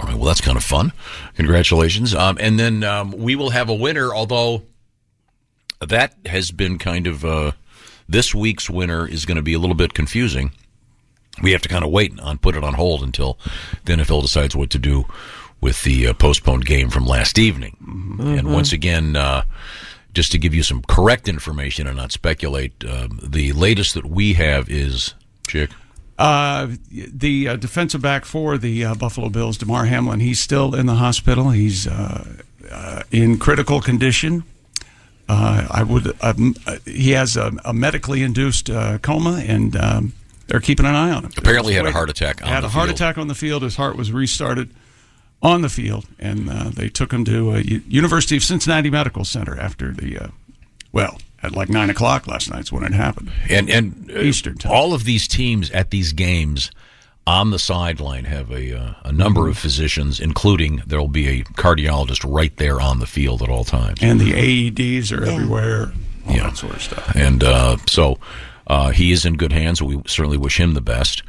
A: right. Well, that's kind of fun. Congratulations. Um, and then um, we will have a winner, although that has been kind of uh, this week's winner is going to be a little bit confusing. We have to kind of wait and put it on hold until the NFL decides what to do with the uh, postponed game from last evening.
H: Mm-hmm.
A: And once again, uh, just to give you some correct information and not speculate, um, the latest that we have is chick.
D: Uh, the uh, defensive back for the uh, Buffalo Bills, Damar Hamlin, he's still in the hospital. He's uh, uh, in critical condition. Uh, I would. Um, uh, he has a, a medically induced uh, coma, and um, they're keeping an eye on him.
A: Apparently had a heart attack on
D: had
A: the
D: a heart
A: field.
D: attack on the field. His heart was restarted on the field, and uh, they took him to uh, U- University of Cincinnati Medical Center after the. Uh, well, at like nine o'clock last night's when it happened.
A: and and uh, All of these teams at these games on the sideline have a uh, a number
D: Mm-hmm.
A: of physicians, including there will be a cardiologist right there on the field at all times,
D: And the AEDs are everywhere. All that sort of stuff.
A: and uh, so uh, he is in good hands. We certainly wish him the best.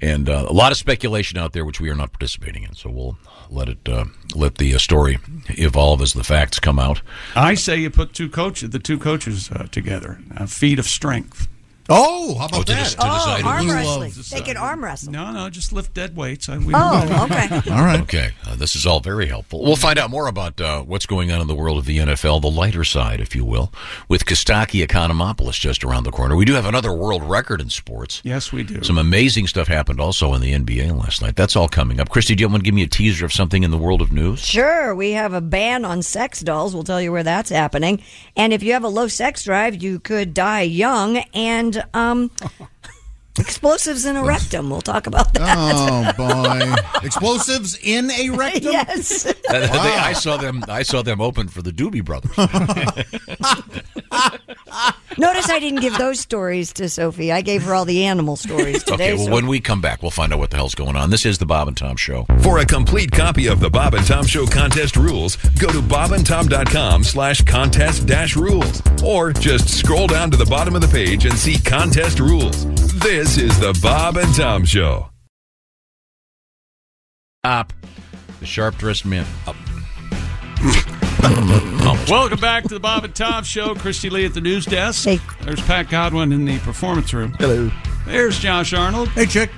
A: And uh, a lot of speculation out there, which we are not participating in. So we'll let it uh, let the uh, story evolve as the facts come out.
D: I say you put two coaches, the two coaches uh, together, uh, feet of strength.
G: Oh, how
D: about
A: that?
H: Oh, arm wrestling. They could arm wrestle.
D: No, no, just lift dead weights. I,
H: Oh,
D: (laughs)
H: okay.
A: All right. Okay. Uh, this is all very helpful. We'll find out more about uh, what's going on in the world of the NFL, the lighter side, if you will, with Kostaki Economopoulos just around the corner. We do have another world record in sports.
D: Yes, we do.
A: Some amazing stuff happened also in the NBA last night. That's all coming up. Christy, do you want to give me a teaser of something in the world
H: (laughs)
A: of news?
H: Sure, we have a ban on sex dolls. We'll tell you where that's happening. And if you have a low sex drive, you could die young. And
G: (laughs)
H: um, explosives in a rectum. We'll talk about
G: Oh
H: (laughs) that.
G: boy! Explosives in a rectum. (laughs)
H: Yes.
A: Uh, they- I saw them. I saw them open for the Doobie Brothers.
H: Notice I didn't give those stories to Sophie. I gave her all the animal stories today.
A: (laughs) Okay. Well,
H: so-
A: when we come back, we'll find out what the hell's going on. This is the Bob and Tom Show.
O: For a complete copy of the Bob and Tom Show contest rules, go to bobandtom.com slash contest dash rules. Or just scroll down to the bottom of the page and see contest rules. This is the Bob and Tom Show.
A: Up. The sharp dressed man. Up.
D: Welcome back to the Bob and Tom Show. Christy Lee at the news desk. There's Pat Godwin in the performance room. Hello. There's Josh Arnold. Hey, chick.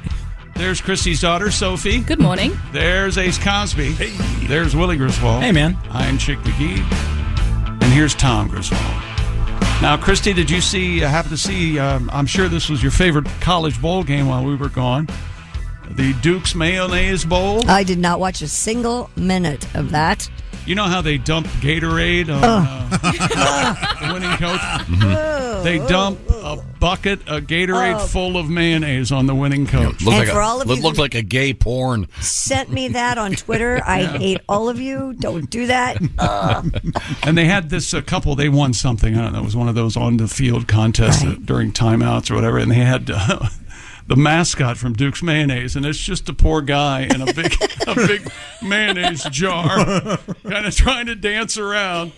D: There's Christy's daughter, Sophie. Good
P: morning.
D: There's Ace Cosby. Hey. There's Willie Griswold.
F: Hey, man.
D: I'm Chick McGee. And here's Tom Griswold. Now, Christy, did you see? uh, Happen to see? Um, I'm sure this was your favorite college bowl game while we were gone. The Duke's Mayonnaise Bowl.
H: I did not watch a single minute of that.
D: You know how they dump Gatorade on
H: Ugh.
D: uh, the winning coach? They dump a bucket of Gatorade
H: Mm-hmm. Oh.
D: full of mayonnaise on the winning coach.
H: looked And like a- for all of you
A: looked
H: that-
A: like a gay porn.
H: Sent me that on Twitter.
A: (laughs)
H: I
D: Yeah.
H: hate all of you. Don't do that.
D: Uh. (laughs) and they had this uh, couple. They won something. I don't know. It was one of those on the field contests uh during timeouts or whatever. And they had uh, (laughs) the mascot from Duke's Mayonnaise, and it's just a poor guy in a
H: (laughs)
D: big a (laughs) big mayonnaise
A: (laughs)
D: jar, kind of trying to dance around.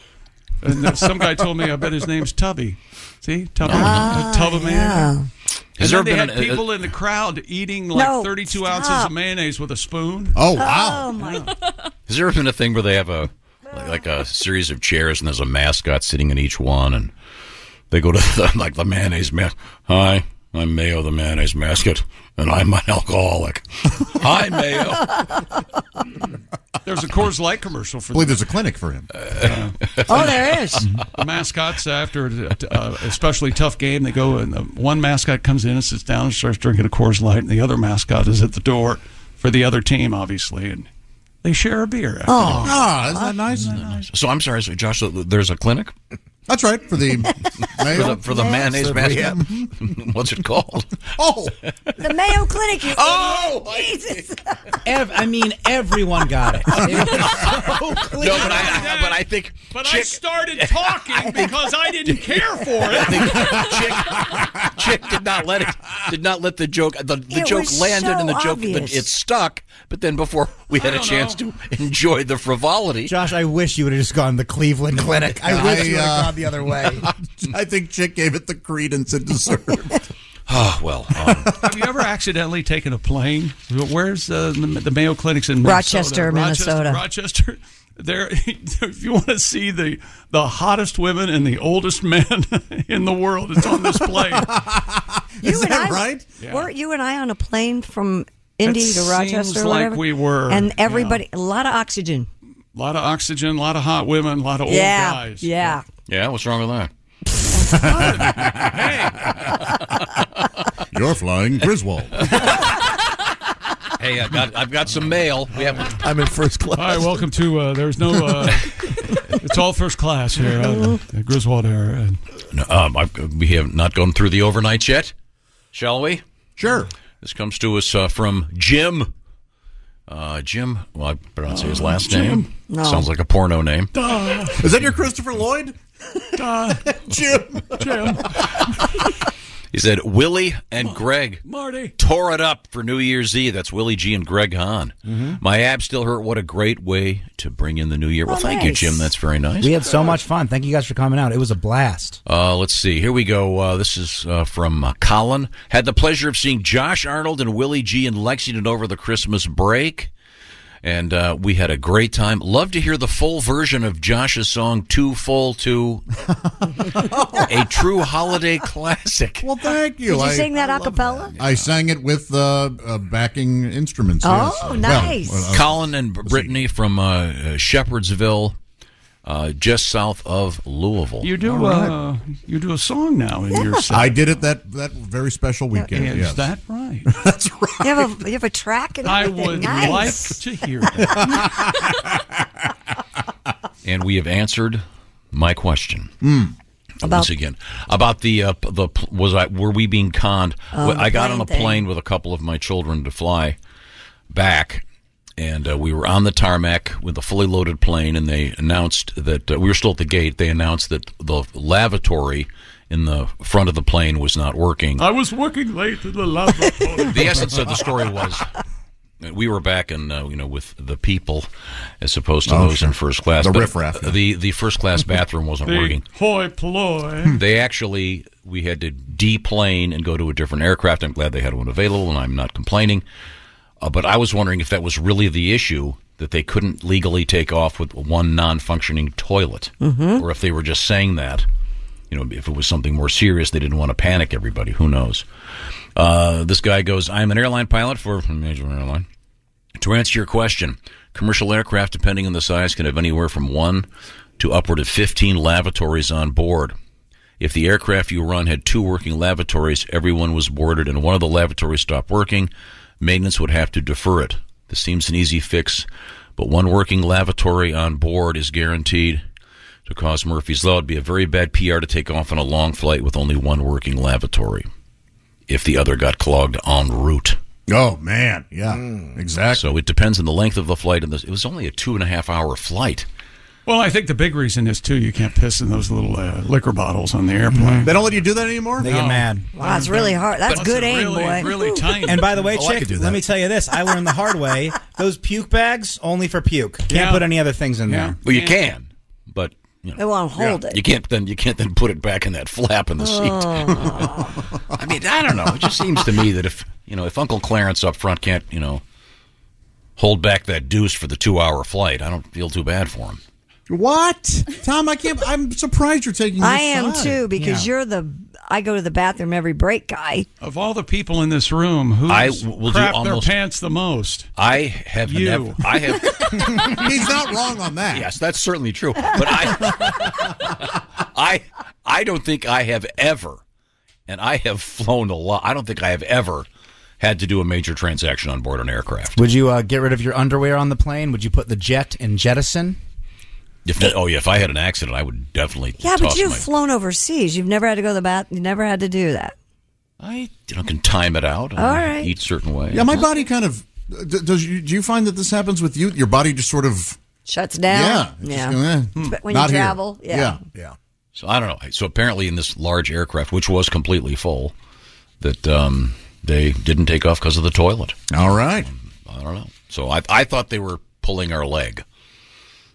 D: And there- some guy told me, I bet his name's Tubby. See, Tubby,
H: Ah,
D: Tubby mayonnaise.
H: yeah.
D: And
A: Has
D: then
A: there
D: they
A: been
D: had
A: an- uh, a-
D: people in the crowd eating like
H: No,
D: 32 ounces
H: stop.
D: of mayonnaise with a spoon.
A: Oh, wow.
H: Oh my
A: Has there ever been a thing where they have a like, like a series of chairs and there's a mascot sitting in each one, and they go to (laughs) the, like the mayonnaise man. Hi, I'm Mayo, the mayonnaise mascot, and I'm an alcoholic. Hi, Mayo.
D: (laughs) There's a Coors Light commercial for.
G: I believe
D: that.
G: there's a clinic for him.
D: Oh,
H: there is.
D: (laughs) The mascots, after a a especially tough game, they go and uh, one mascot comes in and sits down and starts drinking a Coors Light, and the other mascot is at the door for the other team, obviously, and they share a beer. after
A: Oh.
D: that.
G: Ah, isn't that nice?
A: So I'm sorry, so Josh. There's a (sighs) clinic
G: That's right for (laughs) the
A: for the, for the mayonnaise
G: (laughs)
A: mascot. (laughs) What's it called?
G: Oh,
H: the Mayo Clinic. You
A: oh,
H: Jesus!
J: Ev- I mean, everyone got it.
H: Oh,
A: (laughs) No, but I, but I think
D: But I
A: (laughs)
D: started talking because I didn't care for it. (laughs)
A: Chick did not let it did not let the joke the, the
D: It
A: joke
D: was
A: landed
D: so
A: and the joke
D: obvious.
A: the, it stuck. But then before we had a chance to enjoy the
D: (laughs)
A: frivolity,
J: Josh, I wish you would have just gone the Cleveland Clinic. I wish you would have
G: uh,
J: gone the other way.
G: (laughs) I think Chick gave it the credence it deserved. (laughs)
A: oh
D: (laughs)
A: well.
D: Have you ever accidentally taken a plane? Where's uh, the, the Mayo Clinic's in Minnesota?
H: Rochester, Minnesota.
D: Rochester. There, (laughs) if you want to see the the hottest women and the oldest men (laughs) in the world, it's on this (laughs) plane.
H: You and I,
D: right? Yeah.
H: Weren't you and I on a plane from Indy
D: It
H: to Rochester?
D: seems
H: or
D: like
H: whatever?
D: we were,
H: And
D: yeah.
H: everybody, a lot of oxygen.
D: A lot of oxygen, a lot of hot women, a lot of old
H: yeah,
D: guys.
H: yeah.
A: yeah, what's wrong with that?
D: (laughs)
G: You're flying Griswold.
A: Hey, I've got I've got some mail. We have
D: I'm in first class. All right, welcome to. Uh, there's no. (laughs) Uh, it's all first class here. Uh, the Griswold era. And
A: No, um, I've, we have not gone through the overnights yet. Shall we?
G: Sure.
A: This comes to us uh, from Jim. Uh, Jim, well, I better not say his last
G: Uh, Jim?
A: name.
G: No.
A: Sounds like a porno name.
G: Is that your Christopher Lloyd? (laughs) Jim.
D: Jim.
A: (laughs) He said Willie and Greg
D: Marty.
A: tore it up for New Year's Eve. That's Willie G and Greg Hahn.
G: Mm-hmm.
A: My abs still hurt. What a great way to bring in the new year. Well, thank you,
J: nice.
A: Jim. That's very
J: (laughs)
A: nice.
J: We had so much fun. Thank you guys for coming out. It was a blast.
A: Uh, let's see. Here we go. Uh, this is uh, from uh, Colin. Had the pleasure of seeing Josh Arnold and Willie G in Lexington over the Christmas break. And uh, we had a great time. Love to hear the full version of Josh's song, Too Full to a True Holiday Classic.
G: Well, thank you.
H: Did you
G: I,
H: sing that a cappella?
G: I sang it with uh, uh, backing instruments. yes.
H: Oh,
G: Well,
H: nice.
G: well, uh,
A: Colin and Brittany from uh, uh, Shepherdsville, uh, just south of Louisville.
D: You do. Uh, you do a song now in your. Set.
G: I did it that that very special weekend.
D: Is
G: yes.
D: that right?
G: (laughs) That's right.
H: You have a you have a track and
D: I
H: everything.
D: would
H: nice.
D: like to hear
A: (laughs)
D: that.
A: and we have answered my question.
G: Hmm.
H: About-
A: Once again, about the uh, p- the pl- was I were we being conned?
O: Oh,
A: Well,
O: the
A: I got on
O: plane
A: a
O: thing.
A: plane with a couple of my children to fly back, and uh, we were on the tarmac with a fully loaded plane, and they announced that uh, we were still at the gate. They announced that the lavatory in the front of the plane was not working.
G: Oh.
D: I was working late in the lavatory.
A: (laughs) the essence of the story was we were back in uh, you know with the people as opposed to
G: Oh,
A: those
G: sure.
A: in first class.
G: The
A: But
G: riffraff, yeah.
A: The the first
G: (laughs)
A: class bathroom wasn't
D: the
A: working.
D: hoi polloi.
A: Hmm. They actually we had to deplane and go to a different aircraft. I'm glad they had one available, and I'm not complaining. Uh, but I was wondering if that was really the issue that they couldn't legally take off with one non-functioning toilet, or if they were just saying that. You know, if it was something more serious, they didn't want to panic everybody. Who knows? Uh, this guy goes, "I am an airline pilot for a major airline." To answer your question, commercial aircraft, depending on the size, can have anywhere from one to upward of 15 lavatories on board. If the aircraft you run had two working lavatories, everyone was boarded and one of the lavatories stopped working, maintenance would have to defer it. This seems an easy fix, but one working lavatory on board is guaranteed to cause Murphy's Law. It'd be a very bad PR to take off on a long flight with only one working lavatory if the other got clogged en route.
G: Oh man, yeah,
A: exactly. So it depends on the length of the flight, and the, it was only a two and a half hour flight.
D: Well, I think the big reason is too you can't piss in those little uh, liquor bottles on the airplane.
G: They don't let you do that anymore.
J: They get mad.
H: Wow, it's really hard. That's
D: That's
H: good
D: a
H: aim,
D: Mm-hmm. really-
H: boy.
D: really tiny.
J: And by the way,
D: Oh, I
J: chick,
D: could do
J: let
D: that.
J: me tell you this: I learned the hard
H: (laughs)
J: way. Those puke bags only for puke. Can't
A: Yeah.
J: put any other things in there.
A: Well, you can, but you know,
J: They won't hold it.
A: You can't then you can't then put it back in that flap in the
J: Oh.
A: seat. (laughs) I mean, I don't know. It just seems to me that if you know if Uncle Clarence up front can't you know hold back that deuce for the two hour flight, I don't feel too bad for him.
G: What, Tom? I can't. I'm
A: (laughs)
G: surprised you're taking.
H: I
G: this
H: am
G: side.
H: too because you're the I go to the bathroom every break guy.
D: Of all the people in this room, who
A: I w- will do
D: crap
A: almost-
D: their pants the most?
A: I have
D: You.
A: never.
J: (laughs)
D: (laughs)
A: I have.
G: He's not wrong on that.
A: Yes, that's certainly true. But I, (laughs) I, I don't think I have ever, and I have flown a lot. I don't think I have ever had to do a major transaction on board an aircraft.
J: Would you uh, get rid of your underwear on the plane? Would you put the jet in jettison?
A: If that, oh yeah, if I had an accident, I would definitely.
H: Yeah,
A: toss
H: but you've
A: my,
H: flown overseas. You've never had to go to the bath. You never had to do that.
A: I you know, can time it out. and
H: All right.
A: Eat certain ways.
G: Yeah, my body kind of d- does. You, do you find that this happens with you? Your body just sort of
H: shuts down.
G: Yeah, it's
H: yeah.
G: just, eh,
H: It's
G: hmm,
H: but when you
G: not here.
H: travel, yeah.
G: yeah.
A: So I don't know. So apparently, in this large aircraft, which was completely full, that um, they didn't take off because of the toilet.
G: All right.
A: I don't know. So I, I thought they were pulling our leg.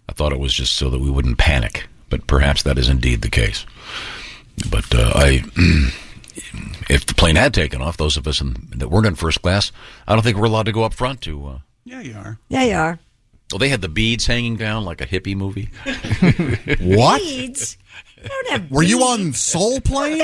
A: I thought it was just so that we wouldn't panic, but perhaps that is indeed the case. But uh, I, (clears throat) if the plane had taken off, those of us in, that weren't in first class, I don't think we're allowed to go up front to. Uh,
D: Yeah, you are.
H: Yeah, you are.
A: well, they had the beads hanging down like a hippie movie.
G: What?
H: Beads? You don't have
G: Were you
H: beads.
G: on
H: (laughs)
G: Soul Plane?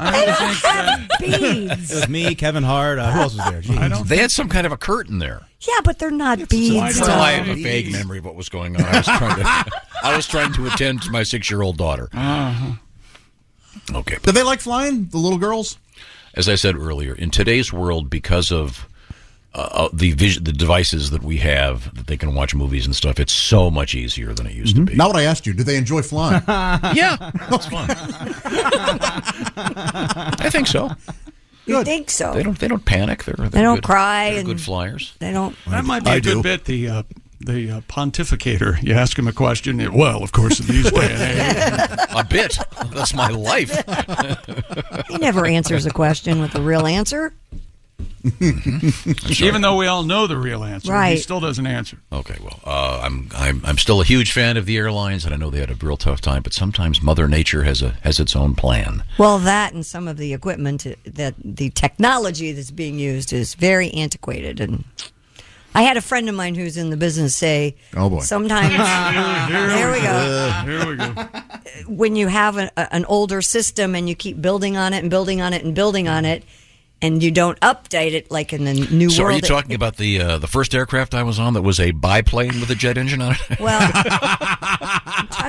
H: I don't (laughs) have beads.
J: It was me, Kevin Hart. Uh, who else was there? I
A: don't they had some kind of a curtain there.
H: Yeah, but they're not beads.
A: Well, I have a
H: Tom.
A: vague memory of what was going on. I was trying to, I was trying to attend to my six-year-old daughter. Okay.
G: Did they like flying? The little girls?
A: as I said earlier, in today's world, because of uh, uh, the vis- the devices that we have that they can watch movies and stuff, it's so much easier than it used to be.
G: Not what I asked you. Do they enjoy
M: (laughs)
G: flying?
A: yeah, that's fun. I think so.
H: You think so?
A: They don't they don't panic. They're, they're
H: They don't
G: (laughs)
A: good-
H: cry
A: They're good
H: and-
A: flyers.
H: They don't.
D: That might be a good bit. The uh, the uh, pontificator. You ask him a question. it- Well, of course, in these day and age.
A: (laughs) a bit. That's my life.
H: (laughs) He never
D: (laughs)
H: answers a question with a real answer.
D: Even though we all know the real answer, he
H: Right.
D: still doesn't answer.
A: Okay, well, uh, I'm I'm I'm still a huge fan of the airlines, and I know they had a real tough time. But sometimes Mother Nature has a has its own plan.
H: Well, that and some of the equipment that the technology that's being used is very antiquated. And I had a friend of mine who's in the business say,
B: Oh, boy.
H: sometimes
B: (laughs)
H: there we go."
D: Here we go.
H: When you have a, a- an older system and you keep building on it and building on it and building on it, and you don't update it like in the new
A: so,
H: world.
A: are you talking about the uh, the first aircraft I was on that was a biplane with a jet engine on
H: (laughs)
A: it?
H: Well,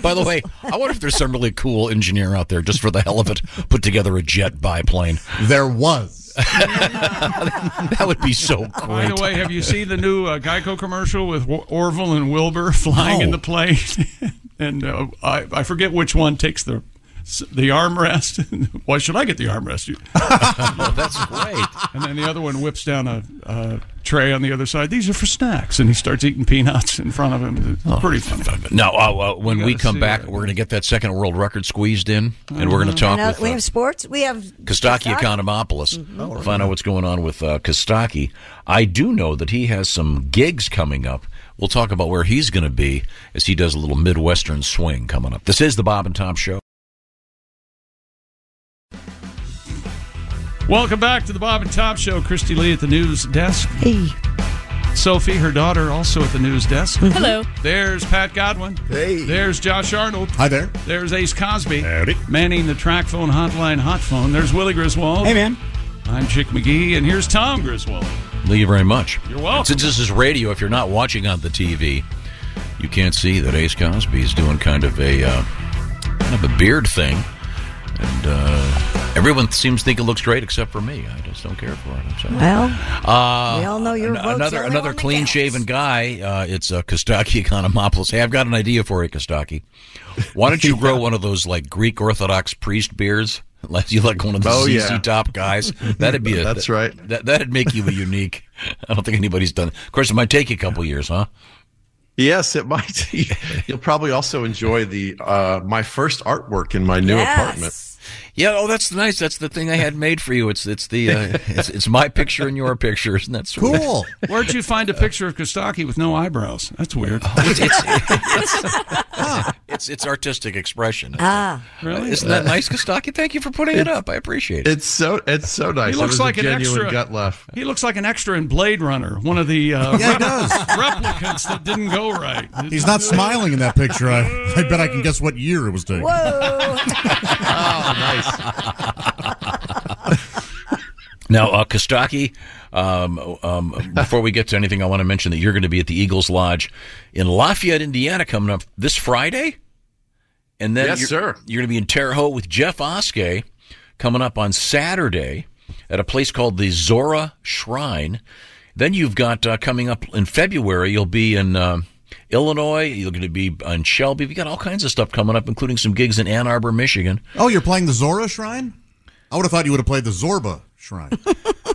A: By the way, I wonder if there's some really cool engineer out there just for the hell of it put together a jet biplane.
G: There was.
A: (laughs) that would be so
D: By
A: great.
D: the way, have you seen the new uh, Geico commercial with w- Orville and Wilbur (laughs) flying in the plane? (laughs) and uh, I, I forget which one takes the the armrest. (laughs) Why should I get the armrest?
A: (laughs)
D: You-
A: Oh, that's great.
D: And then the other one whips down a, a tray on the other side. These are for snacks, and he starts eating peanuts in front of him.
A: Oh,
D: It's pretty funny.
A: No, uh, uh, when
D: You
A: we
D: gotta
A: come
D: see
A: back, we're going to get that second world record squeezed in, and we're going to talk
H: Now,
A: with
H: Mm-hmm. we
A: uh,
H: have sports. We have
A: Kostaki
H: Kostaki? Mm-hmm. Oh,
A: Economopoulos.
G: Oh,
A: Find out what's going on with uh, Kostaki. I do know that he has some gigs coming up. We'll talk about where he's going to be as he does a little Midwestern swing coming up. This is the Bob and Tom Show.
D: Welcome back to the Bob and Tom Show. Christy Lee at the news desk. Hey. Sophie, her daughter, also at the news desk.
P: Hello.
D: There's Pat Godwin. Hey. There's Josh Arnold.
G: Hi there.
D: There's Ace Cosby. Howdy. Manning the track phone hotline hot phone. There's Willie Griswold. Hey,
J: man.
D: I'm Chick McGee, and here's Tom Griswold.
A: Thank you very much.
D: You're welcome.
A: Since this is radio, if you're not watching on the TV, you can't see that Ace Cosby is doing kind of a uh, kind of a beard thing, and uh, everyone seems to think it looks great except for me. I just don't care for it. I'm sorry.
H: Well,
A: uh,
H: we all know your vote's the
A: another
H: only
A: another clean shaven guy. Uh, it's uh, Kostaki (laughs) Economopoulos. Hey, I've got an idea for you, Kostaki. Why
H: (laughs)
A: don't you grow one of those like Greek Orthodox priest beards? (laughs) Unless you like one of the
M: Oh,
A: CC
M: yeah.
A: top guys, that'd be a,
M: That's
A: right. That, that'd make you a unique. I don't think anybody's done. Of course, it might take you a couple years, huh?
M: Yes, it might. (laughs) You'll probably also enjoy the uh, my first artwork in my new
A: Yes.
M: apartment.
A: Yeah. Oh, that's nice. That's the thing I had made for you. It's it's
M: (laughs)
A: the uh, it's, it's my picture and your picture, isn't that sweet?
D: (laughs) Where'd you find a picture of Kostaki with no eyebrows? That's weird.
A: (laughs) Oh, It's it's artistic expression.
D: (laughs) Ah.
A: really?
D: Really?
A: Isn't that nice, Kostaki? Thank you for putting it up. I appreciate it.
M: It's so it's so nice.
D: He looks
M: it was
D: like
M: a
D: an
M: genuine
D: extra.
M: gut laugh.
D: He looks like an extra in Blade Runner, one of the uh,
G: (laughs) Yeah, he
D: repl-
G: does.
D: replicants that (laughs) didn't go right.
G: He's not smiling in that picture. I, I bet I can guess what year it was taken.
A: Oh, Now, uh, Kostaki, um, um, before we get to anything, I want to mention that you're going to be at the Eagles Lodge in Lafayette, Indiana, coming up this Friday. And then
M: Yes,
A: you're,
M: sir.
A: you're going to be in Terre Haute with Jeff Oskey coming up on Saturday at a place called the Zora Shrine. Then you've got uh, coming up in February, you'll be in um Illinois, you're going to be in Shelby. We've got all kinds of stuff coming up, including some gigs in Ann Arbor, Michigan.
G: Oh, you're playing the Zora Shrine? I would have thought you would have played the Zorba
A: (laughs)
G: Shrine.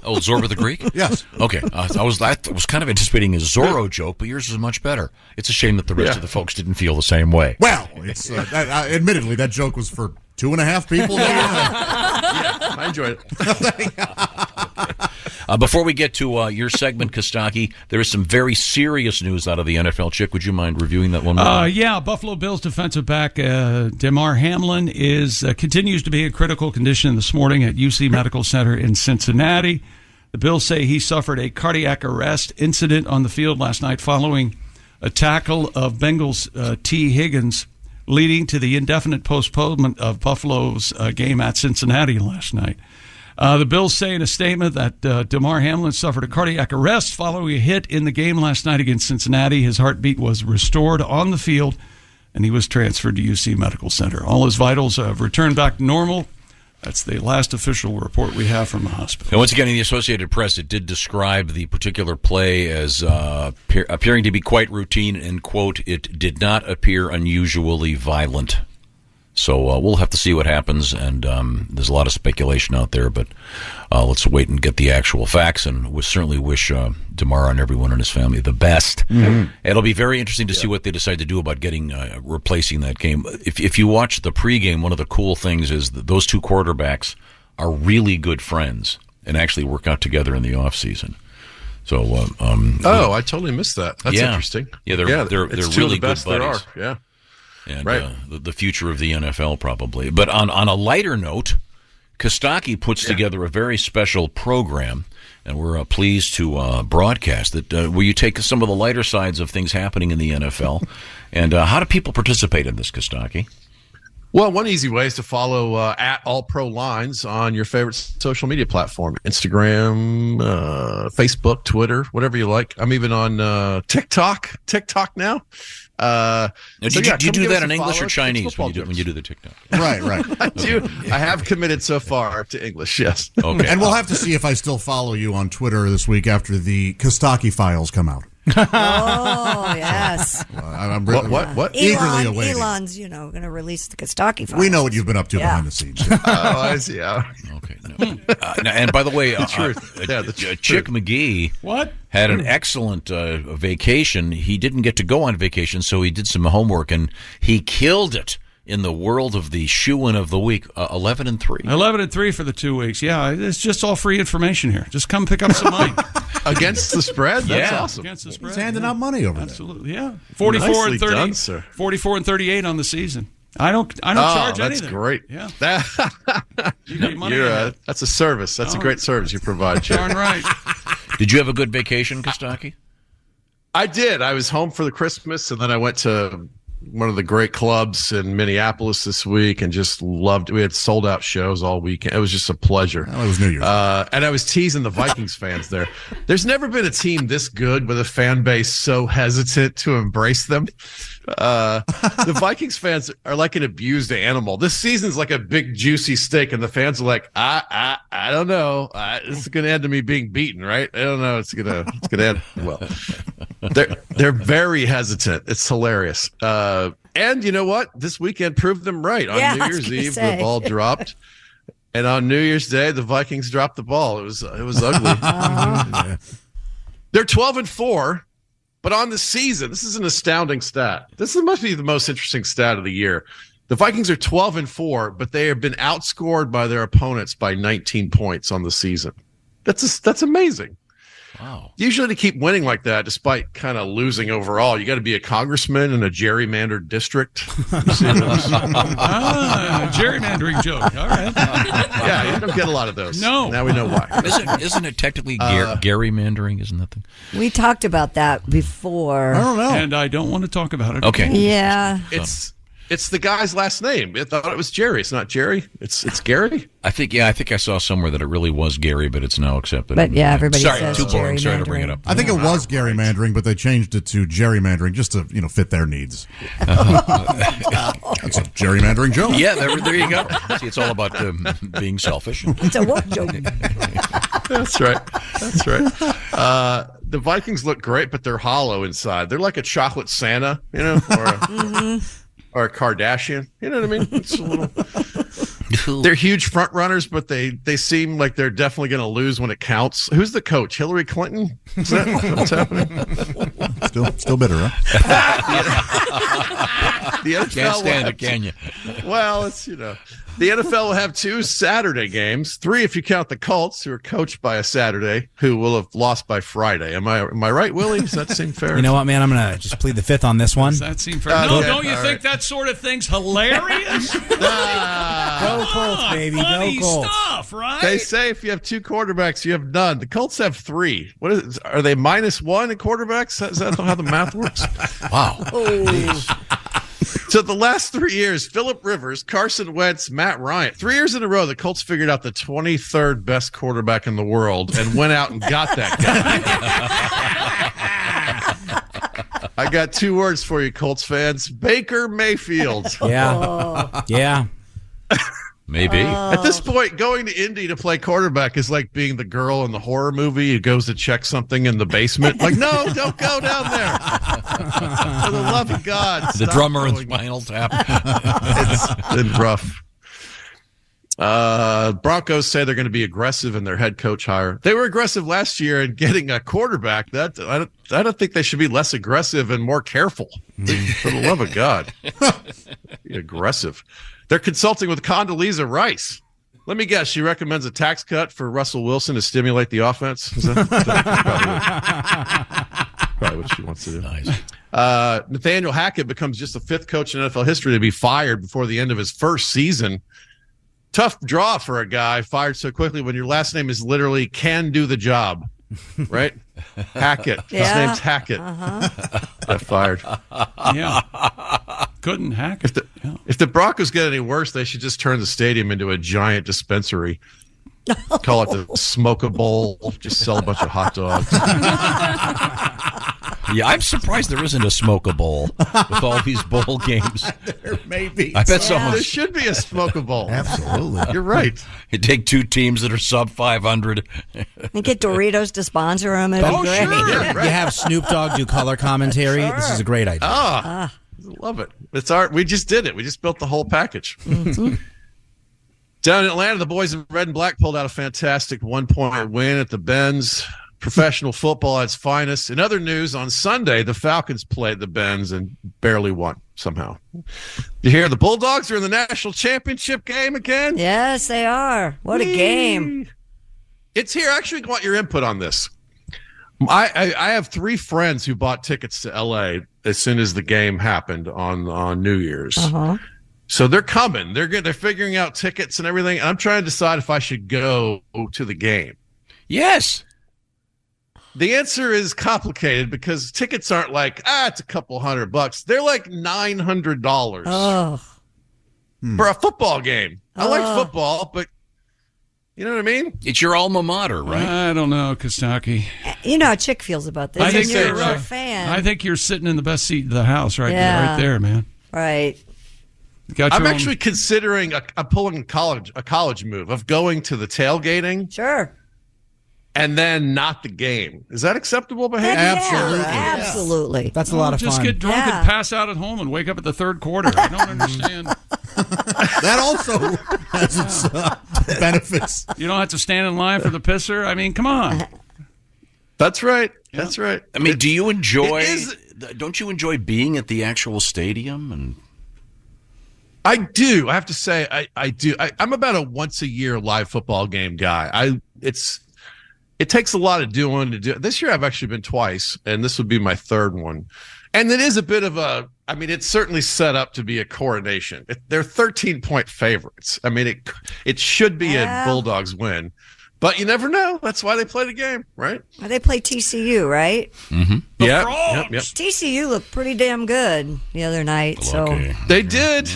A: Oh, Zorba the Greek?
G: Yes.
A: Okay. Uh, I was I was kind of anticipating a Zorro joke, but yours is much better. It's a shame that the rest
G: Yeah.
A: of the folks didn't feel the same way.
G: Well, it's uh, that, uh, admittedly that joke was for two and a
M: (laughs)
G: half people.
M: I enjoyed
G: (laughs)
A: Uh, before we get to uh, your segment, Kostaki, there is some very serious news out of the NFL. Chick, would you mind reviewing that one more?
D: (laughs) Uh, yeah, Buffalo Bills defensive back uh, Demar Hamlin is uh, continues to be in critical condition this morning at UC Medical Center in Cincinnati. The Bills say he suffered a cardiac arrest incident on the field last night following a tackle of Bengals uh, T. Higgins, leading to the indefinite postponement of Buffalo's uh, game at Cincinnati last night. Uh, the Bills say in a statement that uh, DeMar Hamlin suffered a cardiac arrest following a hit in the game last night against Cincinnati. His heartbeat was restored on the field, and he was transferred to UC Medical Center. All his vitals have returned back to normal. That's the last official report we have from the hospital.
A: And once again, in the Associated Press, it did describe the particular play as uh, appear, appearing to be quite routine and, quote, it did not appear unusually violent. So uh, we'll have to see what happens, and um, there's a lot of speculation out there, but uh, let's wait and get the actual facts, and we certainly wish uh, Damar and everyone in his family the best.
S: Mhm.
A: It'll be very interesting to see what they decide to do about getting uh, replacing that game. If, if you watch the pregame, one of the cool things is that those two quarterbacks are really good friends and actually work out together in the offseason. So, um, um,
M: Oh, I totally missed that. That's
A: Yeah.
M: interesting.
A: Yeah, they're- they're-
M: it's two
A: they're
M: of
A: really
M: the best
A: good
M: there are.
A: buddies.
M: Yeah.
A: and
M: Right.
A: uh, the, the future of the NFL probably. But on, on a lighter note, Kostaki puts together a very special program, and we're uh, pleased to uh, broadcast that uh, where you take some of the lighter sides of things happening in the NFL. (laughs) and uh, how do people participate in this, Kostaki?
M: Well, one easy way is to follow uh, at All Pro Lines on your favorite s- social media platform Instagram, uh, Facebook, Twitter, whatever you like. I'm even on uh, TikTok, TikTok now. Uh,
A: Now,
M: so
A: do,
M: yeah,
A: you, do
M: come
A: you do
M: give us
A: that
M: a
A: in English
M: follow.
A: or
M: It's
A: Chinese
M: football
A: when you do, when you do
M: (laughs)
A: the TikTok?
G: Right, right.
M: I do. I have committed so far to English. Yes.
G: And
A: Uh,
G: we'll have to see if I still follow you on Twitter this week after the Kostaki files
M: (laughs)
G: come out.
H: (laughs) Oh yes.
G: Uh, I'm re-
M: What- what- what?
G: Eagerly
H: Elon,
G: awaiting.
H: Elon's, you know, going to release the Kostaki files.
G: We know what you've been up to
H: Yeah.
G: behind the scenes.
M: oh, I see.
A: Uh, now- and by the
M: (laughs)
A: way, uh,
M: The truth. Hmm.
A: uh, uh, Chick McGee
D: What?
A: had an excellent uh, vacation. He didn't get to go on vacation, so he did some homework and he killed it in the world of the shoe in of the week, uh, eleven and three.
D: Eleven and three for the two weeks. Yeah, it's just all free information here. Just come pick
M: (laughs)
D: up some money.
M: Against the spread? That's
D: yeah.
M: awesome.
D: Against the spread.
G: He's handing out money over there.
D: Absolutely, yeah. 44
M: Nicely
D: and 30,
M: done, sir.
D: 44 and 38 on the season. I don't I don't
M: Oh,
D: charge
M: that's
D: anything.
M: great. (laughs)
D: Yeah.
M: you
D: get money on that.
M: that's a service. That's a
D: Oh.
M: great service you provide. Chick.
D: Darn right.
A: Did you have a good vacation, Kostaki?
M: I did. I was home for the Christmas, and then I went to one of the great clubs in Minneapolis this week and just loved we had sold out shows all weekend. It was just a pleasure.
G: it was New Year's.
M: Uh, and I was teasing the Vikings fans there. There's never been a team this good with a fan base so hesitant to embrace them. Uh, the Vikings fans are like an abused animal. This season's like a big juicy steak, and the fans are like, I, I, I don't know. I, this is going to end to me being beaten, right? I don't know. It's gonna, it's gonna end (laughs) well. They're they're very hesitant. It's hilarious. Uh, and you know what? This weekend proved them right. On
S: Yeah,
M: New
S: I was
M: Year's
S: gonna
M: Eve,
S: say.
M: the ball dropped. And on New Year's Day, the Vikings dropped the ball. It was it was ugly.
S: Oh.
M: They're twelve and four, but on the season, this is an astounding stat. This must be the most interesting stat of the year. The Vikings are twelve and four, but they have been outscored by their opponents by nineteen points on the season. That's a, that's amazing. Wow. Usually to keep winning like that, despite kind of losing overall, you got to be a congressman in a gerrymandered district.
D: Ah, gerrymandering joke. All right.
M: yeah, you don't get a lot of those.
D: No.
M: Now we know why.
A: Isn't, isn't it technically
M: Uh,
A: gar- gerrymandering? Isn't that the
H: We talked about that before.
D: And I don't want to talk about it.
A: Okay.
H: Yeah.
M: It's it's the guy's last name. I thought it was Jerry. It's not Jerry. It's it's Gary.
A: I think yeah, I think I saw somewhere that it really was Gary, but it's now accepted.
H: But, yeah, everybody
A: sorry,
H: says
A: too boring. Sorry to bring it up.
G: I think it was gerrymandering, but they changed it to gerrymandering just to you know fit their
H: (laughs)
G: needs. (laughs) That's a gerrymandering joke.
A: Yeah, there, there you go. (laughs) See, it's all about um, being selfish.
H: It's a woke joke.
M: That's right. That's right. Uh, the Vikings look great, but they're hollow inside. They're like a chocolate Santa, you know, or a, or a Kardashian. Mm-hmm. You know what I mean? It's a
D: (laughs)
M: little. they're huge front runners, but they they seem like they're definitely going to lose when it counts. Who's the coach? Hillary Clinton? Is
G: (laughs)
M: that what's happening?
G: (laughs) Still, still bitter, huh?
A: (laughs)
M: the NFL will
G: Can't stand
M: have
G: it, can
M: two-
G: you?
M: Well, it's you know, the NFL will have two Saturday games, three if you count the Colts, who are coached by a Saturday, who will have lost by Friday. Am I am I right, Willie? Does that seem fair?
J: You know what, man? I'm gonna just plead the fifth on this one.
D: That seemed fair.
J: Uh,
D: no, Oh, don't you think that sort of thing's
M: (laughs)
D: hilarious?
J: Go Colts, baby. Go
D: funny
J: Colts.
D: stuff, right?
M: They say if you have two quarterbacks, you have none. The Colts have three. What is? Are they minus one in quarterbacks? Is that how the
J: (laughs)
M: math works?
A: Wow.
M: So the last three years, Philip Rivers, Carson Wentz, Matt Ryan, three years in a row, the Colts figured out the 23rd best quarterback in the world and went out and got that
J: (laughs)
M: guy. I got two words for you, Colts fans: Baker Mayfield.
D: Oh.
J: Yeah. Yeah.
A: Maybe.
M: At this point, going to Indy to play quarterback is like being the girl in the horror movie who goes to check something in the basement. Like, no,
B: (laughs)
M: don't go down there. For the love of God.
A: The
M: stop
A: drummer in
M: going.
A: Spinal Tap.
M: (laughs) it's been rough. Uh, Broncos say they're going to be aggressive in their head coach hire. They were aggressive last year in getting a quarterback. That I don't, I don't think they should be less aggressive and more careful.
A: Mm.
M: For the love of God, Be aggressive. They're consulting with Condoleezza Rice. Let me guess, she recommends a tax cut for Russell Wilson to stimulate the offense. Is that- is that probably what she wants to do. Uh, Nathaniel Hackett becomes just the fifth coach in NFL history to be fired before the end of his first season. Tough draw for a guy fired so quickly when your last name is literally can do the job,
D: (laughs)
M: right? Hackett. His
D: Yeah.
M: name's Hackett.
D: Uh-huh.
M: Got fired.
D: Yeah. Couldn't hack
M: If the, if the Broncos get any worse, they should just turn the stadium into a giant dispensary. Call it (laughs) the smoke a bowl. Just sell a bunch of hot dogs.
A: Yeah, I'm surprised there isn't a smoke bowl with all these bowl games.
M: (laughs) There may be.
A: I bet someone
M: There should be a smoke bowl. Absolutely. (laughs) You're right.
A: (laughs) You take two teams that are sub (laughs) 500.
H: And get Doritos to sponsor them. It'd
D: Oh,
H: be great. (laughs)
J: (laughs) You have Snoop Dogg do color commentary. This is a great idea.
M: Ah, love it. It's our. We just did it. We just built the whole package. Down in Atlanta, the boys in red and black pulled out a fantastic one-point win at the Benz. Professional football at its finest. In other news, on Sunday, the Falcons played the Benz and barely won somehow. You hear the Bulldogs are in the national championship game again?
H: Yes, they are. What a game.
M: It's here. I actually want your input on this. I, I, I have three friends who bought tickets to LA as soon as the game happened on, on New Year's.
H: Uh-huh.
M: So they're coming. They're good. They're figuring out tickets and everything. I'm trying to decide if I should go to the game.
A: Yes.
M: The answer is complicated because tickets aren't like ah, it's a couple hundred bucks. They're like nine hundred dollars
H: Oh.
M: for a football game. I like
P: Oh.
M: football, but you know what I mean.
A: It's your alma mater,
D: right? I don't know, Kostaki.
H: You know how Chick feels about this.
D: I think
H: and you're a
D: they're
H: real
D: right.
H: fan.
D: I think you're sitting in the best seat in the house right there,
H: Yeah.
D: right there, man.
H: right.
D: Got
M: I'm
D: your own-
M: actually considering a, I'm pulling a college a college move of going to the tailgating.
H: Sure.
M: And then not the game. Is that acceptable behavior?
D: Heck yeah, Absolutely. absolutely.
J: That's
D: Oh, just get drunk and pass out at home and wake up at the third quarter. I don't (laughs) understand. that
G: also has its uh, benefits.
D: You don't have to stand in line for the pisser. I mean, come (laughs) on.
M: That's right. That's right.
A: I mean, do you enjoy?
M: it is-
A: th- don't you enjoy being at the actual stadium?
M: (laughs)
A: And
M: I do. I have to say, I, I do. I, I'm about a once a year live football game guy. I it's it takes a lot of doing to do. This year, I've actually been twice, and this would be my third one. And it is a bit of a. I mean, it's certainly set up to be a coronation. It, they're 13 point favorites. I mean, it it should be
H: Well.
M: a Bulldogs win, but you never know. That's why they play the game, right?
H: Well, they play TCU, right?
M: Mm-hmm. Yeah.
H: TCU looked pretty damn good the other night. So
M: They did.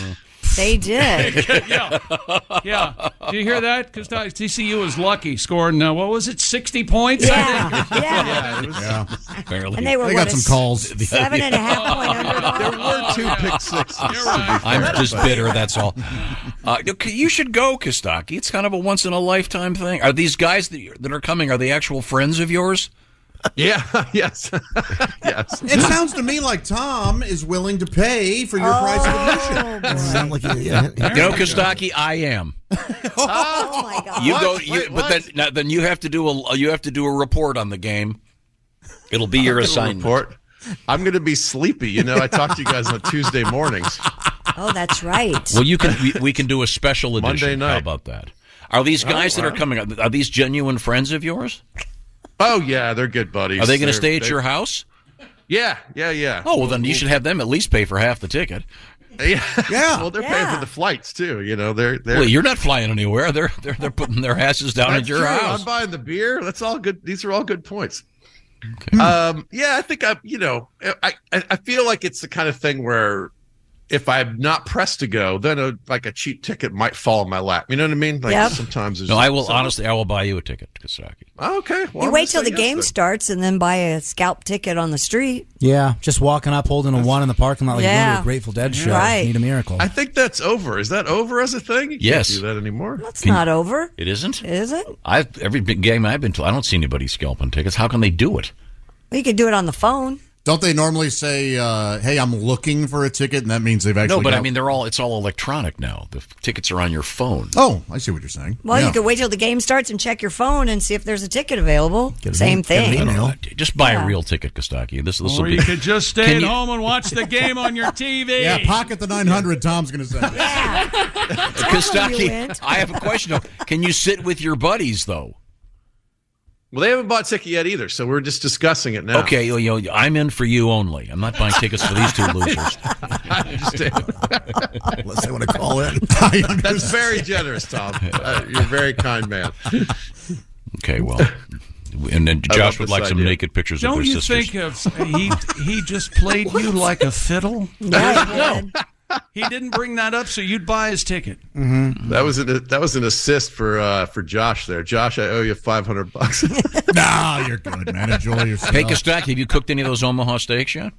H: they did.
D: yeah. Yeah. Do you hear that? Because TCU was lucky scoring, uh, what was it, 60 points?
H: Yeah.
D: yeah.
G: Yeah.
A: Apparently.
D: And they were, They got what, some a
G: calls.
D: seven and a half
H: point
M: (laughs)
H: underdog?
M: There were two pick sixes.
A: I'm just bitter. That's all. (laughs) Uh, okay, you should go, Kostaki. It's kind of a once in a lifetime thing. Are these guys that, you're- that are coming? Are they actual friends of yours?
M: (laughs) Yeah. yes. yes.
G: It sounds to me like Tom is willing to pay for your price of admission. Sound like
A: (laughs)
G: you,
A: You know, Kostaki, I am.
H: oh my (laughs) god!
A: You go, you, but then now, then you have to do a you have to do a report on the game. It'll be your
M: gonna
A: assignment.
M: report. I'm going to be sleepy. You know, I talk to you guys on Tuesday mornings.
H: Oh, that's right.
A: Well,
D: (laughs)
A: you can. We, we can do a special edition.
M: Monday night.
A: How about that? Are these
M: Oh,
A: guys that
M: wow.
A: are coming? up, Are these genuine friends of yours?
M: Oh yeah, they're good buddies.
A: Are they going
M: They're-
A: to stay at
M: they-
A: your house?
M: Yeah, yeah, yeah.
A: Oh well, then you should have them at least pay for half the ticket.
M: (laughs) Yeah.
G: yeah.
M: Well, they're paying for the flights too. You know, they're they're.
A: Well, you're not flying anywhere. They're they're, they're putting their asses down
M: That's
A: at your
M: true.
A: house.
M: I'm buying the beer. That's all good. These are all good points. Um, yeah, I think I, you know, I, I I feel like it's the kind of thing where if I'm not pressed to go, then a, like a cheap ticket might fall in my lap. You know what I mean? Like
H: Yep.
M: sometimes. there's-
A: No, I will
M: sometimes-
A: honestly. I will buy you a ticket, Kasaki.
M: Okay. Well,
H: you
M: I'm
H: wait
M: just
H: till the
M: saying yes
H: game
M: then.
H: starts and then buy a scalp ticket on the street.
J: Yeah, just walking up holding a one in the parking lot like you
H: Yeah.
J: go to a Grateful Dead show.
H: Right.
J: Need a miracle.
M: I think that's over. Is that over as a thing? You
A: Yes.
M: Can't do that anymore.
H: That's not over.
A: It isn't.
H: Is it? Well,
A: I've every big game I've been to. I don't see anybody scalping tickets. How can they do it?
H: you could do it on the phone.
G: (laughs) Don't they normally say, uh, "Hey, I'm looking for a ticket," and that means they've actually
A: no, but
G: got-
A: I mean, they're all. It's all electronic now. The f- tickets are on your phone.
G: Oh, I see what you're saying.
H: Well,
A: Yeah.
H: you could wait till the game starts and check your phone and see if there's a ticket available.
A: Get an
H: Same
A: e-
H: thing.
A: get an email. Just buy
H: Yeah.
A: a real ticket, Kostaki. This this will
D: Or
A: be.
D: you
A: (laughs)
D: could just stay
A: Can
D: at
A: you-
D: home and watch the game on
G: (laughs)
D: your TV.
G: Yeah, pocket the 900. Tom's going to say.
H: you
A: Kostaki,
H: went.
A: I have a question. though. Can you sit with your buddies though?
M: Well, they haven't bought a ticket yet either, so we're just discussing it now.
A: Okay, yo, yo, I'm in for you only. I'm not buying tickets for these
M: (laughs)
A: two losers.
M: I understand.
E: Unless they want to call in.
M: That's very generous, Tom. Uh, you're a very kind man.
A: Okay, well, and then
M: I
A: Josh
M: love
A: would
M: this
A: like some
M: idea.
A: naked pictures of
D: Don't
A: their
D: you
A: sisters.
D: think of he he just played you like a fiddle?
H: Yeah,
D: no. He didn't bring that up, so you'd buy his ticket.
G: Mm-hmm.
M: That was an that was an assist for uh, for Josh there. Josh, I owe you five hundred bucks.
G: (laughs) nah, you're good, man. Enjoy yourself.
A: Hey, Kostaki, have you cooked any of those Omaha steaks yet?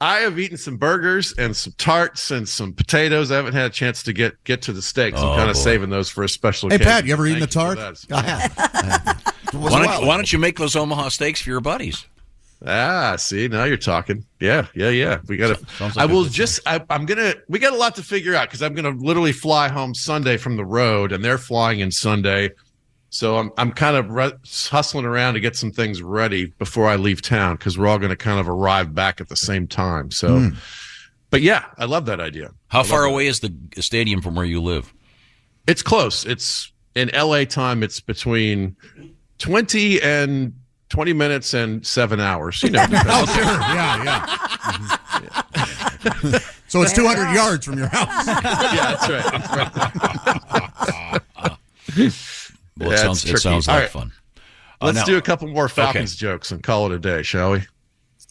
M: I have eaten some burgers and some tarts and some potatoes. I haven't had a chance to get get to the steaks. I'm
A: Oh,
M: kind of
A: boy.
M: saving those for a special.
G: Hey,
M: occasion.
G: Pat, you ever eaten a
M: Thank you for
G: tart?
M: that. (laughs)
A: Why don't, why don't you make those Omaha steaks for your buddies?
M: Ah, see, now you're talking. Yeah, yeah, yeah. We got to.
A: Sounds like
M: I
A: a
M: will
A: good
M: just. I, I'm gonna. We got a lot to figure out because I'm gonna literally fly home Sunday from the road, and they're flying in Sunday. So I'm I'm kind of re- hustling around to get some things ready before I leave town because we're all gonna kind of arrive back at the same time. So, but yeah, I love that idea.
A: How far away is the stadium from where you live?
M: It's close. It's in LA time. It's between twenty and twenty minutes and seven hours. You know.
A: (laughs)
G: Oh, sure. Yeah, yeah. (laughs) So it's 200 yards from your
A: (laughs)
G: house.
M: yeah, that's right. That's right.
A: Well, it sounds, it sounds like fun.
M: Let's
A: no.
M: do a couple more Falcons
A: Okay.
M: jokes and call it a day, shall we?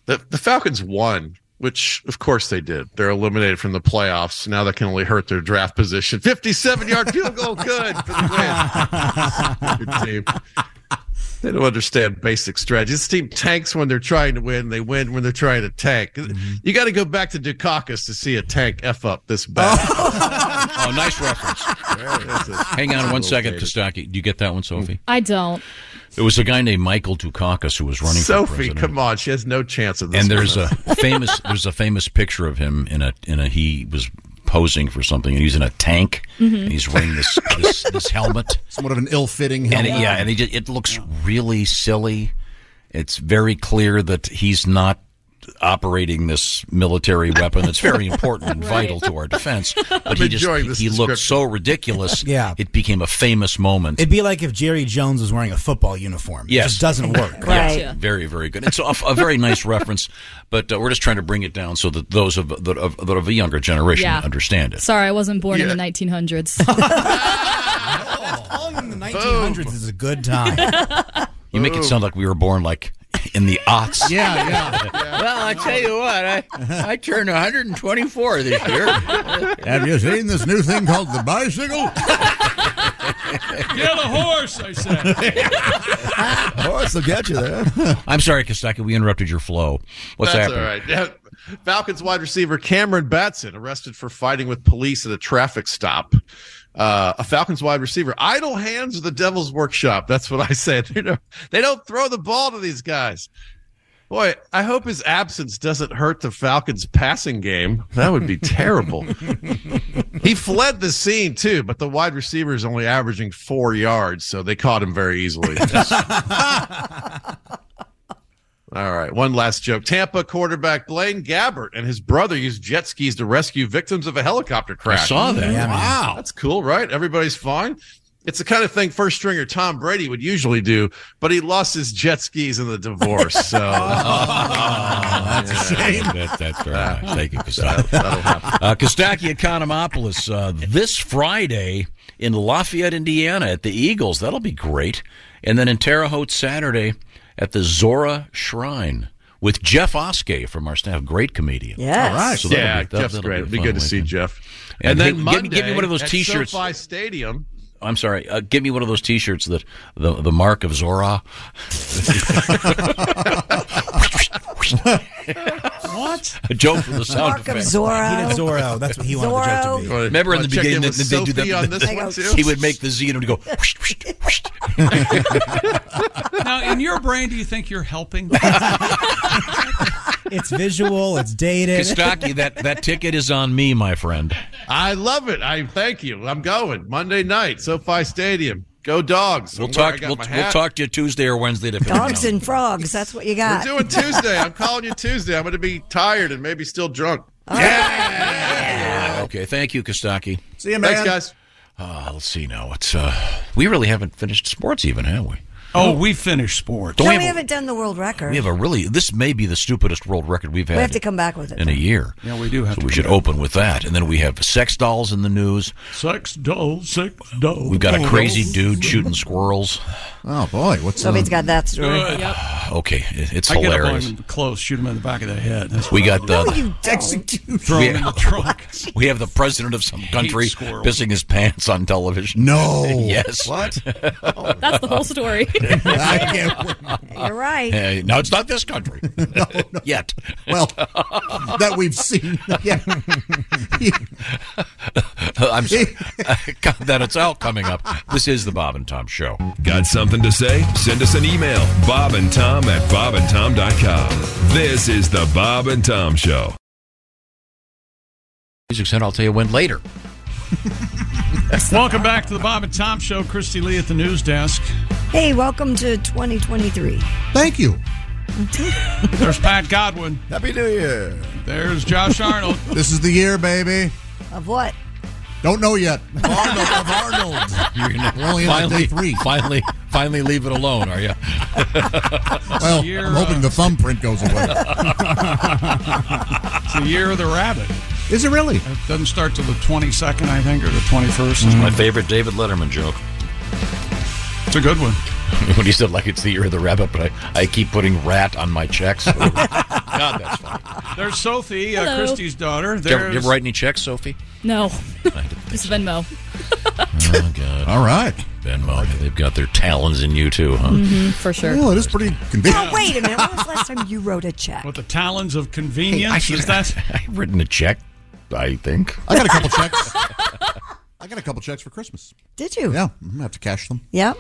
M: The the Falcons won, which of course they did. They're eliminated from the playoffs. Now that can only hurt their draft position. (laughs) 57 yard field goal good for
G: (laughs)
M: the win. Good team. They don't understand basic strategies. This team tanks when they're trying to win. They win when they're trying to tank. You got to go back to Dukakis to see a tank f up this bad.
A: Oh, nice reference. Hang on one second, Kostaki. Do you get that one, Sophie?
P: I don't.
A: It was a guy named Michael Dukakis who was running. for
M: Sophie,
A: president.
M: come on, she has (laughs) no chance of this.
A: and there's a
M: one.
A: famous there's a famous picture of him in a in a he was posing for something and he's in a tank
G: Mhm.
J: Mm-hmm.
A: and he's wearing this
J: (laughs)
A: this, this helmet
G: Somewhat of an ill-fitting
A: and
G: helmet.
A: it- yeah and he just, it looks really silly it's very clear that he's not operating this military weapon
J: (laughs)
A: that's very important and vital to
M: (laughs)
A: our defense but
J: I'm
A: he just
J: enjoying
A: he-
J: this
A: he looked so ridiculous
J: (laughs) Yeah.
A: it became a famous moment
J: It'd be like if Jerry Jones was wearing a football uniform.
A: Yes.
J: It just doesn't work.
A: (laughs) Yeah, very, very good. It's a, a very nice reference, but uh, we're just trying to bring it down so that those of that of, that of a younger generation
P: Yeah.
A: understand it.
P: Sorry, I wasn't born
A: Yeah.
P: in the (laughs)
A: (laughs)
P: 1900s.
D: Oh.
J: The 1900s is a good
D: (laughs)
J: time.
A: You make it sound like we were born like in the
B: (laughs)
A: aughts. (laughs)
S: Well, I tell you what, I I turned 124 this
M: (laughs)
S: year.
T: Have you seen this new thing called the bicycle?
D: Get a horse, I
G: (laughs)
D: said.
A: Horse will get you there. (laughs) I'm sorry, Kostaki, we interrupted your flow. What's
M: That's
A: happening?
M: all right. Yeah. Falcons wide receiver Cameron Batson arrested for fighting with police at a traffic stop. Uh, a Falcons wide receiver. Idle hands are the devil's workshop. That's what I said. (laughs) You know, they don't throw the ball to these guys. Boy, I hope his absence doesn't hurt the Falcons' passing game. That would be
A: (laughs)
M: terrible. he fled the scene too, but the wide receiver is only averaging four yards, so they caught him very
A: (laughs)
M: easily. All right, one last joke. Tampa quarterback Blaine Gabbert and his brother used jet skis to rescue victims of a helicopter crash.
A: saw that. Yeah, man.
M: wow, that's cool, right? Everybody's fine. It's the kind of thing first stringer Tom Brady would usually do, but he lost his jet skis in the divorce.
A: (laughs)
M: So
A: Oh, that's
M: a shame.
A: That, that's very nice. Thank you, Kostaki. (laughs) Uh, Kostaki Economopoulos uh, this Friday in Lafayette, Indiana at the Eagles. That'll be great. And then in Terre Haute Saturday at the Zora Shrine with Jeff Oskey from our staff. Great comedian.
M: Yes. All right.
A: that'll
M: Yeah,
A: that'll-
M: Jeff's
A: that'll
M: great.
A: a
M: It'd be
A: fun
M: good to see
A: weekend.
M: Jeff. And
A: And,
M: then
A: then hey, give, me- give me
M: Monday
A: one of those
M: at
A: T-shirts.
M: SoFi Stadium.
A: I'm sorry. Uh, give me one of those T-shirts that the the mark of Zora.
J: What?
A: A joke for the sound
J: Mark of
A: effect.
J: Zorro. He did Zorro. That's what he wanted the joke to be. Zorro.
A: Remember in
J: Wanna
A: the
J: check
A: beginning
J: in
A: that
J: with
A: they do
J: Sophie
A: that.
J: on
A: (laughs)
J: this one, too? (laughs)
A: He would make the Z and it would go.
D: now, in your brain, do you think you're helping?
J: It's visual. It's dated.
A: Kostaki, that, that ticket is on me, my friend.
M: I love it. I thank you. I'm going Monday night, SoFi Stadium. Go dogs.
A: We'll
M: I'm
A: talk.
M: wearing- I
A: We'll,
M: got my
A: we'll
M: hat.
A: talk to you Tuesday or Wednesday. To
H: Dogs and frogs. That's what you
M: We're
H: got.
M: doing Tuesday. I'm calling you Tuesday. I'm going to be tired and maybe still drunk.
A: Okay. Thank you, Kostaki.
M: See ya, man. Thanks, guys.
A: Uh, let's see now. It's uh, we really haven't finished sports even, have we?
D: Oh, we finished sports.
H: No,
A: Don't we,
H: we
A: have,
H: haven't done the world
A: a,
H: record.
A: we have a really. This may be the stupidest world record we've
H: We
A: had.
H: have to come back with it.
A: in a year. Yeah, we do have. So we should open with that, and then we have sex dolls in the news.
D: (laughs) Sex dolls, sex dolls.
A: We've got a crazy dude shooting squirrels. Oh boy, what's
H: Somebody's got that story.
A: (sighs)
D: Good. Yep.
A: Okay, it- it's
D: I get up
A: hilarious.
D: on him close, shoot him in the back of the head.
A: We got the.
D: execution. Throw him in the trunk.
A: (laughs) We have the president of some country
D: squirrels.
A: pissing his pants on television.
D: No.
A: (laughs) yes.
D: What?
J: Oh.
P: That's the whole
G: (laughs)
P: story.
J: (laughs)
H: You're right.
A: Hey, no, it's not this
G: (laughs)
A: country. (laughs) Yet. (laughs)
G: Well, that
J: (laughs)
G: we've seen. Yeah.
A: I'm (laughs) sorry. God, that it's all coming up. This is the Bob and Tom Show.
O: Got something to say? Send us an email, Bob and Tom at bobandtom.com. This is the Bob and Tom Show.
A: Music Center, I'll tell you when later.
D: Welcome back to the Bob and Tom Show. Christy Lee at the news desk.
H: Hey, welcome to 2023.
G: Thank you.
D: (laughs) There's Pat Godwin.
G: Happy New Year.
D: There's Josh Arnold.
G: This is the year, baby.
H: (laughs) Of what?
G: Don't know yet. Arnold of
A: You're
G: (laughs)
A: gonna
G: We're only on
A: finally,
G: day three.
A: Finally, finally, leave it alone. Are you?
G: (laughs) Well, I'm
A: uh,
G: hoping the thumbprint goes away.
A: (laughs)
D: it's the year of the rabbit.
G: Is it really?
D: It doesn't start till the 22nd, I think, or the 21st.
A: my favorite David Letterman joke.
D: It's a good one.
A: (laughs) when you said like it's the year of the rabbit, but I, I keep putting rat on
G: (laughs)
A: my checks. God, that's funny.
D: (laughs) There's Sophie, uh,
P: Hello.
D: Christie's daughter.
A: Did you ever-
D: There's
A: you ever write any checks, Sophie?
P: No. Just Venmo.
A: Oh, God. All right. Venmo. They've got their talons in you, too, huh?
H: Mm-hmm,
P: Mhm, for sure.
A: Well, it is pretty
H: Oh, wait a minute. When was the last time you wrote a check?
D: the talons of convenience.
A: Hey, I-
D: Is
G: (laughs)
D: that?
A: I've written a check, I think.
G: I got a couple checks. I got a couple checks for Christmas.
H: Did you?
G: Yeah, I'm gonna have to cash them.
H: Yep.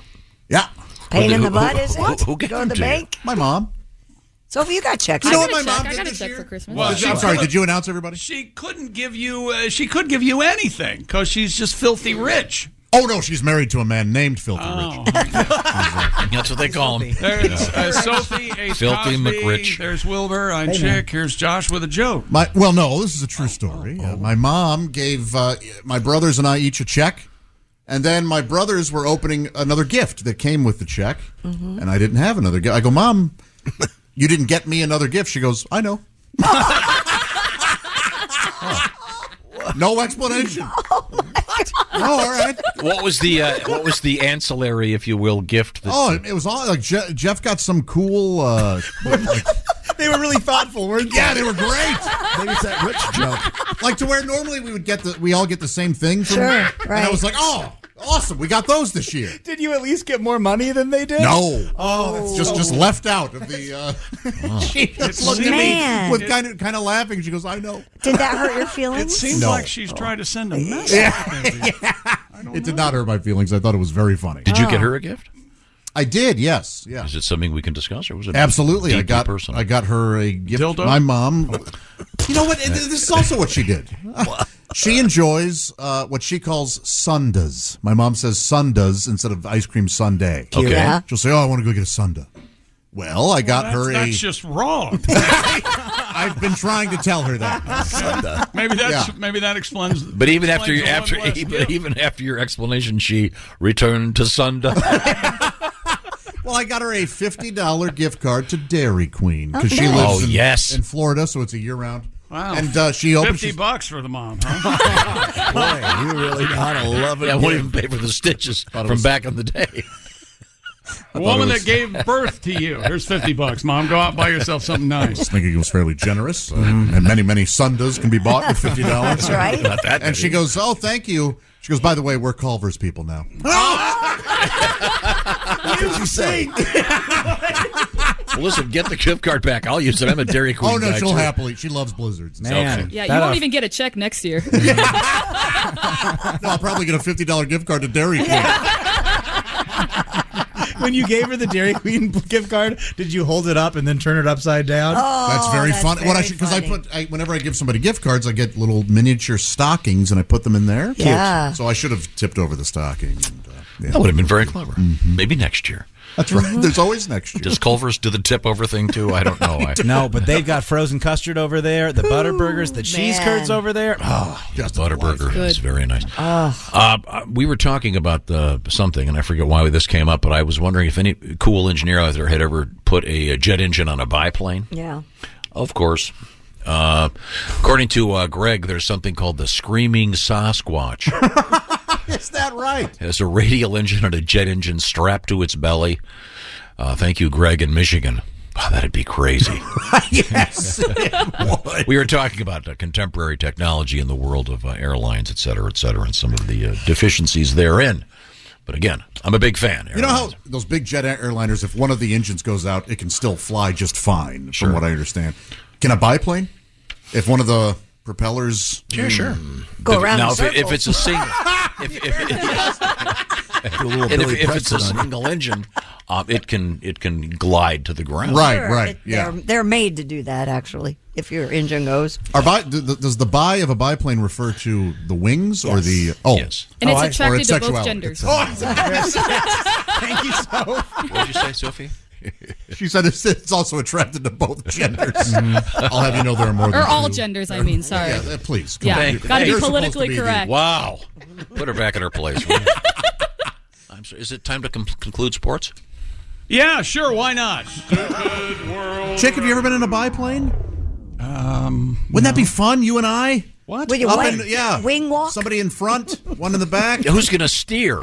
G: Yeah.
H: Pain in the butt, is it? Go to the bank?
G: My mom.
H: Sophie, you got checks.
G: You know what my
P: check.
G: mom
P: I
G: did
P: got a
G: this
P: check
G: year?
P: for Christmas.
G: Did you- I'm sorry. Did you announce everybody?
D: She couldn't give you. Uh, she could give you anything because she's just filthy rich.
G: Oh no, she's married to a man named Filthy Rich.
A: That's what they call him.
D: There's uh, Sophie,
A: (laughs)
D: Ace
G: Filthy
D: Cosby,
G: McRich.
D: There's Wilbur. I'm
G: Hey, man.
D: Chick. Here's Josh with a joke.
G: My well, no, this is a true story. Uh, my mom gave uh, my brothers and I each a check, and then my brothers were opening another gift that came with the check,
H: Mm-hmm.
T: Mhm.
G: and I didn't have another gift. I go, Mom, (laughs) you didn't get me another gift. She goes, I know.
H: (laughs)
G: No explanation. Oh, all right.
A: What was the uh, what was the ancillary, if you will, gift? That
G: Oh, it was all like Je- Jeff got some cool. Uh, (laughs)
J: They were really thoughtful, weren't
G: yeah, they were great. Maybe it's that rich joke. Like to where normally we would get the we all get the same thing. From,
J: Sure,
G: And I
J: right.
G: was like, oh, awesome, we got those this year.
J: Did you (laughs) at least get more money than they did? (laughs)
G: No.
J: Oh, that's
G: Just
J: so-
G: just left (laughs) out of the. (laughs) Uh,
J: (laughs)
G: (laughs) she just looked at
H: Man.
G: me with kind of kind of laughing. She goes, I know.
H: Did that hurt your feelings?
D: It seems
G: No.
D: like she's trying to send a message. (laughs)
G: It did not hurt my feelings. I thought it was very funny.
A: Did you get her a gift?
G: I did. Yes. Yeah.
A: Is it something we can discuss, or was it
G: Absolutely, I
A: deeply
G: got
A: personal?
G: I got her a gift. My
D: Oh.
G: mom. You know what? And This is also what
D: (laughs)
G: she did. She enjoys uh, what she calls sundas. My mom says sundas instead of ice cream sundae.
D: Cute. Okay.
G: She'll say, "Oh, I want to go get a sunda." Well, I got
D: Well,
G: her
D: that's,
G: a.
D: that's just
G: (laughs)
D: wrong.
G: I've been trying to tell her that.
A: (laughs)
G: Sunda.
D: maybe that's (laughs) maybe that explains.
A: But even after your
D: explains
A: after
D: the one less
A: even,
D: gift.
A: even after your explanation, she returned
G: (laughs)
A: to Sunday.
G: Well, I got her a fifty dollar gift card to Dairy Queen because she
D: Okay. Oh,
G: lives in,
A: yes.
G: in Florida, so it's a year round.
D: Wow.
G: And uh, she opens.
D: fifty bucks for the mom. Huh?
G: (laughs) Boy, you really gotta love it.
A: I won't even pay for the stitches from
D: it was-
G: (laughs)
A: back in the day.
D: A woman that gave birth to you. Here's fifty bucks, mom. Go out and buy yourself something nice.
G: was thinking it was fairly generous, uh, and many many sundas can be bought for fifty dollars.
D: Mm-hmm. (laughs) That's right. Not that
G: And
D: many.
G: she goes, "Oh, thank you." She goes, "By the way, we're Culver's people now."
T: you
G: think?
A: Well, listen, get the gift card back. I'll use it. I'm a Dairy Queen.
G: (laughs) oh no,
A: guy,
G: she'll
A: too.
G: happily. She loves blizzards.
A: Man,
P: Yeah, you won't even get a check next year.
G: No, I'll probably get a fifty dollar gift card to Dairy Queen.
J: when you gave her the Dairy Queen gift card, did you hold it up and then turn it upside down?
H: Oh.
G: Oh, that's very funny. What I should because I put I, whenever I give somebody gift cards, I get little miniature stockings and I put them in there.
J: Cute. Yeah.
G: So I should have tipped over the stocking. And, uh, yeah.
A: That would have been very (laughs) clever. Maybe next year.
G: That's right. There's always next year.
A: Does Culver's do the tip over thing too? I
G: (laughs)
A: don't know. Oh, I,
J: (laughs) no, but they've got frozen custard over there, the butter burgers, the cheese
A: man.
J: curds over there. Ah, Oh,
A: just Butterburger Ah, is very nice. Uh, uh, we were talking about uh, something, and I forget why this came up, but I was wondering if any cool engineer out there had ever put a, a jet engine on a biplane.
H: Yeah.
A: Of course. Uh, according to uh, Greg, there's something called the
G: (laughs)
A: Screaming Sasquatch.
G: Is that right?
A: It has a radial engine and a jet engine strapped to its belly. Uh, thank you, Greg, in Michigan. Wow, that'd
G: (laughs)
A: be crazy.
T: yes.
A: (laughs) we were talking about uh, contemporary technology in the world of uh, airlines, et cetera, et cetera, and some of the uh, deficiencies therein. But again, I'm a big fan.
G: You know how those big jet airliners, if one of the engines goes out, it can still fly just fine, from what I understand. Can a biplane, if one of the propellers, Hmm.
A: Yeah, sure.
H: Go around
A: now,
H: in
A: if, it- if
H: circles.
A: it's
B: (laughs)
A: a single, if, if,
G: little
A: and if,
G: Billy
A: if it's
G: Preston
A: a
G: on you.
A: single engine, um, it can it can glide to the ground.
H: Sure, it- They're, they're made to do that, actually, if your engine goes.
G: Are bi- th- th- does the bi of a biplane refer to the wings or the oh? Yes.
P: And it's
G: or
P: attracted
G: its
P: to both
G: sexuality. Oh,
P: genders.
B: Oh, (laughs)
T: Thank you so.
A: What'd you say, Sophie?
G: She said it's, it's also attracted to both genders. I'll have you know there are more.
P: Or
G: than
P: all
G: two.
P: genders, I mean, sorry.
G: Yeah, uh, please.
P: Yeah,
G: on.
P: gotta be
G: You're supposed
P: politically
G: to the-
P: correct.
A: Wow. Put her back in her place. will you? (laughs) I'm sorry. Is it time to com- conclude sports?
D: Yeah, sure. Why not?
G: Chick, have you ever been in a biplane? Um, Wouldn't that be fun? You and I. What?
H: With your
G: Up
H: wing-
G: in- yeah.
H: wing walk?
G: Somebody in front, one in the
A: (laughs)
G: back.
A: Who's going to steer?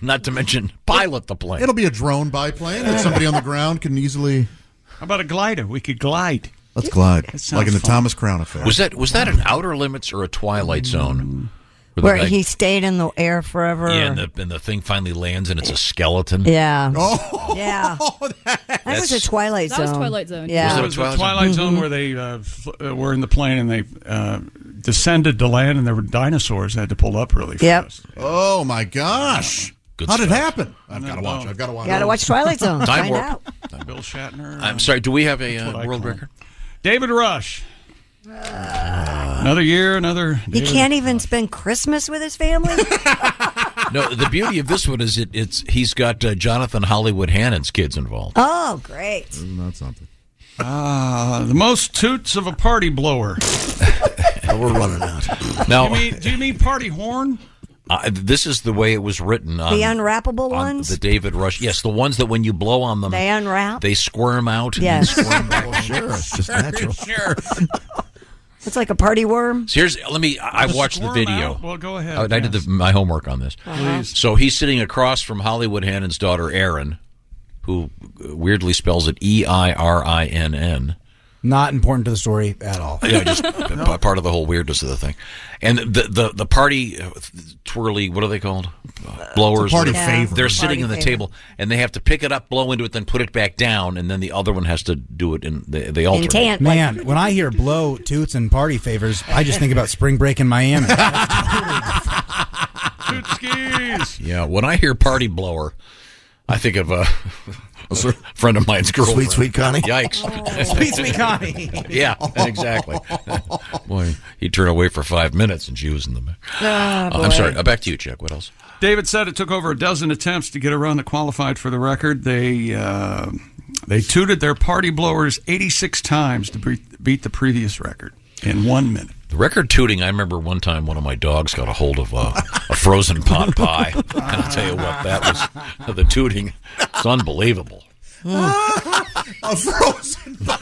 A: Not to mention pilot the plane.
G: It'll be a drone biplane that somebody on the ground can easily.
D: How about a glider? We could glide.
G: Let's glide.
D: That sounds
G: Like in the
D: fun.
G: Thomas Crown affair.
A: Was that was that an Outer Limits or a Twilight Zone? the
H: Where
A: guy-
H: he stayed in the air forever.
A: yeah, and the, and the thing finally lands and it's a skeleton.
H: Yeah.
G: Oh,
H: yeah.
G: That
H: was a Twilight Zone.
U: That was Twilight Zone.
H: Yeah.
D: It
A: Was it a
D: was the
A: Twilight
D: Twilight,
A: Zone?
D: Zone,
H: Mhm.
D: where they uh, fl- uh, were in the plane and they uh, descended to land, and there were dinosaurs that had to pull up really
H: Yep.
D: fast.
G: Oh my gosh!
A: How
G: did it happen? I've
D: No,
G: got to
D: no.
G: watch. I've got to watch.
H: Gotta watch Twilight Zone.
A: (laughs) Time
H: Find
A: warp.
H: out.
D: Bill Shatner.
A: I'm sorry. Do we have a
D: That's what
A: uh,
D: I
A: world
D: call
A: record?
D: David Rush. another year, another.
H: He
D: David-
H: can't even spend Christmas with his family.
A: (laughs) No. The beauty of this one is it, it's he's got uh, Jonathan Hollywood Hannon's kids involved.
H: oh, great.
G: That's something.
D: Ah, the most toots of a party (laughs) blower.
A: we're running out. Now,
D: you mean, do you mean party horn?
A: uh, this is the way it was written on
H: the unwrappable
A: on
H: ones.
A: the David Rush. Yes, the ones that when you blow on them,
H: They unwrap?
A: they squirm out. and then
H: Yes.
A: squirm back
H: (laughs)
A: in.
H: Sure, it's just
A: natural.
H: Sure. it's like a party worm.
A: So here's let me. I I
H: The
A: watched the
H: squirm
A: video.
H: out? Well, go ahead,
A: I, I did the, my homework on this.
H: Uh-huh. Please.
A: So he's sitting across from Hollywood Hannon's daughter Erin, who uh, weirdly spells it E I R I N N.
J: Not important to the story at all.
A: Yeah,
J: (laughs)
C: (laughs)
A: just p- part of the whole weirdness of the thing. And the the the party uh, twirly. What are they called? Uh, Blowers.
G: It's a party
A: They're-
G: favor.
A: They're
G: Party
A: sitting on the
G: favor.
A: table and they have to pick it up, blow into it, then put it back down, and then the other one has to do it in the the alternate.
J: Man, when I hear blow, toots, and party favors, I just think about spring break in
A: (laughs)
J: Miami.
A: Yeah, when I hear party blower, I think of uh, (laughs) a friend of mine's girlfriend.
C: Sweet, sweet Connie?
A: Yikes.
C: (laughs) Sweet, sweet Connie.
B: (laughs)
G: (laughs)
A: yeah, exactly. boy, he'd turn away for five minutes and she was in the.
D: Ah,
A: I'm
D: boy.
A: sorry. Uh, back to you, Jack. What else?
D: David said it took over a dozen attempts to get a run that qualified for the record. They uh, they tooted their party blowers 86 times to be- beat the previous record in one minute.
A: The record tooting, I remember one time one of my dogs got a hold of uh, a frozen pot pie. And I'll tell you what, that was the tooting. It's unbelievable. (laughs)
G: a frozen.
H: One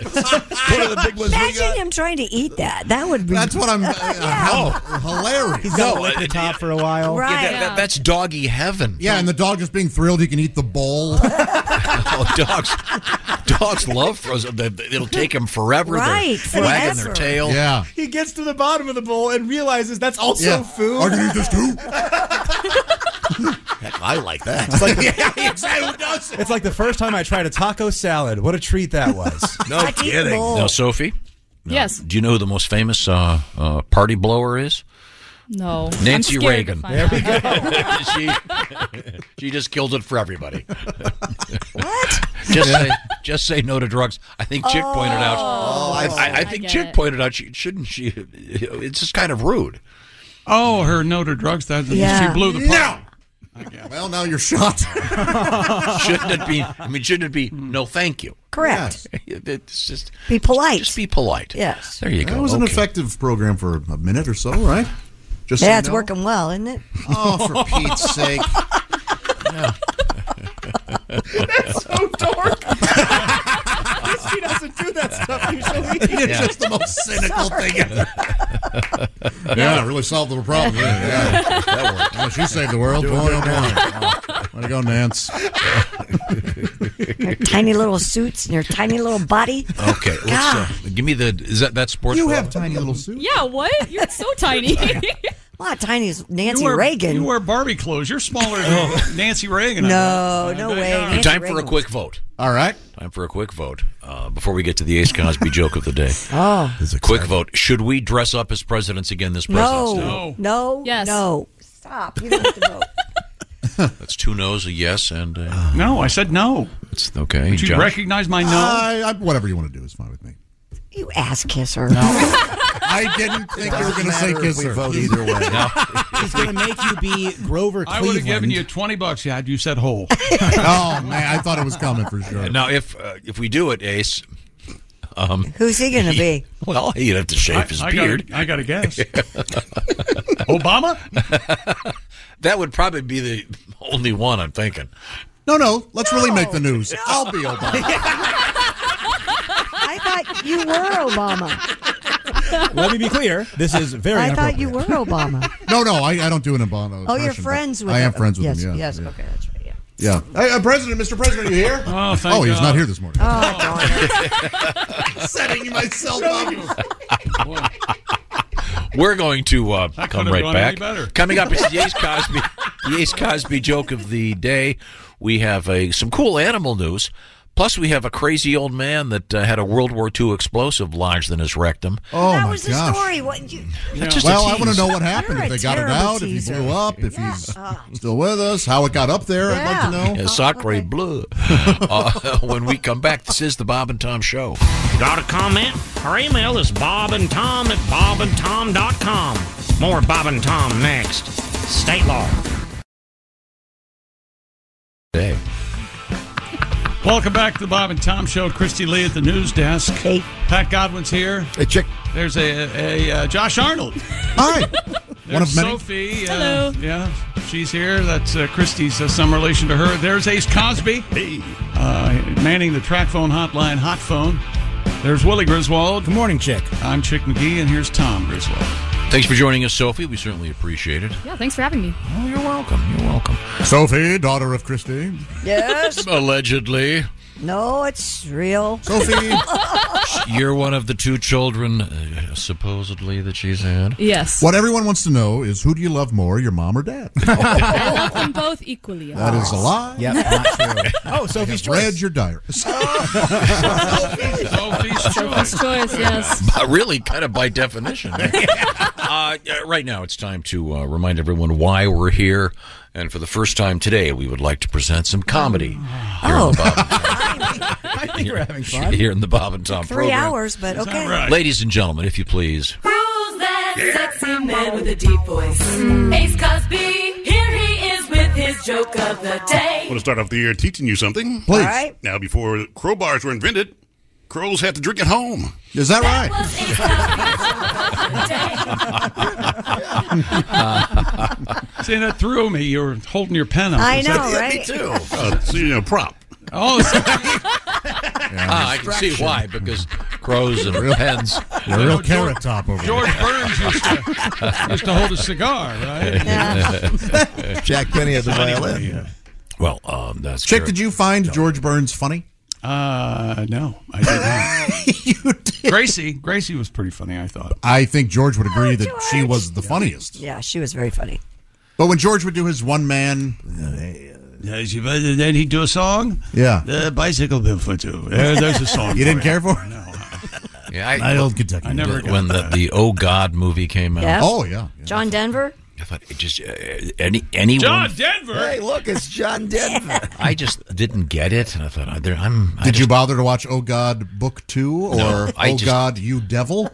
G: of the big ones we
H: Imagine him trying to eat that. That would be.
G: That's what
H: (laughs)
G: I'm. hilarious.
J: He's got like the top for a while.
H: Right.
A: Yeah, that- that- that's doggy heaven.
G: Yeah, and the dog is being thrilled he can eat the
A: (laughs)
G: bowl.
A: Oh, dogs, dogs love frozen. they- they- It'll take them forever.
G: Right,
A: They're wagging
G: forever.
A: their tail.
G: Yeah.
B: He gets to the bottom of the bowl and realizes that's also
G: Yeah.
B: food. (laughs)
G: I can eat this too.
A: Heck, I like that.
B: It's
G: (laughs)
B: like,
G: exactly. Who does
B: it's like the first time I tried a taco salad. What a treat that was.
A: No kidding. Now, Sophie. now,
U: Yes.
A: Um, Do you know who the most famous uh, uh, party blower is?
U: No. I'm
A: Nancy
U: scared to
A: Reagan.
U: find There we out.
A: (laughs) she, she just killed it for everybody. what? (laughs) Just say, just say no to drugs. I think Chick pointed out. I, I, I think Chick pointed out. She, shouldn't she? It's just kind of rude.
D: Oh, her no to drugs. That
A: Yeah.
D: she blew the (laughs)
A: No!
G: Well, now you're shot.
A: shouldn't it be? I mean, shouldn't it be? No, thank you.
H: Correct.
A: (laughs) It's just
H: Be polite.
A: Just be polite.
H: Yes.
A: There you
G: that
A: go.
G: was an
A: Okay.
G: effective program for a minute or so, right? Just so
H: yeah,
G: you
H: it's
G: know.
H: working well, isn't it?
G: Oh, for
H: (laughs)
G: Pete's sake.
O: That's so dork. (laughs) she doesn't do that stuff usually.
A: (laughs)
G: It's just the most cynical thing ever. (laughs) yeah, it really solved the problem. Yeah, yeah.
A: (laughs)
O: That worked.
G: Oh, she saved the world.
O: Doing
G: Boy,
O: good
G: oh, boy. Way to go,
A: (laughs)
G: Nance.
H: Your tiny little suits and your tiny little body.
A: Okay, let's, uh,
H: God.
A: give me the. Is that that sports?
H: You
A: ball?
H: have
G: tiny little suits.
H: Yeah, what? You're so (laughs) tiny. Not tiny as Nancy
D: you wear,
H: Reagan.
D: You wear Barbie clothes. You're smaller than Nancy Reagan. I
H: No,
D: bet.
H: no
D: I bet
H: way.
D: not.
H: Nancy
A: Time for a quick vote.
G: All right.
A: Time for a quick vote uh, before we get to the Ace Cosby joke of the day.
H: (laughs) Oh.
A: Quick vote. Should we dress up as presidents again this
H: No,
A: President's Day?
H: no, no, yes. no. Stop. You don't have to vote.
A: That's two no's, a yes, and uh,
D: No, I said no.
A: It's okay.
D: Would you
A: Josh?
D: recognize my no?
G: I, I, whatever you want to do is fine with me.
H: You ass kisser.
G: I didn't think you were going to say
J: matter if
G: kiss
J: we
G: her.
J: vote
G: either way.
J: He's going to make you be Grover
D: I would
J: Cleveland.
D: have given you 20 bucks had you said whole.
G: oh, man. I thought it was coming for sure.
A: Now, if uh, if we do it, Ace. Um,
H: Who's he going to be? (laughs)
A: well, he'd have to shave his
D: I gotta-
A: beard.
D: I got to
A: (laughs)
D: guess.
A: Obama? that would probably be the only one I'm thinking.
G: No, no. Let's really make the news. I'll be Obama.
H: I thought you were Obama.
F: Let me be clear.
G: This is very.
Q: I thought you were Obama.
G: No, no, I, I don't do an Obama.
Q: Oh, you're
G: impression, but
Q: friends with
G: I
Q: him.
G: am friends with
Q: yes,
G: him. Yeah.
Q: Yes, okay, that's right.
G: Yeah.
I: Hey, uh, President, Mr. President, are you here?
G: Oh, thank Oh, he's God. not here this morning.
Q: Oh, darn it.
I: Setting myself up.
A: We're going to uh,
I: That
A: come
I: could've
A: right
I: gone
A: back.
I: any better.
A: Coming up
I: (laughs)
A: is the Ace Cosby, the Ace Cosby joke of the day. We have a, some cool animal news. Plus, we have a crazy old man that uh, had a World War II explosive lodged in his rectum.
G: Oh
Q: that
G: my
Q: was the
G: gosh.
Q: story. What you?
G: Yeah. well, I want to know what happened.
Q: You're
G: If
Q: a
G: they got it
Q: terrible
G: out,
Q: teaser.
G: if he blew up, if he's still with us, how it got up there. I'd
Q: Yeah.
G: love to know.
A: Yeah, Sacre bleu. Uh, (laughs) when we come back, this is the Bob and Tom Show.
L: Got a comment? Our email is Bob and Tom at bobandtom.com. More Bob and Tom next. State law.
A: Hey.
D: Welcome back to the Bob and Tom Show. Christy Lee at the news desk. Hey. Pat Godwin's here. Hey,
G: chick.
D: There's a, a, uh, Josh Arnold. (laughs)
G: Hi.
D: One
G: of many.
D: Sophie. uh,
L: Hello.
D: Yeah, she's here. That's uh, Christy's uh, some relation to her. There's Ace Cosby. Hey. Uh, manning the track phone hotline, hot phone. There's Willie Griswold. Good morning, Chick. I'm Chick McGee, and here's Tom Griswold.
A: Thanks for joining us, Sophie. We certainly appreciate it.
P: Yeah, thanks for having me.
A: Oh, you're welcome. You're welcome.
G: Sophie, daughter of Christine.
Q: Yes.
A: Allegedly,
Q: No, it's real. (laughs)
G: Sophie.
A: you're one of the two children, uh, supposedly, that she's had.
P: Yes.
G: What everyone wants to know is who do you love more, your mom or dad?
P: I love them both equally. Oh,
G: That is a lie.
Q: Yep,
G: not (laughs) true.
Q: Oh,
G: I have read your diary.
A: (laughs)
P: Sophie's choice. choice, yes.
A: But really, kind of by definition. uh, yeah, right now, it's time to uh, remind everyone why we're here. And for the first time today, we would like to present some comedy
G: Oh.
A: here, on the Bob,
Q: Oh. (laughs) I
A: think
G: (laughs)
A: we're (laughs) having Oh. here in the Bob and Tom
Q: Three
A: program.
Q: hours, but okay.
A: Ladies and gentlemen, if you please.
N: Who's that sexy man with a deep voice? Ace Cosby, here he is with his joke of the
V: I
N: day.
V: want to start off the year teaching you something.
N: Please. All right.
V: Now, before crowbars were invented, crows had to drink at home.
G: Is that right?
D: See, that threw me. You were holding your pen up.
Q: I
D: Is that-
Q: know, right? Me too.
V: (laughs) Uh, so, you know, prop.
D: Oh, so-
A: Ah, I can see why, because crows and
G: Real-
A: hens.
G: (laughs) You're a real carrot top
A: (laughs)
G: over
D: George Burns used to, used to hold a cigar,
A: (laughs)
D: right?
G: Yeah. (laughs) Jack Benny at the violin.
A: Well, um, that's
G: Chick,
A: true.
G: did you find George Burns funny?
D: Uh, no, I did
G: not. you did.
D: Gracie, Gracie was pretty funny. I thought.
G: (laughs) I think George would agree that she was the funniest.
Q: Yeah, she was very funny.
G: But when George would do his one (laughs) man,
D: Then he'd do a song.
G: Yeah.
D: the bicycle bill for two. There- there's a
G: (laughs)
D: song.
G: You didn't
D: for
G: care for? it?
A: Yeah, I,
G: My old Kentucky.
D: I never got
A: when the, the Oh God movie came out.
Q: Yes.
G: Oh, yeah.
Q: John Denver.
A: I thought it just uh, any anyone.
D: Denver.
Q: Hey, look, it's John Denver.
A: I just didn't get it, and I thought I, there- I'm. I
G: Did you
A: just-
G: bother to watch Oh God Book Two or
A: No, I
G: Oh
A: just-
G: God You Devil?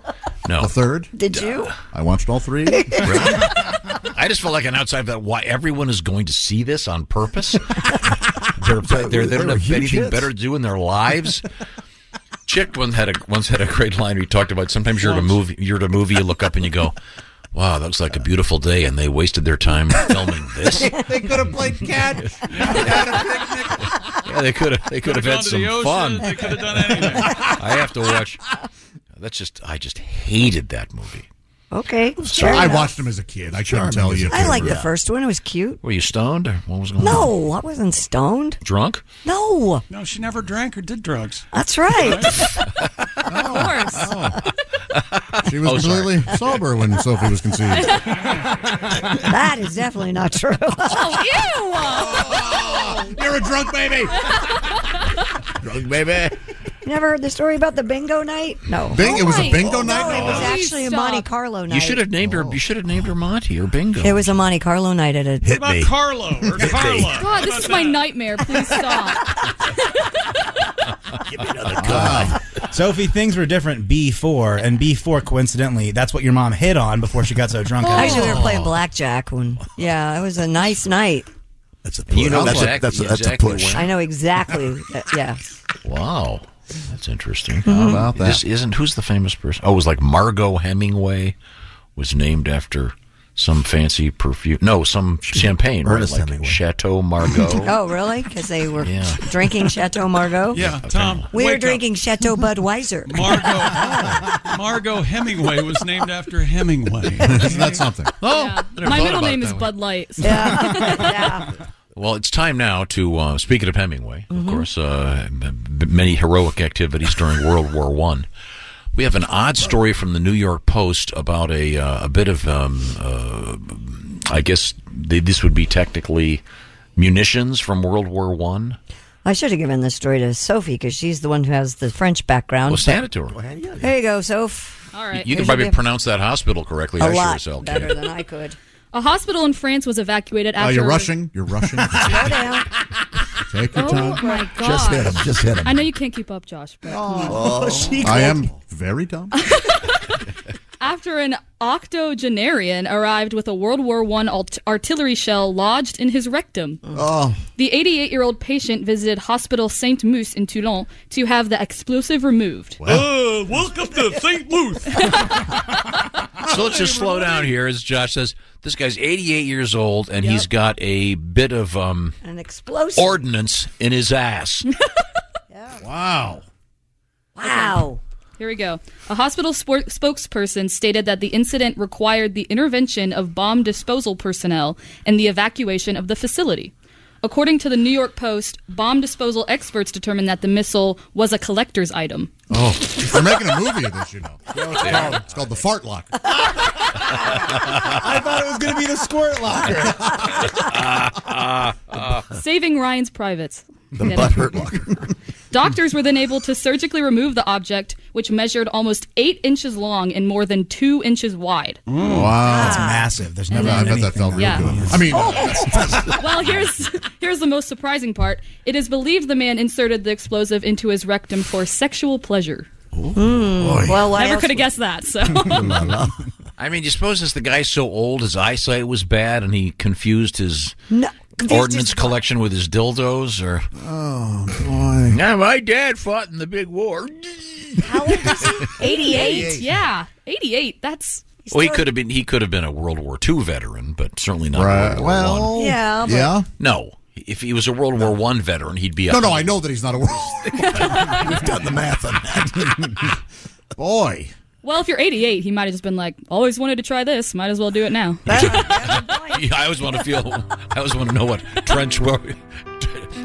A: No.
G: the third.
Q: Did you? (laughs)
G: I watched all
A: (laughs)
G: three.
A: I just felt like an outside. That why everyone is going to see this on purpose. (laughs) they're, they're, they
I: They
A: don't
I: were
A: have
I: huge
A: anything
I: hits.
A: better to do in their lives. Chick once had a once had a great line. We talked about sometimes you're at a
I: Once.
A: movie, you're at a movie, you look up and you go, "Wow, that looks like a beautiful day," and they wasted their time filming (laughs) this.
G: they could have played
A: (laughs)
G: catch.
A: Yeah, they could have. They could
D: Could've
A: have had
D: gone to the
A: some
D: ocean,
A: fun.
D: they could've done anything.
A: (laughs) I have to watch. That's just. I just hated that movie.
Q: Okay.
G: Sorry, I watched him as a kid. I couldn't tell you.
Q: I liked the first one. It was cute.
A: Were you stoned? Or what was going on?
Q: No, I wasn't stoned.
A: Drunk?
Q: No.
D: No, she never drank or did drugs. Oh,
Q: That's right. (laughs)
G: She was
Q: Oh, sorry.
G: completely sober when Sophie was
A: (laughs)
G: conceived.
Q: that is definitely not true.
G: (laughs) oh, ew! (laughs) You're a drunk baby. Drunk baby.
Q: You never heard the story about the bingo night? No.
G: Bing- it was
A: Oh,
G: a bingo night.
Q: No, it was actually a Monte
P: Oh,
Q: Carlo night.
A: You should have named her. You should have named her Monty or Bingo.
Q: It was a Monte Carlo night at a.
A: Hit What about me.
D: Carlo or Carla.
P: God, this is my nightmare. Please stop.
A: Oh,
J: (laughs) Sophie, things were different before, and before, coincidentally, that's what your mom hit on before she got so
H: Oh.
J: drunk.
Q: I should have
A: Oh.
Q: played blackjack when. Yeah, it was a nice night.
A: That's a
Q: push.
A: You know
Q: That's a-
A: exactly,
Q: that's a- that's a
A: exactly
Q: push.
A: when-
Q: I know exactly. uh, yeah.
A: Wow, that's interesting. Hmm.
Q: How about
A: This isn't who's the famous person? Oh, it was like Margot Hemingway was named after some fancy perfume. No, some champagne, right?
E: Ernest
A: Like Chateau Margaux.
H: (laughs) Oh, really? Because they were
A: Yeah.
H: drinking Chateau Margaux?
D: (laughs) Yeah, Tom.
H: We
D: wake
H: were
D: up.
H: drinking
D: (laughs)
H: Chateau Budweiser.
D: Margot Hemingway was named after
G: (laughs)
D: Hemingway. Isn't that something? Oh,
P: Yeah. My middle name is Bud Light. yeah.
A: Well, it's time now to uh, speaking of Hemingway,
P: Mhm.
A: of course, uh, m- m- many heroic activities during World War One. We have an odd story from the New York Post about a uh, a bit of, um, uh, I guess they, this would be technically munitions from World War One.
H: I should have given this story to Sophie because she's the one who has the French background.
A: Well, stand
H: but-
A: it to her.
H: There you go, Soph.
P: (laughs) All
A: You can probably pronounce that hospital correctly.
H: A
A: I sure
H: lot
A: as hell
H: better
A: can.
H: than I could.
P: A hospital in France was evacuated
G: Oh,
P: after.
G: you're rushing.
H: (laughs)
G: You're rushing.
H: Slow down.
G: Take your
P: Oh,
G: time.
P: my God. Just hit him,
G: Just hit
P: I know you can't keep up, Josh. But
G: Oh,
P: she
G: I am very dumb.
P: After an octogenarian arrived with a World War I alt- artillery shell lodged in his rectum.
E: Oh.
P: The 88 year old patient visited Hospital Saint Mousse in Toulon to have the explosive removed.
D: Uh, welcome to St. Louis.
A: So let's just slow down here. As Josh says, this guy's 88 years old and he's got a bit of um,
H: An explosive.
A: ordnance in his ass.
G: Wow.
H: Wow.
P: Here we go. A hospital spor- spokesperson stated that the incident required the intervention of bomb disposal personnel and the evacuation of the facility. According to the New York Post, bomb disposal experts determined that the missile was a collector's item.
G: Oh, they're making a movie of this, you know. it's, called, it's called the Fart Locker.
J: I thought it was going to be the squirt locker.
P: Saving Ryan's privates.
E: Oh. The
P: Get it?
E: butt hurt locker.
P: (laughs) Doctors were then able to surgically remove the object, which measured almost eight inches long and more than two inches wide.
E: Mm.
J: Mm.
G: Wow.
J: That's massive. There's never
G: Yeah, I
J: been
G: bet that felt
J: anything
G: real
P: that-
G: good. I mean,
P: Oh.
G: (laughs)
P: well, here's here's the most surprising part. It is believed the man inserted the explosive into his rectum for sexual pleasure.
A: Boy.
H: well, why
P: never
H: else
P: could have guessed that.
G: (laughs)
P: So
A: I mean, you suppose this the guy's so old his eyesight was bad and he confused his
H: no,
A: ordnance collection with his dildos, or
G: oh boy.
A: Yeah, my dad fought in the big war.
P: (laughs) eighty-eight, yeah, eighty-eight. That's
A: well, he could have been he could have been a World War II veteran, but certainly not World War
G: Well,
P: One. Yeah, but-
G: yeah.
A: I. No, if he was a World War One veteran, he'd be
G: No,
A: up
G: no, I know that he's not a world. We've done the math on that. Boy.
P: well, if you're eighty-eight, he might have just been like, always wanted to try this. Might as well do it now.
A: Yeah, I always want to feel. I always want to know what trench war,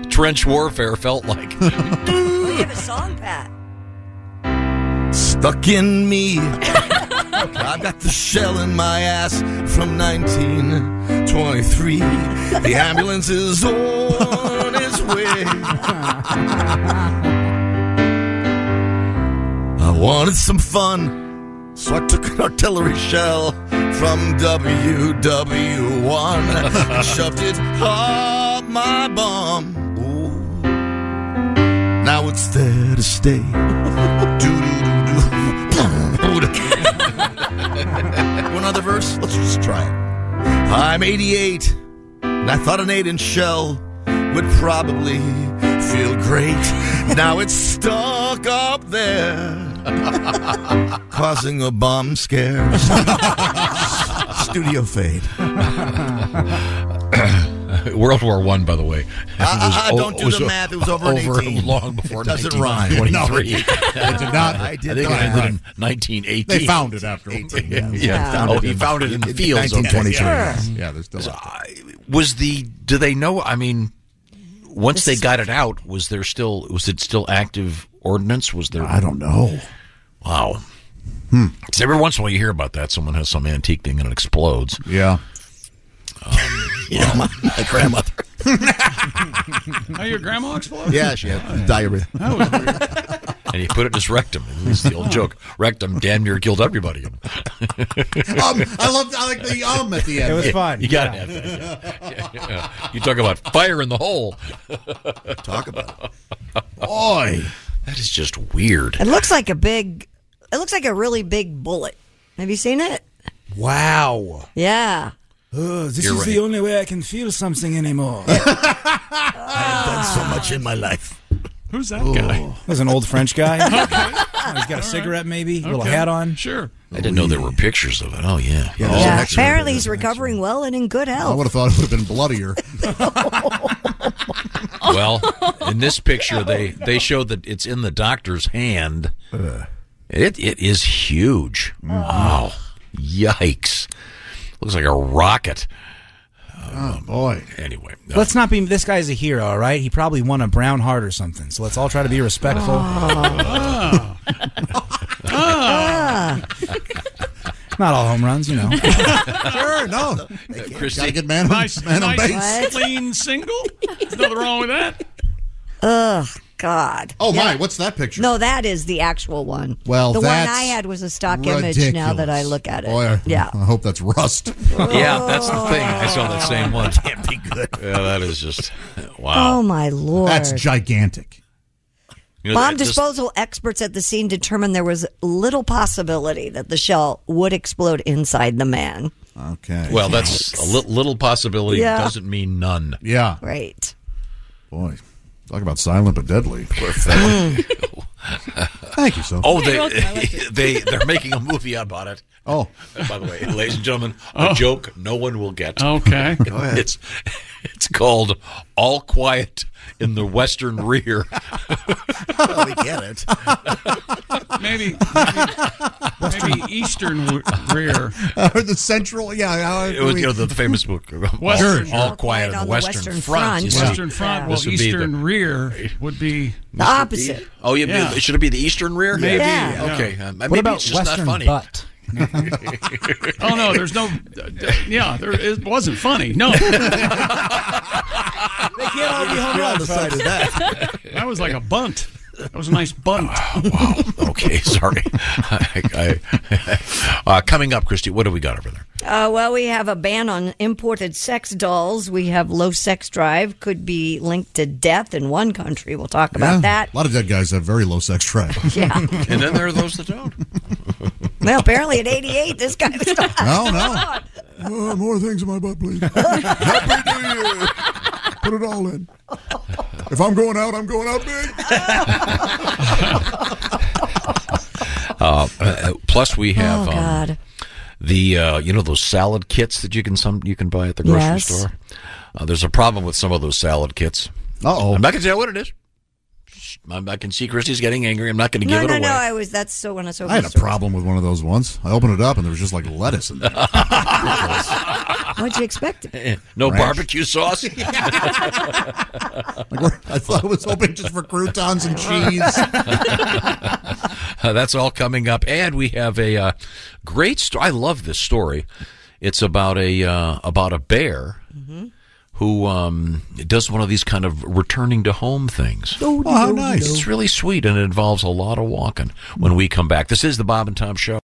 A: trench warfare felt like.
H: We have a song, Pat.
I: Stuck in me. I got the shell in my ass from 1923. The ambulance is on its way. I wanted some fun, so I took an artillery shell from WW1 and shoved it up my bum. Ooh. Now it's there to stay. One other verse? Let's just try it. I'm 88, and I thought an 8 inch shell would probably feel great. Now it's stuck up there, (laughs) causing a bomb scare. (laughs) Studio fade.
A: World War One, by the way.
G: Ah.
B: Ah,
I: I, I,
A: was-
I: don't do
A: was
I: the math. It was over, in
A: over
I: 18.
A: long before
I: It doesn't rhyme.
A: 1923.
I: No, it did
A: (laughs)
I: not. I did
A: I think
I: not.
A: it ended in 1918.
G: They found it after.
A: Yeah. Oh, he found it in the fields. okay. Uh,
G: Yeah, there's still.
A: Was the? Do they know? I mean, once they got it out, was there still? Was it still active ordinance? Was there? I
G: don't know.
A: Wow. Hmm. every once in a while you hear about that. Someone has some antique thing and it explodes. Um,
G: Yeah.
A: (laughs) yeah, my, my (laughs) grandmother.
D: Oh, your grandma exploded? (laughs) Oh,
A: diarrhea. (laughs) and he put it in his rectum. And it's the old joke. Rectum damn near killed
G: (laughs)
A: everybody. um,
G: Um, I love. I like the um at the end.
A: You got to have that. yeah. Yeah, yeah. You talk about fire in the hole.
I: talk about
A: it. Boy. That is just weird.
H: It looks like a big, it looks like a really big bullet. Have you seen it?
F: Wow.
H: Yeah.
J: Oh,
F: Ugh, this
H: You're
F: is
H: right.
F: the only way I can feel something anymore.
I: I've done so much in my life.
D: Who's that guy?
J: There's an old French (laughs) guy. He's got
D: All
J: a cigarette, maybe. A little
D: Okay.
J: hat on.
D: Sure.
A: I didn't know there were pictures of it. Oh yeah.
J: Yeah, there's an
A: oh, yeah.
J: extra-
H: Apparently, he's recovering well and in good
G: I
H: health.
G: would have thought it would have been bloodier.
A: (laughs) Well, in this picture, they they show that it's in the doctor's hand. It it is huge. Wow! Yikes! Looks like a rocket.
G: Oh boy.
A: Anyway,
J: Let's not be. This guy's a hero, all right? He probably won a Brown Heart or something. So let's all try to be respectful.
D: Ah.
J: Ah. Not all home runs, you know.
G: (laughs) (laughs) sure, no.
A: Christy,
G: Gotta get man on-
D: nice,
G: man on
D: nice
G: base.
D: clean single. There's nothing wrong with that.
H: Ugh, God.
G: Oh, my,
H: Yeah.
G: what's that picture?
H: No, that is the actual one.
G: Well,
H: the
G: that's
H: one I had was a stock image. Now that I look at it,
G: Boy, I,
H: yeah. Oh.
G: I hope that's rust.
A: (laughs) Yeah, that's the thing. I saw that same one. (laughs) Can't be good. Yeah, that is just wow.
H: Oh my lord!
G: That's gigantic.
A: You know,
H: Bomb
A: that just-
H: disposal experts at the scene determined there was little possibility that the shell would explode inside the man.
G: Okay.
A: Well, that's a li- little possibility.
H: Yeah.
A: Doesn't mean none.
G: Yeah.
H: Right.
G: Boy, talk about silent but deadly.
A: (laughs)
G: Thank you, so. (laughs)
A: Oh, (laughs) they they they're making a movie about it.
G: Oh,
A: by
D: (laughs)
A: the way, ladies and gentlemen, a
D: Oh.
A: joke no one will get. (laughs)
D: Okay. Go ahead.
A: it's it's called "All Quiet in the Western Rear."
D: (laughs) Well, we get
A: (laughs) it.
D: Maybe, maybe, maybe Eastern w- rear.
G: Or the central, yeah. how-
A: It was, you know, the famous book, uh,
D: Western.
A: All, All Quiet on the Western, Front. you see.
D: Western front. Well,
A: This would be the-
D: Eastern rear would be
H: The opposite.
A: Oh, yeah, it should it be the Eastern Rear?
D: Maybe,
A: Yeah.
D: yeah.
A: Okay. Um,
D: What
A: maybe
D: about
A: it's just
D: Western
A: not funny. (laughs)
D: butt? Oh no, there's no. Yeah, there, it wasn't funny.
A: (laughs)
D: No, that
J: They can't all be home
D: We all
J: runs.
D: decided
J: folks.
D: was like a bunt. That was a nice
J: (laughs)
D: bunt.
A: Oh, okay, (laughs) sorry. I, I, (laughs) uh, coming up, Christy, what do we got over there?
H: Uh, well, we have a ban on imported sex dolls. We have low sex drive could be linked to death in one country. We'll talk about
G: Yeah.
H: that.
G: A lot of dead guys have very low sex drive.
H: Yeah.
A: And then there are those that don't.
H: Well, apparently at 88, this guy
G: (laughs)
H: was not.
G: No, no. Uh, more things in my butt, please. Happy New Year. Put it all in. (laughs) If I'm going out, I'm going out big.
A: Uh, uh, plus, we have
H: Oh,
A: um,
H: God.
A: the uh, you know those salad kits that you can some you can buy at the grocery
H: Yes.
A: store. Uh, there's a problem with some of those salad kits.
G: oh,
A: I'm not going to tell what it is. Shh, I'm- I can see Christy's getting angry. I'm not going to
H: No,
A: give
H: no,
A: it
H: no.
A: away.
H: I was, that's so when I saw
G: I had a problem with one of those once. I opened it up and there was just like lettuce in there.
H: What'd you expect?
A: (laughs) no
G: Ranch.
V: (laughs)
H: (laughs)
A: barbecue sauce.
G: Like, we're- I thought I was hoping just for croutons and cheese.
A: Uh, (laughs) that's all coming up, and we have a uh, great story. I love this story. It's about a uh, about a bear
D: Mm-hmm.
A: who um, does one of these kind of returning to home things.
G: Oh, how nice.
A: It's really sweet, and it involves a lot of walking. When we come back, this is the Bob and Tom Show.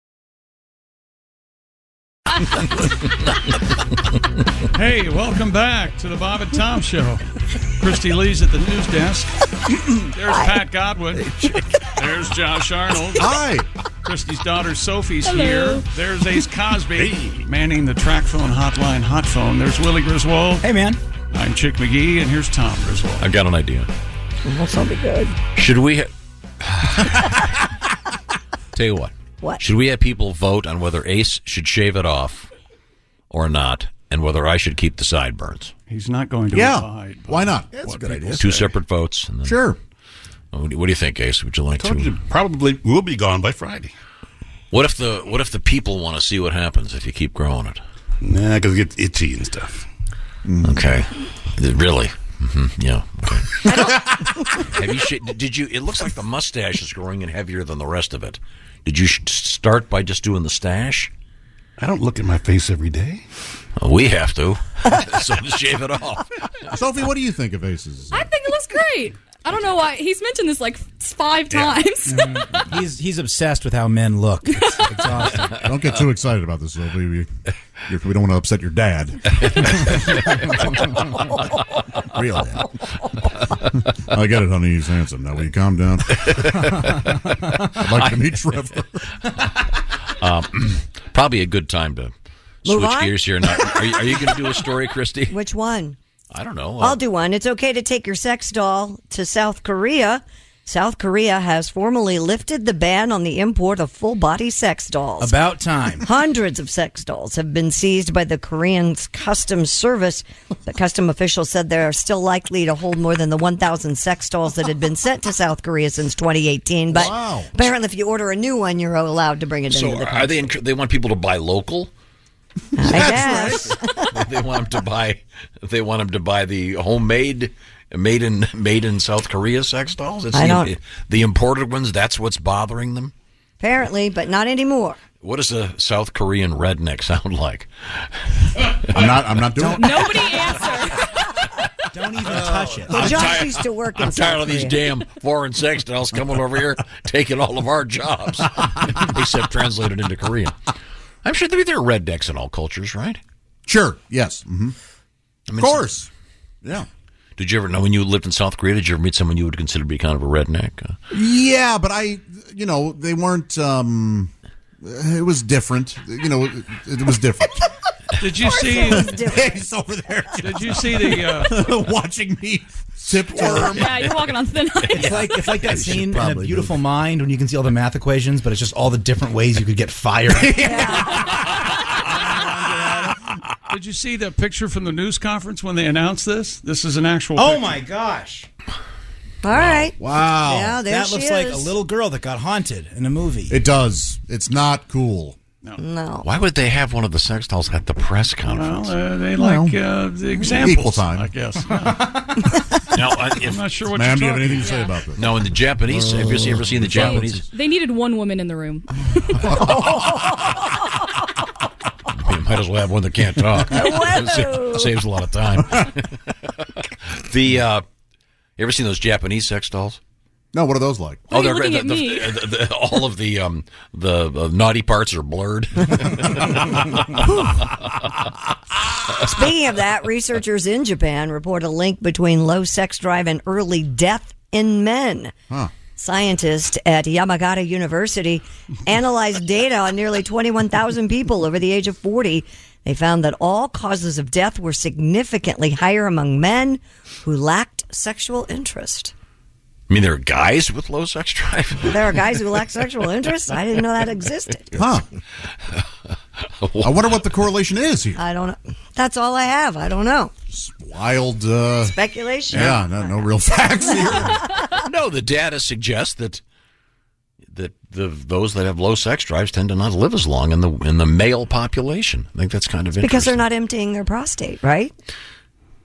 D: Hey, welcome back to the Bob and Tom Show. Christy Lee's at the news desk. (clears throat) There's Pat Godwin. There's Josh Arnold.
G: Hi.
D: Christy's daughter Sophie's
W: Hello.
D: here. There's Ace Cosby manning the track phone hotline hot phone. There's Willie Griswold. Hey,
J: man.
D: I'm Chick McGee, and here's Tom Griswold.
A: I got an idea.
H: Well, something good.
A: Should we? Ha- (laughs) Tell you what.
H: What?
A: Should we have people vote on whether Ace should shave it off or not, and whether I should keep the sideburns?
D: He's not going to
G: Yeah.
D: abide. by
G: Why not?
D: what people
A: Two
D: say.
A: separate votes. And then,
G: Sure.
A: What do you what do you think, Ace? Would you like
V: Told
A: to?
V: you, probably will be gone by Friday.
A: What if the What if the people want to see what happens if you keep growing it?
V: Nah, because it gets itchy and stuff. Mm.
A: Okay. Really? hmm Yeah. Okay. (laughs) Have you? Sh- did you? It looks like the mustache is growing in heavier than the rest of it. Did you sh- start by just doing the stash?
V: I don't look at my face every day.
A: We have to. (laughs) so just shave it off.
G: Sophie, what do you think of Aces?
P: I think it looks great. I don't know why he's mentioned this like five
J: (laughs)
P: times. (laughs)
J: Mm-hmm. he's he's obsessed with how men look. It's exhausting.
G: (laughs) Don't get too excited about this, Sophie. We, you're- we don't want to upset your dad.
A: (laughs)
G: (laughs) Real
A: (laughs)
G: dad. I get it, honey. He's handsome. Now, will you calm
A: (laughs)
G: down? I'd like to meet Trevor.
A: Um, (clears throat) probably a good time to
H: Move
A: switch
H: on?
A: gears here. Now, are you, are you going to do a story, Christy?
H: (laughs) Which one?
A: I don't know. Uh,
H: I'll do one. It's okay to take your sex doll to South Korea. South Korea has formally lifted the ban on the import of full body sex dolls.
J: About time.
H: (laughs) Hundreds of sex dolls have been seized by the Korean Customs Service. The custom officials said they are still likely to hold more than the 1,000 sex dolls that had been sent to South Korea since 2018. But
A: Wow.
H: apparently, if you order a new one, you're allowed to bring it
A: So
H: into the
A: are they? encour- They want people to
H: (laughs)
A: buy local.
H: Yes.
A: they want them to buy. They want them to buy the homemade, made in made in South Korea sex dolls.
H: I
A: the,
H: don't-
A: the imported ones. That's what's bothering them.
H: Apparently, but not anymore.
A: What does a South Korean redneck sound (laughs) like?
G: I'm not. I'm not doing.
P: Nobody answer.
J: (laughs) Don't even touch it.
H: Well, Josh used to work in
A: I'm tired
H: South
A: of these
H: Korea.
A: damn foreign sex dolls coming over here taking all of our jobs, (laughs) except translated into Korean. I'm sure there there are rednecks in all cultures, right?
G: Sure. Yes. Mm-hmm.
A: I mean,
G: of course. Yeah.
A: Did you ever know when you lived in South Korea? Did you ever meet someone you would consider to be kind of a redneck? Uh,
G: Yeah, but I, you know, they weren't. um It was different. You know, it, it was different.
D: (laughs) Did you see? (laughs)
G: He's over there.
D: Did you see the uh,
G: (laughs)
D: Oh,
G: watching me sip
D: term?
P: Yeah,
G: (laughs)
P: you're walking on thin ice.
J: It's (laughs) like it's like that
P: should
J: scene in A
P: probably
J: Beautiful Mind when you can see all the math equations, but it's just all the different ways you could get
G: (laughs)
J: fired. (laughs)
D: Did you see the picture from the news conference when they announced this? This is an actual.
J: Oh
D: picture.
J: my gosh!
H: All right.
J: Wow,
H: Yeah, there
J: that
H: she
J: looks like a
H: is.
J: little girl that got haunted in a movie.
G: It does. It's not cool.
D: No.
H: No.
A: Oh. Why would they have one of the sex dolls at the press conference?
D: Well, uh, they like uh, the examples.
A: Equal time.
D: I guess.
A: now, (laughs) I, if,
D: I'm not sure what
A: Ma'am,
D: you're
A: do you have
D: talking
A: anything to say
D: about.
A: about this? Now, in the Japanese, have you ever seen the Japanese?
P: They needed one woman in the
G: (laughs)
P: room. (laughs)
A: You might as well have one that can't (laughs) talk.
P: Whoa.
A: Sa- Saves a lot of time. (laughs) the uh, you ever seen those Japanese sex dolls? Oh,
G: No, what are those like?
P: Why are you looking at
A: the,
P: me?
A: the- the- all of the um, the uh, naughty parts
P: (laughs)
A: are blurred.
H: Speaking of that, researchers in Japan report a link between low sex drive and early death in men. Scientists at Yamagata University analyzed data on nearly 21,000 people over the age of 40. They found that all causes of death were significantly higher among men who lacked sexual interest.
A: I mean, there are guys with low sex drive.
P: (laughs)
H: There are guys who lack sexual interest? I didn't know that existed.
G: (laughs)
A: (laughs)
G: Huh. I wonder what the correlation is here.
H: I don't know. That's all I have. I don't know.
G: Wild uh,
H: Speculation.
G: Yeah, no, no real facts here.
A: no, the data suggests that that the those that have low sex drives tend to not live as long in the in the male population. I think that's kind of interesting.
H: (laughs) Because they're not emptying their prostate, right?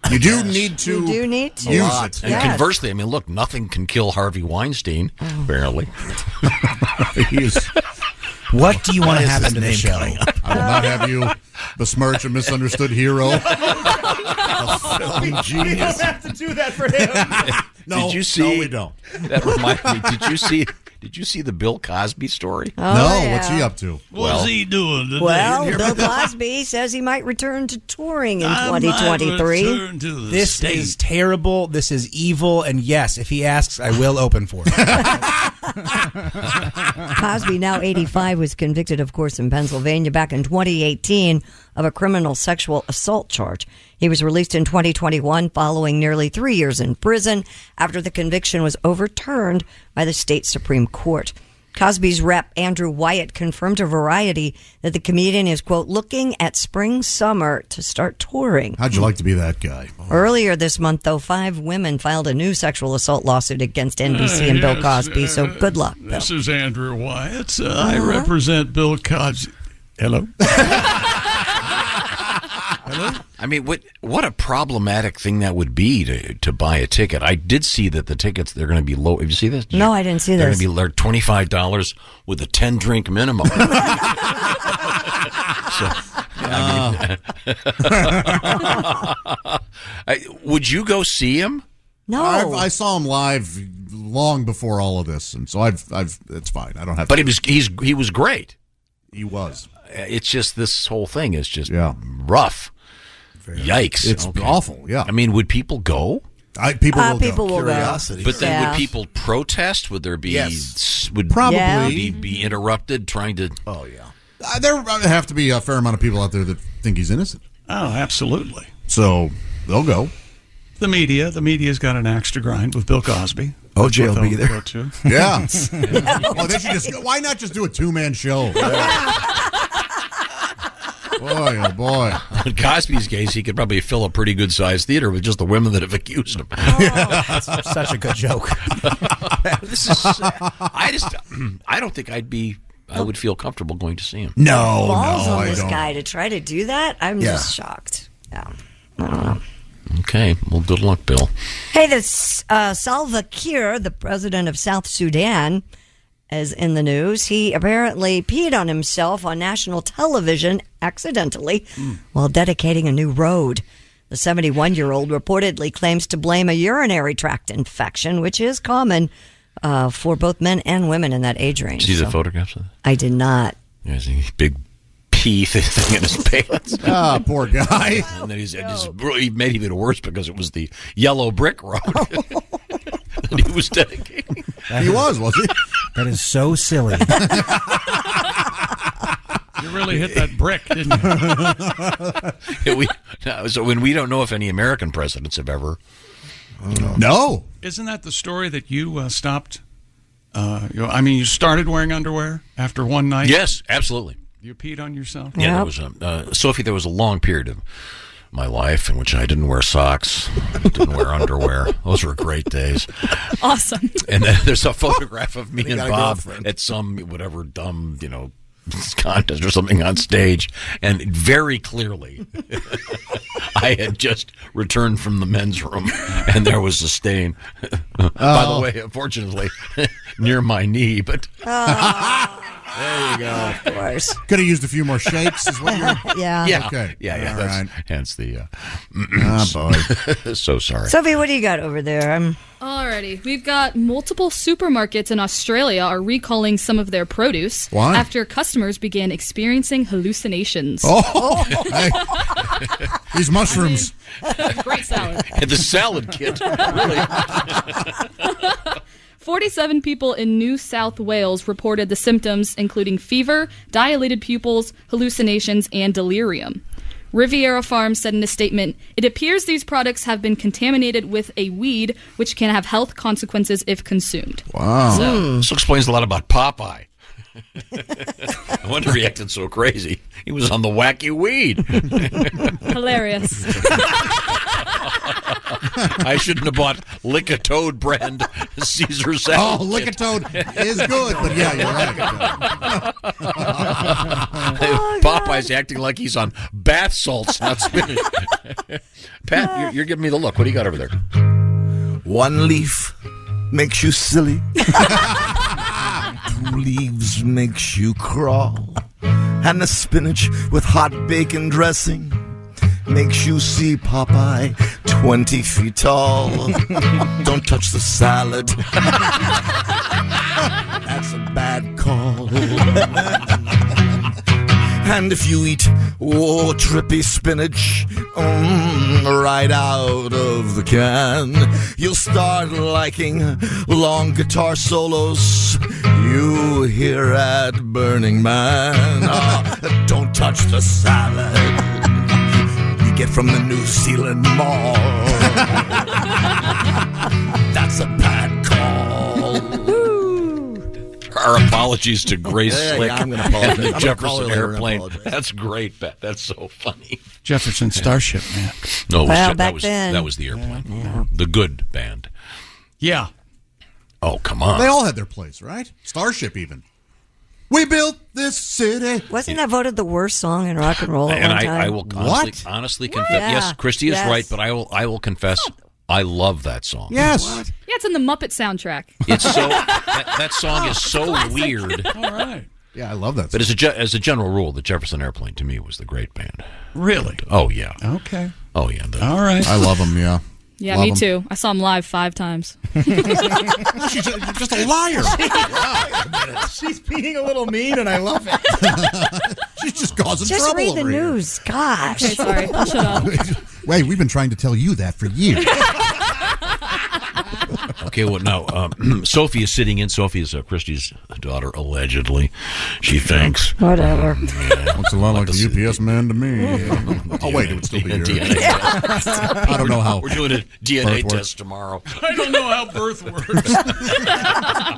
G: You do need to.
H: You do need to.
A: A lot. And
H: Yes. Oh.
A: conversely, I mean, look, nothing can kill Harvey Weinstein,
G: (laughs)
A: apparently. (laughs)
J: what do you
G: Why
J: want to
G: is
J: happen
G: his
J: to the
G: name
J: show?
G: coming up? I will not have you besmirch a misunderstood hero.
T: Oh,
G: genius.
T: (laughs) You don't have to do that for
H: (laughs)
T: him.
G: No,
A: did you see?
G: no, we don't.
A: That reminds me. Did you see? Did you see the Bill Cosby story?
H: Oh, No, what's yeah. he
G: up to?
A: Well,
W: doing today?
H: Well,
W: You hear
H: Bill
W: about that?
H: Cosby says he might return to touring in
W: I might
H: 2023.
W: return to the
J: This
W: state.
J: is terrible. This is evil. And yes, if he asks, I will open for it.
H: Cosby, now 85, was convicted, of course, in Pennsylvania back in 2018 of a criminal sexual assault charge. He was released in 2021 following nearly three years in prison after the conviction was overturned by the state Supreme Court. Cosby's rep, Andrew Wyatt, confirmed to Variety that the comedian is, quote, looking at spring summer to start touring.
G: How'd you like to be that guy?
H: Earlier this month, though, five women filed a new sexual assault lawsuit against NBC and Bill
D: yes,
H: Cosby.
D: uh,
H: so good luck.
D: This is Andrew Wyatt. Uh, I
H: Uh-huh.
D: represent Bill Cosby. Hello.
A: (laughs) I mean, what what a problematic thing that would be to to buy a ticket. I did see that the tickets they're going to be low. Have you seen this? Did
H: No,
A: you-
H: I didn't see
A: They're
H: this.
A: going to be like twenty five dollars with a ten
H: (laughs)
A: drink minimum. so, I mean, (laughs) I- would you go see him?
H: No,
G: I've, I saw him live long before all of this, and so I've, I've. It's fine. I don't have.
A: But
G: to.
A: he was he's he was great.
G: He was.
A: It's just this whole thing is just rough. Yikes!
G: It's awful, Yeah. I
A: mean, would people go?
G: I, people
H: Uh,
G: will go.
H: people will go. Curiosity.
A: But then
H: Yeah.
A: would people protest? Would there be
G: Yes.
A: would
G: Probably. Yeah.
A: be, be interrupted trying to? Oh yeah.
G: Uh, there have to be a fair amount of people out there that think he's innocent.
D: Oh, absolutely.
G: So they'll go.
D: the media. The media's got an axe to grind with Bill Cosby.
E: OJ will
D: They'll
E: be there.
D: go to.
G: (laughs)
D: (laughs)
G: Yeah.
A: (laughs)
G: oh, they should just. Why not just do a two man
A: (laughs)
G: show?
A: Boy, oh boy. (laughs) In Cosby's case, he could probably fill a pretty good sized theater with just the women that have accused him. (laughs)
H: Oh.
J: such a good joke.
A: this is. I just. (clears throat) I don't think I'd be. I would feel comfortable going to see him.
H: balls on this guy to try to do that. I'm
A: Yeah.
H: just shocked. Yeah.
A: Okay. Well, good luck, Bill.
H: Hey, this uh, Salva Kiir, the president of South Sudan, is in the news. He apparently peed on himself on national television accidentally while dedicating a new road. The 71 year old reportedly claims to blame a urinary tract infection, which is common uh, for both men and women in that age range.
A: See the
H: So-
A: photographs of that?
H: I did not.
A: There's a big pee (laughs) thing in his
G: (laughs)
A: pants.
G: Oh,
H: Ah, poor guy.
A: And then he's, it just really made him even worse because it was the yellow
H: (laughs)
A: brick road (laughs) that he was dedicating.
G: He was, was he?
J: That is so
T: (laughs)
J: silly.
D: You really hit that brick, didn't you?
A: (laughs) Yeah, we, no, so when we don't know if any American presidents have ever.
D: Isn't that the story that you uh, stopped? Uh, you, I mean, you started wearing underwear after one night.
A: Yes, absolutely.
D: You peed on yourself.
A: Yeah,
D: (laughs)
A: there was a, uh, Sophie. There was a long period of my life in which I didn't wear socks, didn't
P: (laughs)
A: wear underwear. Those were great days.
P: Awesome.
A: And then there's a photograph of me
P: They
A: and
P: got a
A: Bob
P: girlfriend.
A: at some whatever dumb, you know, (laughs) contest or something on stage, and very clearly, (laughs) I had just returned from the men's room, and there was a stain. (laughs) By the
I: Oh.
A: way, unfortunately, (laughs) near my knee, but.
P: Oh.
G: There
A: you go. Of
H: course.
G: Could have used a few more shakes. Is what you're.
H: (laughs) Yeah.
A: (laughs) Yeah.
G: Okay.
A: Yeah, yeah.
G: All
A: that's-
G: right.
A: Hence the. Uh, (clears throat)
G: Ah,
A: boy. so sorry.
H: Sophie, what do you got over there? I'm
P: Alrighty, we've got multiple supermarkets in Australia are recalling some of their produce
H: Why?
P: after customers began experiencing hallucinations.
G: Oh, hey. these mushrooms.
P: (laughs) Great salad.
A: (laughs) And the salad kit. Really.
P: 47 people in New South Wales reported the symptoms, including fever, dilated pupils, hallucinations, and delirium. Riviera Farms said in a statement, It appears these products have been contaminated with a weed which can have health consequences if consumed.
A: Wow.
P: So-
H: Hmm.
A: This explains a lot about
H: (laughs)
A: Popeye. I wonder if he acted so crazy. He was on the wacky
G: (laughs)
A: weed.
P: Hilarious.
A: (laughs) I shouldn't have bought Lickatoad brand (laughs) Caesar salad.
G: Oh, Lickatoad is good, but yeah, you're right.
A: (laughs) Popeye's acting like he's on bath salts, not spinach. Pat, you're, you're giving me the look. What do you got over there?
I: One leaf makes you silly. Two leaves makes you crawl. And the spinach with hot bacon dressing makes you see Popeye 20 feet tall. Don't touch the salad. That's a bad call. (laughs) and if you eat, oh, trippy spinach, mm, right out of the can, you'll start liking long guitar solos you hear at Burning Man. (laughs) Ah, don't touch the salad you get from the New Zealand Mall. (laughs) That's a bad call.
A: Our apologies to Grace
I: Yeah, yeah,
A: Slick
I: I'm gonna apologize.
A: and
I: I'm
A: the
I: gonna call her
A: Jefferson
I: later and
A: Airplane.
I: apologize.
A: That's great, Pat. That's so funny.
D: Jefferson Starship, man.
A: No, it was,
D: Well,
A: that,
D: back
A: was,
D: then.
A: that was the airplane. The good band.
D: Yeah.
A: Oh, come on.
G: They all had their place, right? Starship, even. We built this city.
H: Wasn't that voted the worst song in rock and roll at
A: and
H: one
A: I,
H: time?
A: I will honestly, honestly confess.
H: Yeah.
A: Yes, Christy is
P: Yes.
A: right, but I will. I will confess. I love that song.
P: Yeah, it's in the Muppet soundtrack.
A: it's so that, that song is (laughs) so weird.
D: All right.
G: Yeah, I love that.
A: But as a ge- as a general rule, the Jefferson Airplane to me was the great band.
D: Really?
A: Oh yeah.
D: Okay.
A: Oh yeah. the-
D: All right.
G: I love them. Yeah.
P: Yeah,
A: Love
P: me
A: 'em.
P: too. I saw him live five times.
G: She's just a liar.
T: (laughs) She's being a little mean, and I love it.
A: (laughs)
G: She's just causing
T: Just
G: trouble.
T: read the
G: over here.
T: news. Gosh.
P: Okay, sorry.
Q: (laughs)
P: I'll
G: (laughs)
P: shut up.
G: Wait, we've been trying to tell you that for years.
A: Okay, well, now, um, (clears throat) Sophie is sitting in. Sophie is uh, Christie's daughter, allegedly. She thinks. Um,
Q: Whatever.
G: Looks a lot like
A: (laughs)
G: the UPS man to me. oh, wait, it would still be here. I don't know how. (laughs)
A: We're doing a DNA
G: birth works.
A: test tomorrow.
D: I don't know how birth works.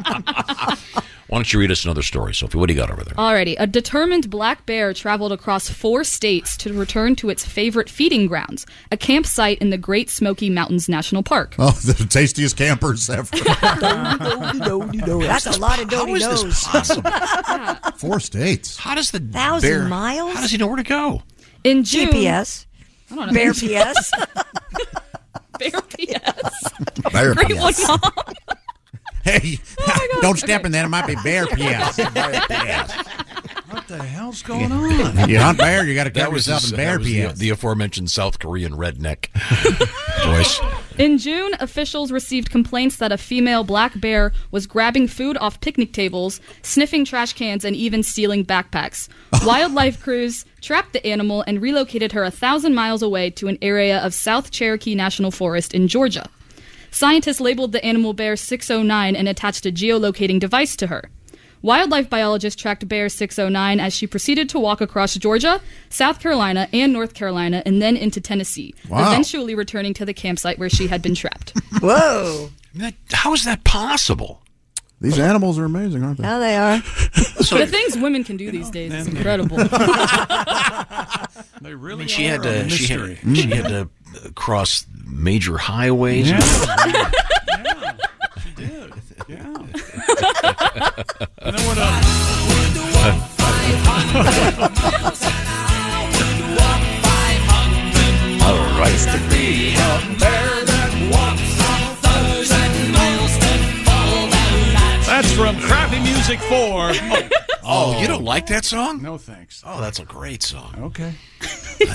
A: Why don't you read us another story, Sophie? What do you got over
P: (laughs)
A: there?
P: Alrighty, a determined black bear traveled across four states to return to its favorite feeding grounds, a campsite in the Great Smoky Mountains National Park.
G: (laughs) Oh, the tastiest campers ever.
Q: That's a lot of
A: How
Q: doty
A: is this
Q: dos.
A: possible?
G: Four states. How
A: does the
Q: Thousand
A: bear-
Q: miles?
A: How does he know where to go?
P: In June,
Q: GPS.
P: I don't know.
Q: Bear PS.
P: (laughs) Bear PS.
G: Bear
P: Great
G: PS.
P: one, Mom.
G: Hey,
P: Oh
G: (laughs) don't step in that. It might be bear
P: (laughs)
G: piss.
D: What the hell's going on?
G: (laughs) You hunt bear, you got to cover
A: was
G: yourself
A: his-
G: in
A: that
G: bear
A: was the-
G: piss.
A: The, aforementioned South Korean
G: (laughs)
A: redneck voice.
P: In June, officials received complaints that a female black bear was grabbing food off picnic tables, sniffing trash cans, and even stealing backpacks. Wildlife crews trapped the animal and relocated her a thousand miles away to an area of South Cherokee National Forest in Georgia. Scientists labeled the animal Bear 609 and attached a geolocating device to her. Wildlife biologists tracked Bear 609 as she proceeded to walk across Georgia, South Carolina, and North Carolina, and then into Tennessee,
A: Wow.
P: eventually returning to the campsite where she had been trapped.
Q: Whoa.
A: (laughs)
Q: (laughs)
A: How is that (laughs) possible?
G: These animals are amazing, aren't they?
Q: Now they are.
P: (laughs) the things women can do these days is incredible.
A: (laughs)
D: They really
A: I mean, she had
D: are a
A: to. She had,
D: mystery.
A: she had to uh, cross major highways.
D: You know what? uh,
A: All right.
D: That's from Crappy Music 4.
A: Oh, you don't like that song?
D: No, thanks.
A: Oh, that's a great song.
D: Okay.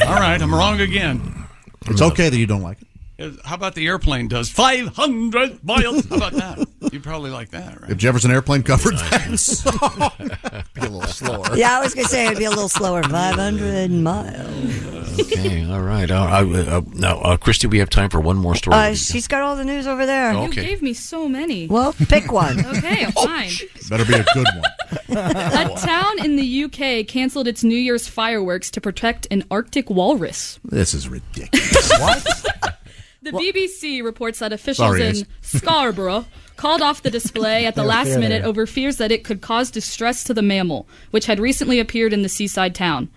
D: All right, I'm wrong again.
G: It's okay that you don't like it.
D: Uh, How about the airplane does 500 miles? How about that? You probably like that,
A: (laughs)
D: right?
G: If Jefferson Airplane covered that (laughs) song, be a little slower.
Q: Yeah, I was gonna say it'd be a little slower. Five hundred miles.
A: Okay. All right. Uh, I, uh, now, uh, Christy, we have time for one more story.
Q: Uh, she's got all the news over there.
A: You Okay.
P: gave me so many.
Q: Well, pick one.
H: (laughs)
A: (laughs)
P: Okay,
A: Oh,
P: fine.
G: Better be a good one.
P: A town in the UK canceled its New Year's fireworks to protect an Arctic walrus.
G: This is ridiculous.
P: The BBC reports that officials
G: Sorry,
P: in
G: (laughs) Ace.
P: Scarborough called off the display at the
Q: Fair,
P: last
Q: fair.
P: minute over fears that it could cause distress to the mammal, which had recently appeared in the seaside town.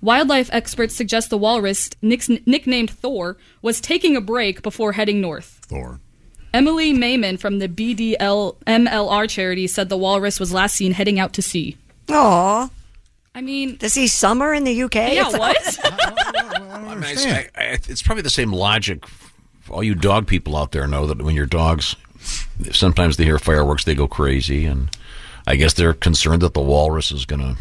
P: Wildlife experts suggest the walrus, nick- nicknamed Thor, was taking a break before heading north.
G: Thor.
P: Emily Mayman from the BDL MLR charity said the walrus was last seen heading out to sea.
Q: Aw.
P: I mean,
Q: does he summer in the UK?
P: Yeah, what?
A: I mean, it's, I, I, it's probably the same logic. All you dog people out there know that when your dogs, sometimes they hear fireworks, they go crazy, and I guess they're concerned that the walrus is going to.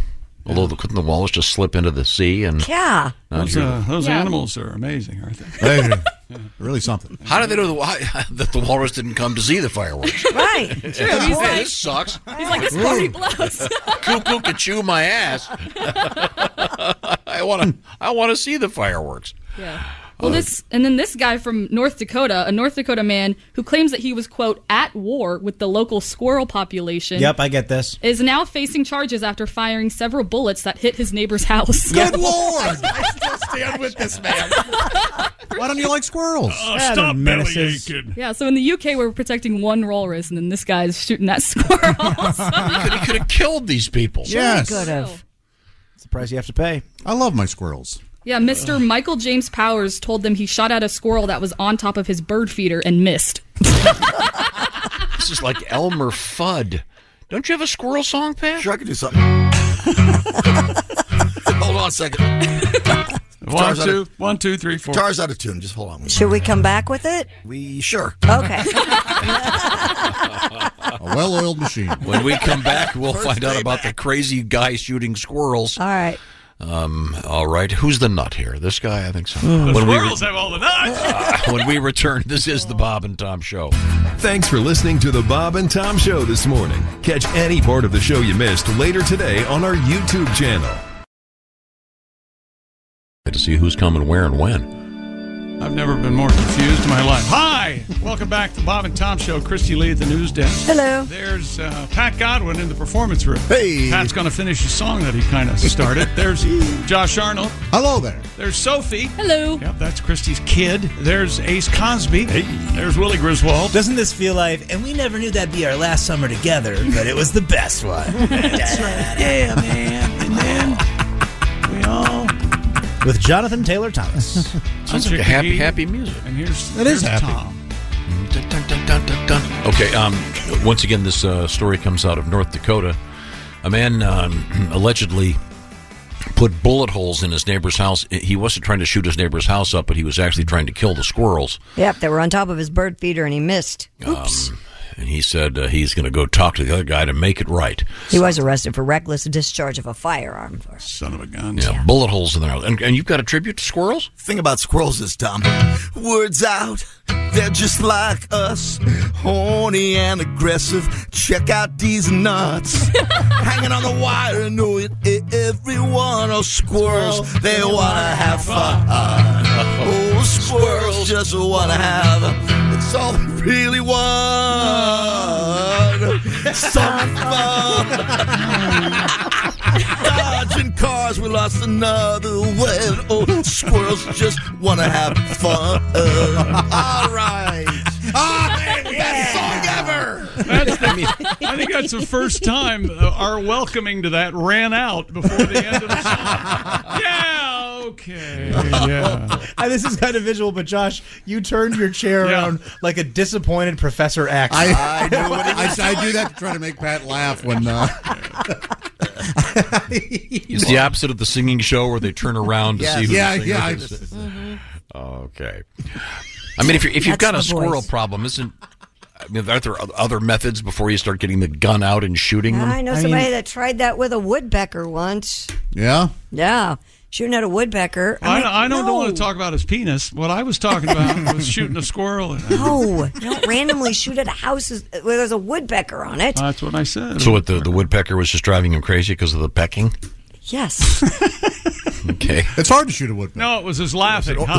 A: Although the, couldn't the walrus just slip into the sea and
Q: Yeah.
A: Not
D: Those,
A: sure.
D: uh, those
P: Yeah.
D: animals are amazing, aren't (laughs) they?
Q: (laughs)
G: Hey, really something.
A: How do they know the, why, (laughs) that the walrus didn't come to see the fireworks?
Q: Right.
A: (laughs) Hey,
P: he's like-
A: this sucks.
P: He's like, this party
A: (laughs)
P: blows.
A: Cuckoo could chew
D: (laughs)
A: my ass. (laughs) I want to. I want to see the fireworks.
P: Yeah. Well, this and then this guy from North Dakota, a North Dakota man who claims that he was quote at war with the local squirrel population.
J: Yep, I get this.
P: Is now facing charges after firing several bullets that hit his neighbor's house. (laughs)
J: Good
G: lord!
T: I still stand with this man.
G: Why don't you like squirrels?
T: Oh, Yeah, stop they're menaces.
P: Yeah, so in the UK we're protecting one walrus, and then this guy is shooting that (laughs) squirrel.
A: He could have killed these people.
Q: Sure
G: Yes.
Q: could have.
J: It's the price you have to pay.
G: I love my squirrels.
P: yeah, Mr. Michael James Powers told them he shot at a squirrel that was on top of his bird feeder and missed.
A: This is like Elmer Fudd. Don't you have a squirrel song, Pat?
I: Sure, I could do
A: (laughs)
I: something. hold on a second.
D: (laughs) One,
I: Guitar's out
D: two,
I: of-
D: one, two, three, four.
I: Guitar's
D: (laughs)
I: out of tune. Just hold
H: (laughs)
I: on.
Q: Should we come back with it?
I: We sure.
Q: Okay.
G: A well-oiled machine.
A: When we come back, we'll find out about the crazy guy shooting squirrels.
Q: All right.
A: Um, all right. Who's the nut here? This guy, I think so.
D: The
A: When we re-
D: squirrels have all the
A: (laughs)
D: nuts.
A: when we return, this is the Bob and Tom Show.
O: Thanks for listening to the Bob and Tom Show this morning. Catch any part of the show you missed later today on our YouTube channel.
A: To see who's coming, where, and when.
D: I've never been more confused in my life. Hi, welcome back to Bob and Tom Show. Christy Lee at the news desk.
H: Hello.
D: There's uh, Pat Godwin in the performance room. Hey. Pat's going to finish a song that he kind of started. There's Josh Arnold.
G: Hello there.
D: There's Sophie. Hello. Yep, that's Christy's kid. There's Ace Cosby. Hey. There's Willie Griswold.
J: Doesn't this feel like? And we never knew that'd be our last summer together, but it was the best one.
T: (laughs)
D: Yeah, man. And then we all.
J: With Jonathan Taylor Thomas.
A: Sounds like a happy, happy music.
D: And here's
J: It is
D: here's
J: happy.
D: Tom. (laughs)
A: Okay. Um, once again, this uh, story comes out of North Dakota. A man um, (clears throat) allegedly put bullet holes in his neighbor's house. He wasn't trying to shoot his neighbor's house up, but he was actually trying to kill the squirrels.
H: (laughs) Yep, they were on top of his bird feeder and he missed. Oops.
A: Um, and he said uh, he's going to go talk to the other guy to make it right.
H: he was arrested for reckless discharge of a firearm.
D: Son of a gun.
A: Yeah, bullet holes in their house. And, and you've got a tribute to squirrels?
I: Thing about squirrels is, Tom, words out. They're just like us, horny and aggressive. Check out these (laughs) nuts hanging on the wire. Know it, e- everyone. Oh, squirrels, they wanna have fun. (laughs) Oh, squirrels just wanna have. It's all they really want. Some fun. Dodging cars, we lost another one. Oh, squirrels just want to have fun. All right.
G: Ah,
I: Oh, man, best song ever.
D: That's the, I, think that's the first time uh, our welcoming to that ran out before the end of the song. Yeah, okay.
J: (laughs)
D: Yeah.
J: And this is kind of visual, but Josh, you turned your chair around like a disappointed Professor X.
G: I, I, do, I, I do
A: (laughs)
G: that to try to make Pat laugh when. Uh,
A: It's
G: (laughs)
A: the opposite of the singing show where they turn around to
G: Yes.
A: see who
G: Yeah,
A: the singer
G: yeah, I
A: is. Mm-hmm.
G: just-
A: Okay. I mean, if, you're, if you've
G: That's
A: got a
G: the
A: squirrel
G: voice.
A: problem, isn't. I mean, aren't there other methods before you start getting the gun out and shooting them?
H: I know somebody that tried that with a woodpecker once.
A: Yeah.
H: Yeah, shooting at a woodpecker.
D: I,
H: mean,
D: don't- I don't
H: no.
D: want to talk about his penis. What I was talking about was shooting a squirrel.
H: No, don't randomly shoot at a house where there's a woodpecker on it.
D: That's what I said.
A: So what the, the woodpecker was just driving him crazy because of the pecking?
H: Yes.
A: Okay.
G: It's hard to shoot a woodpecker.
D: No, it was his laughing. (laughs)
G: There's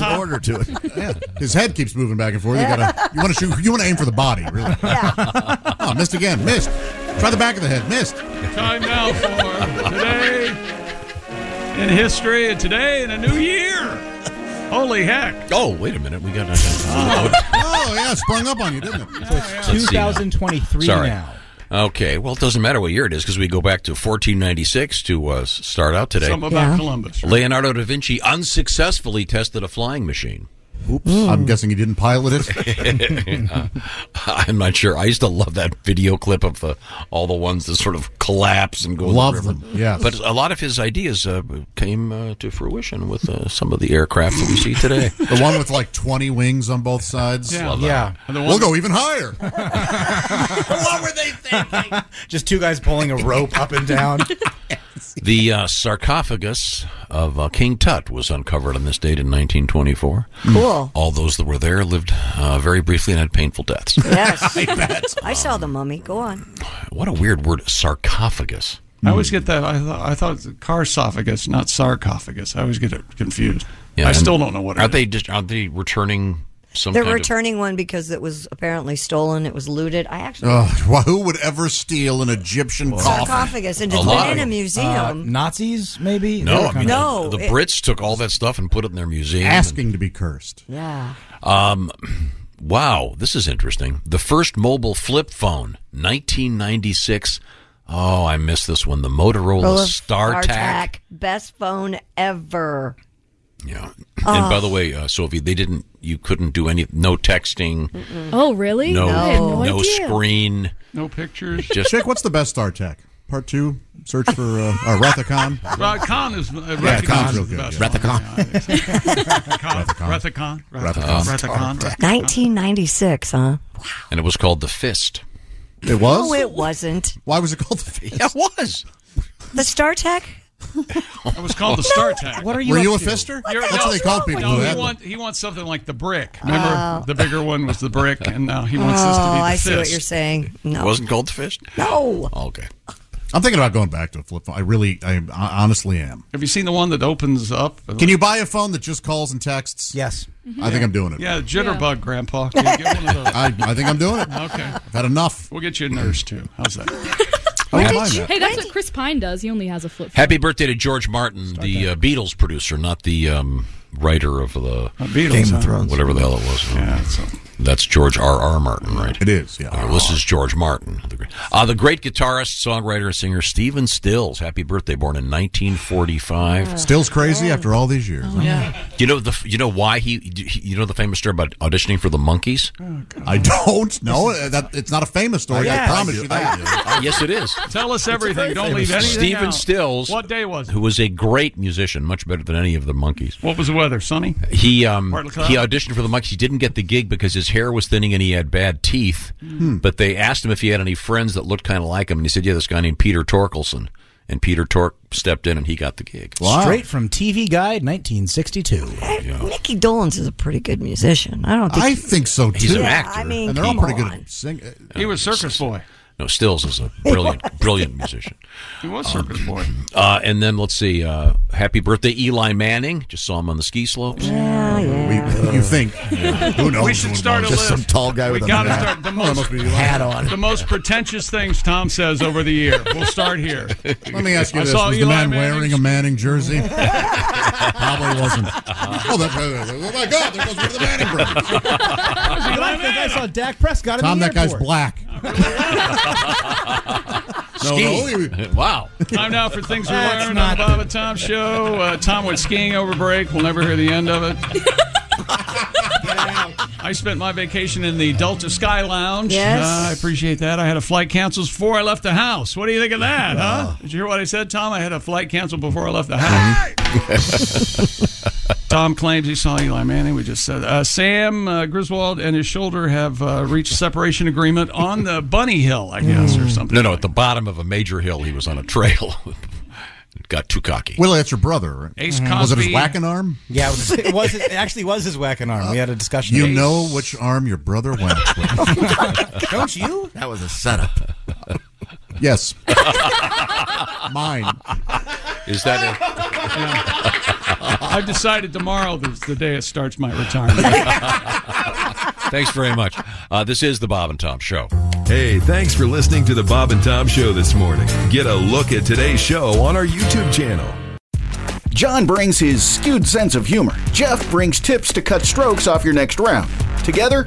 G: an order to it. Yeah. His head keeps moving back and forth. You gotta. You want to shoot. You want to aim for the body,
J: (laughs)
G: really. Oh, missed again. Missed. Try the back of the head. Missed.
D: Time now for today in history and today in a new year. Holy heck.
A: Oh, wait a minute. We got to.
G: Oh yeah, it sprung up on you, didn't it?
A: Let's see now.
J: 2023
A: Sorry.
J: now.
A: Okay. Well, it doesn't matter what year it is because we go back to 1496 to uh, s- start out today.
D: Something about Yeah. Columbus.
A: Leonardo da Vinci unsuccessfully tested a flying machine. (laughs)
G: Oops.
A: Hmm.
G: I'm guessing he didn't pilot it.
A: Uh, I'm not sure. I used to love that video clip of the all the ones that sort of collapse and go. in
G: Love
A: the river.
G: them, yes.
A: But a lot of his ideas uh, came uh, to fruition with uh, some of the aircraft that we see (laughs)
G: (laughs)
A: today.
G: the one with like 20 wings on both sides.
A: Yeah. Love that. Yeah.
D: And the
G: We'll
D: one-
G: go even higher. (laughs)
J: what were they thinking? Just two guys pulling a rope up and
G: (laughs)
J: down.
A: The uh, sarcophagus of uh, King Tut was uncovered on this date in 1924.
H: Cool.
A: All those that were there lived uh, very briefly and had
H: (laughs)
A: painful deaths.
H: Yes. (laughs) I saw the mummy. Go on.
A: What a weird word, sarcophagus.
D: I always get that. I thought, I thought it's carsophagus, not sarcophagus. I always get it confused. I
A: and
D: still don't know what it
A: are
D: is.
A: they? Just, are they returning some?
H: They're
A: kind of-
H: returning one because it was apparently stolen. It was looted. I actually
G: Oh, well, who would ever steal an Egyptian coffin?
H: sarcophagus and
A: A
H: just
A: lot
H: went in
A: of
H: a
A: them.
H: museum.
J: Uh, Nazis, maybe?
A: no, I mean,
H: No,
A: the, the
H: it-
A: Brits took all that stuff and put it in their museum.
G: Asking to be cursed.
H: yeah.
A: Um, wow, this is interesting. The first mobile flip phone, 1996. Oh, I missed this one. The
H: Full
A: Motorola
H: of
A: StarTAC.
H: StarTAC. Best phone ever.
A: And by
P: Ah.
H: Oh.
A: the way, uh, Sophie, they didn't. You couldn't do any. No texting.
P: Oh, really?
A: No.
P: I had no, idea.
A: screen.
D: No pictures. (laughs)
A: Just-
G: Chick, what's the best Star Tech? Part two, search for uh, uh, Rathacon.
D: Well, Khan is uh,
G: Yeah,
D: recognized
G: Con's
D: as
G: real
D: the
G: good.
D: best
G: yeah.
D: Khan, Rathacon.
H: Uh,
D: Rathacon.
A: Rathacon.
D: Rathacon.
H: 1996, huh?
A: And it was called the Fist.
G: It
H: No, it wasn't.
G: Why was
H: (laughs)
G: it called the face?
A: It was.
H: The StarTAC?
D: It was called the Star Tag.
G: What are you Were up you a to? fister?
D: You're-
G: That's what they call people
D: No,
G: who
D: he,
G: have
D: want, he wants something like the brick. Remember,
H: Oh.
D: the bigger one was the brick, and now he wants
H: oh,
D: this to be the
H: I see what
D: fist.
H: you're saying.
A: It
H: No.
G: Oh,
A: wasn't called the Fist.
H: No.
A: Okay.
G: I'm thinking about going back to a flip phone. I really, I, I honestly am.
D: Have you seen the one that opens up?
G: Can you buy a phone that just calls and texts?
J: Yes.
G: I think I'm doing it.
D: Yeah, jitterbug, Grandpa. Can you get one of those?
G: (laughs) I, I think I'm doing it.
D: Okay.
G: I've had enough.
D: We'll get you a nurse, too. How's that?
J: Oh,
G: I
D: did
G: buy
D: you-
G: that.
P: Hey, that's what Chris Pine does. He only has a flip.
A: Happy birthday to George Martin, the uh, Beatles producer, not the um, writer of
G: Uh,
A: the
D: Beatles, Game of huh? Thrones.
A: whatever the hell it was. That's George R. R. Martin, right? Uh,
G: It is. Yeah.
A: this is George Martin, the great, uh, the great guitarist, songwriter, and singer Stephen Stills. Happy birthday, born in 1945.
G: Still's crazy after all these years.
A: Oh, yeah. You know the you know why he, he- you know the famous story about auditioning for the Monkees.
G: Oh, I don't know. That, it's not a famous story. I (laughs) promise you that.
A: yes, it is.
D: Tell us everything. Don't
A: famous
D: leave anything
A: story. Stephen
D: out.
A: Stills.
D: What day was it?
A: Who was a great musician, much better than any of the Monkees.
D: What was the weather? Sunny?
A: He um,
D: Bartlett Club?
A: he auditioned for the Monkees. He didn't get the gig because his hair was thinning and he had bad teeth.
D: Hmm.
A: But they asked him if he had any friends that looked kind of like him, and he said, "Yeah, this guy named Peter Torkelson." And Peter Tork stepped in, and he got the gig.
J: Straight from TV Guide 1962.
H: Mickey Dolenz is a pretty good musician. I don't think
G: I think so too.
A: He's an actor.
H: I mean,
G: and they're all
H: come
G: pretty
H: on.
G: good at singing.
D: He was Circus Boy.
A: No, Stills is a
H: (laughs)
A: brilliant, brilliant musician.
D: He was Circus Boy.
A: Uh, and then let's see. Uh, happy birthday, Eli Manning. Just saw him on the ski slopes. Yeah,
G: yeah. you think? Who knows?
D: We should start a list. we gotta start the most
G: hat on.
D: The most pretentious things Tom says over the year. We'll start here.
G: Let me ask you
D: I
G: this:
D: saw
G: Was the
D: Eli
G: man
D: Manning-
G: wearing a
D: (laughs)
G: Manning jersey? Probably wasn't. Oh, that's, oh my God! There goes one of the Manning
D: (laughs)
G: brothers.
J: I think I saw Dak Prescott in
G: Tom,
J: the
G: that guy's
J: airport.
G: black. No,
D: Ski.
G: no, he-
A: wow.
D: Time now for things we
J: That's
D: learned on
J: not
D: the Bob and Tom Show. Uh, Tom went skiing over break. We'll never hear the end
J: (laughs)
D: of it. I spent my vacation in the Delta Sky Lounge.
T: Yes.
D: Uh, I appreciate that. I had a flight canceled before I left the house. What do you think of that, huh? Did you hear what I said, Tom? I had a flight canceled before I left the house. (laughs) Tom claims he saw Eli Manning. We just said uh, Sam uh, Griswold and his shoulder have uh, reached separation agreement on the Bunny Hill, I guess, or
G: Hmm.
D: something.
A: No, no. At the bottom of a major hill, he was on a trail. (laughs) Got too cocky.
G: Willie, that's your brother. Right? Mm-hmm.
D: Ace
G: Was it his
D: Cosby.
G: whacking arm? Uh,
J: Yeah, it, was, it
G: (laughs)
J: was. It actually was his whacking arm. We had a discussion. Oh
G: You
J: about it.
G: know which arm your brother went
J: (laughs)
G: with.
J: don't you?
E: That was a setup.
G: (laughs)
J: (laughs)
G: yes. Mine.
A: Is that it?
D: I've decided tomorrow is the day it starts my retirement.
A: (laughs) Thanks very much. Uh, this is the Bob and Tom Show.
O: Hey, thanks for listening to the Bob and Tom Show this morning. Get a look at today's show on our YouTube channel.
W: John brings his skewed sense of humor. Jeff brings tips to cut strokes off your next round. Together,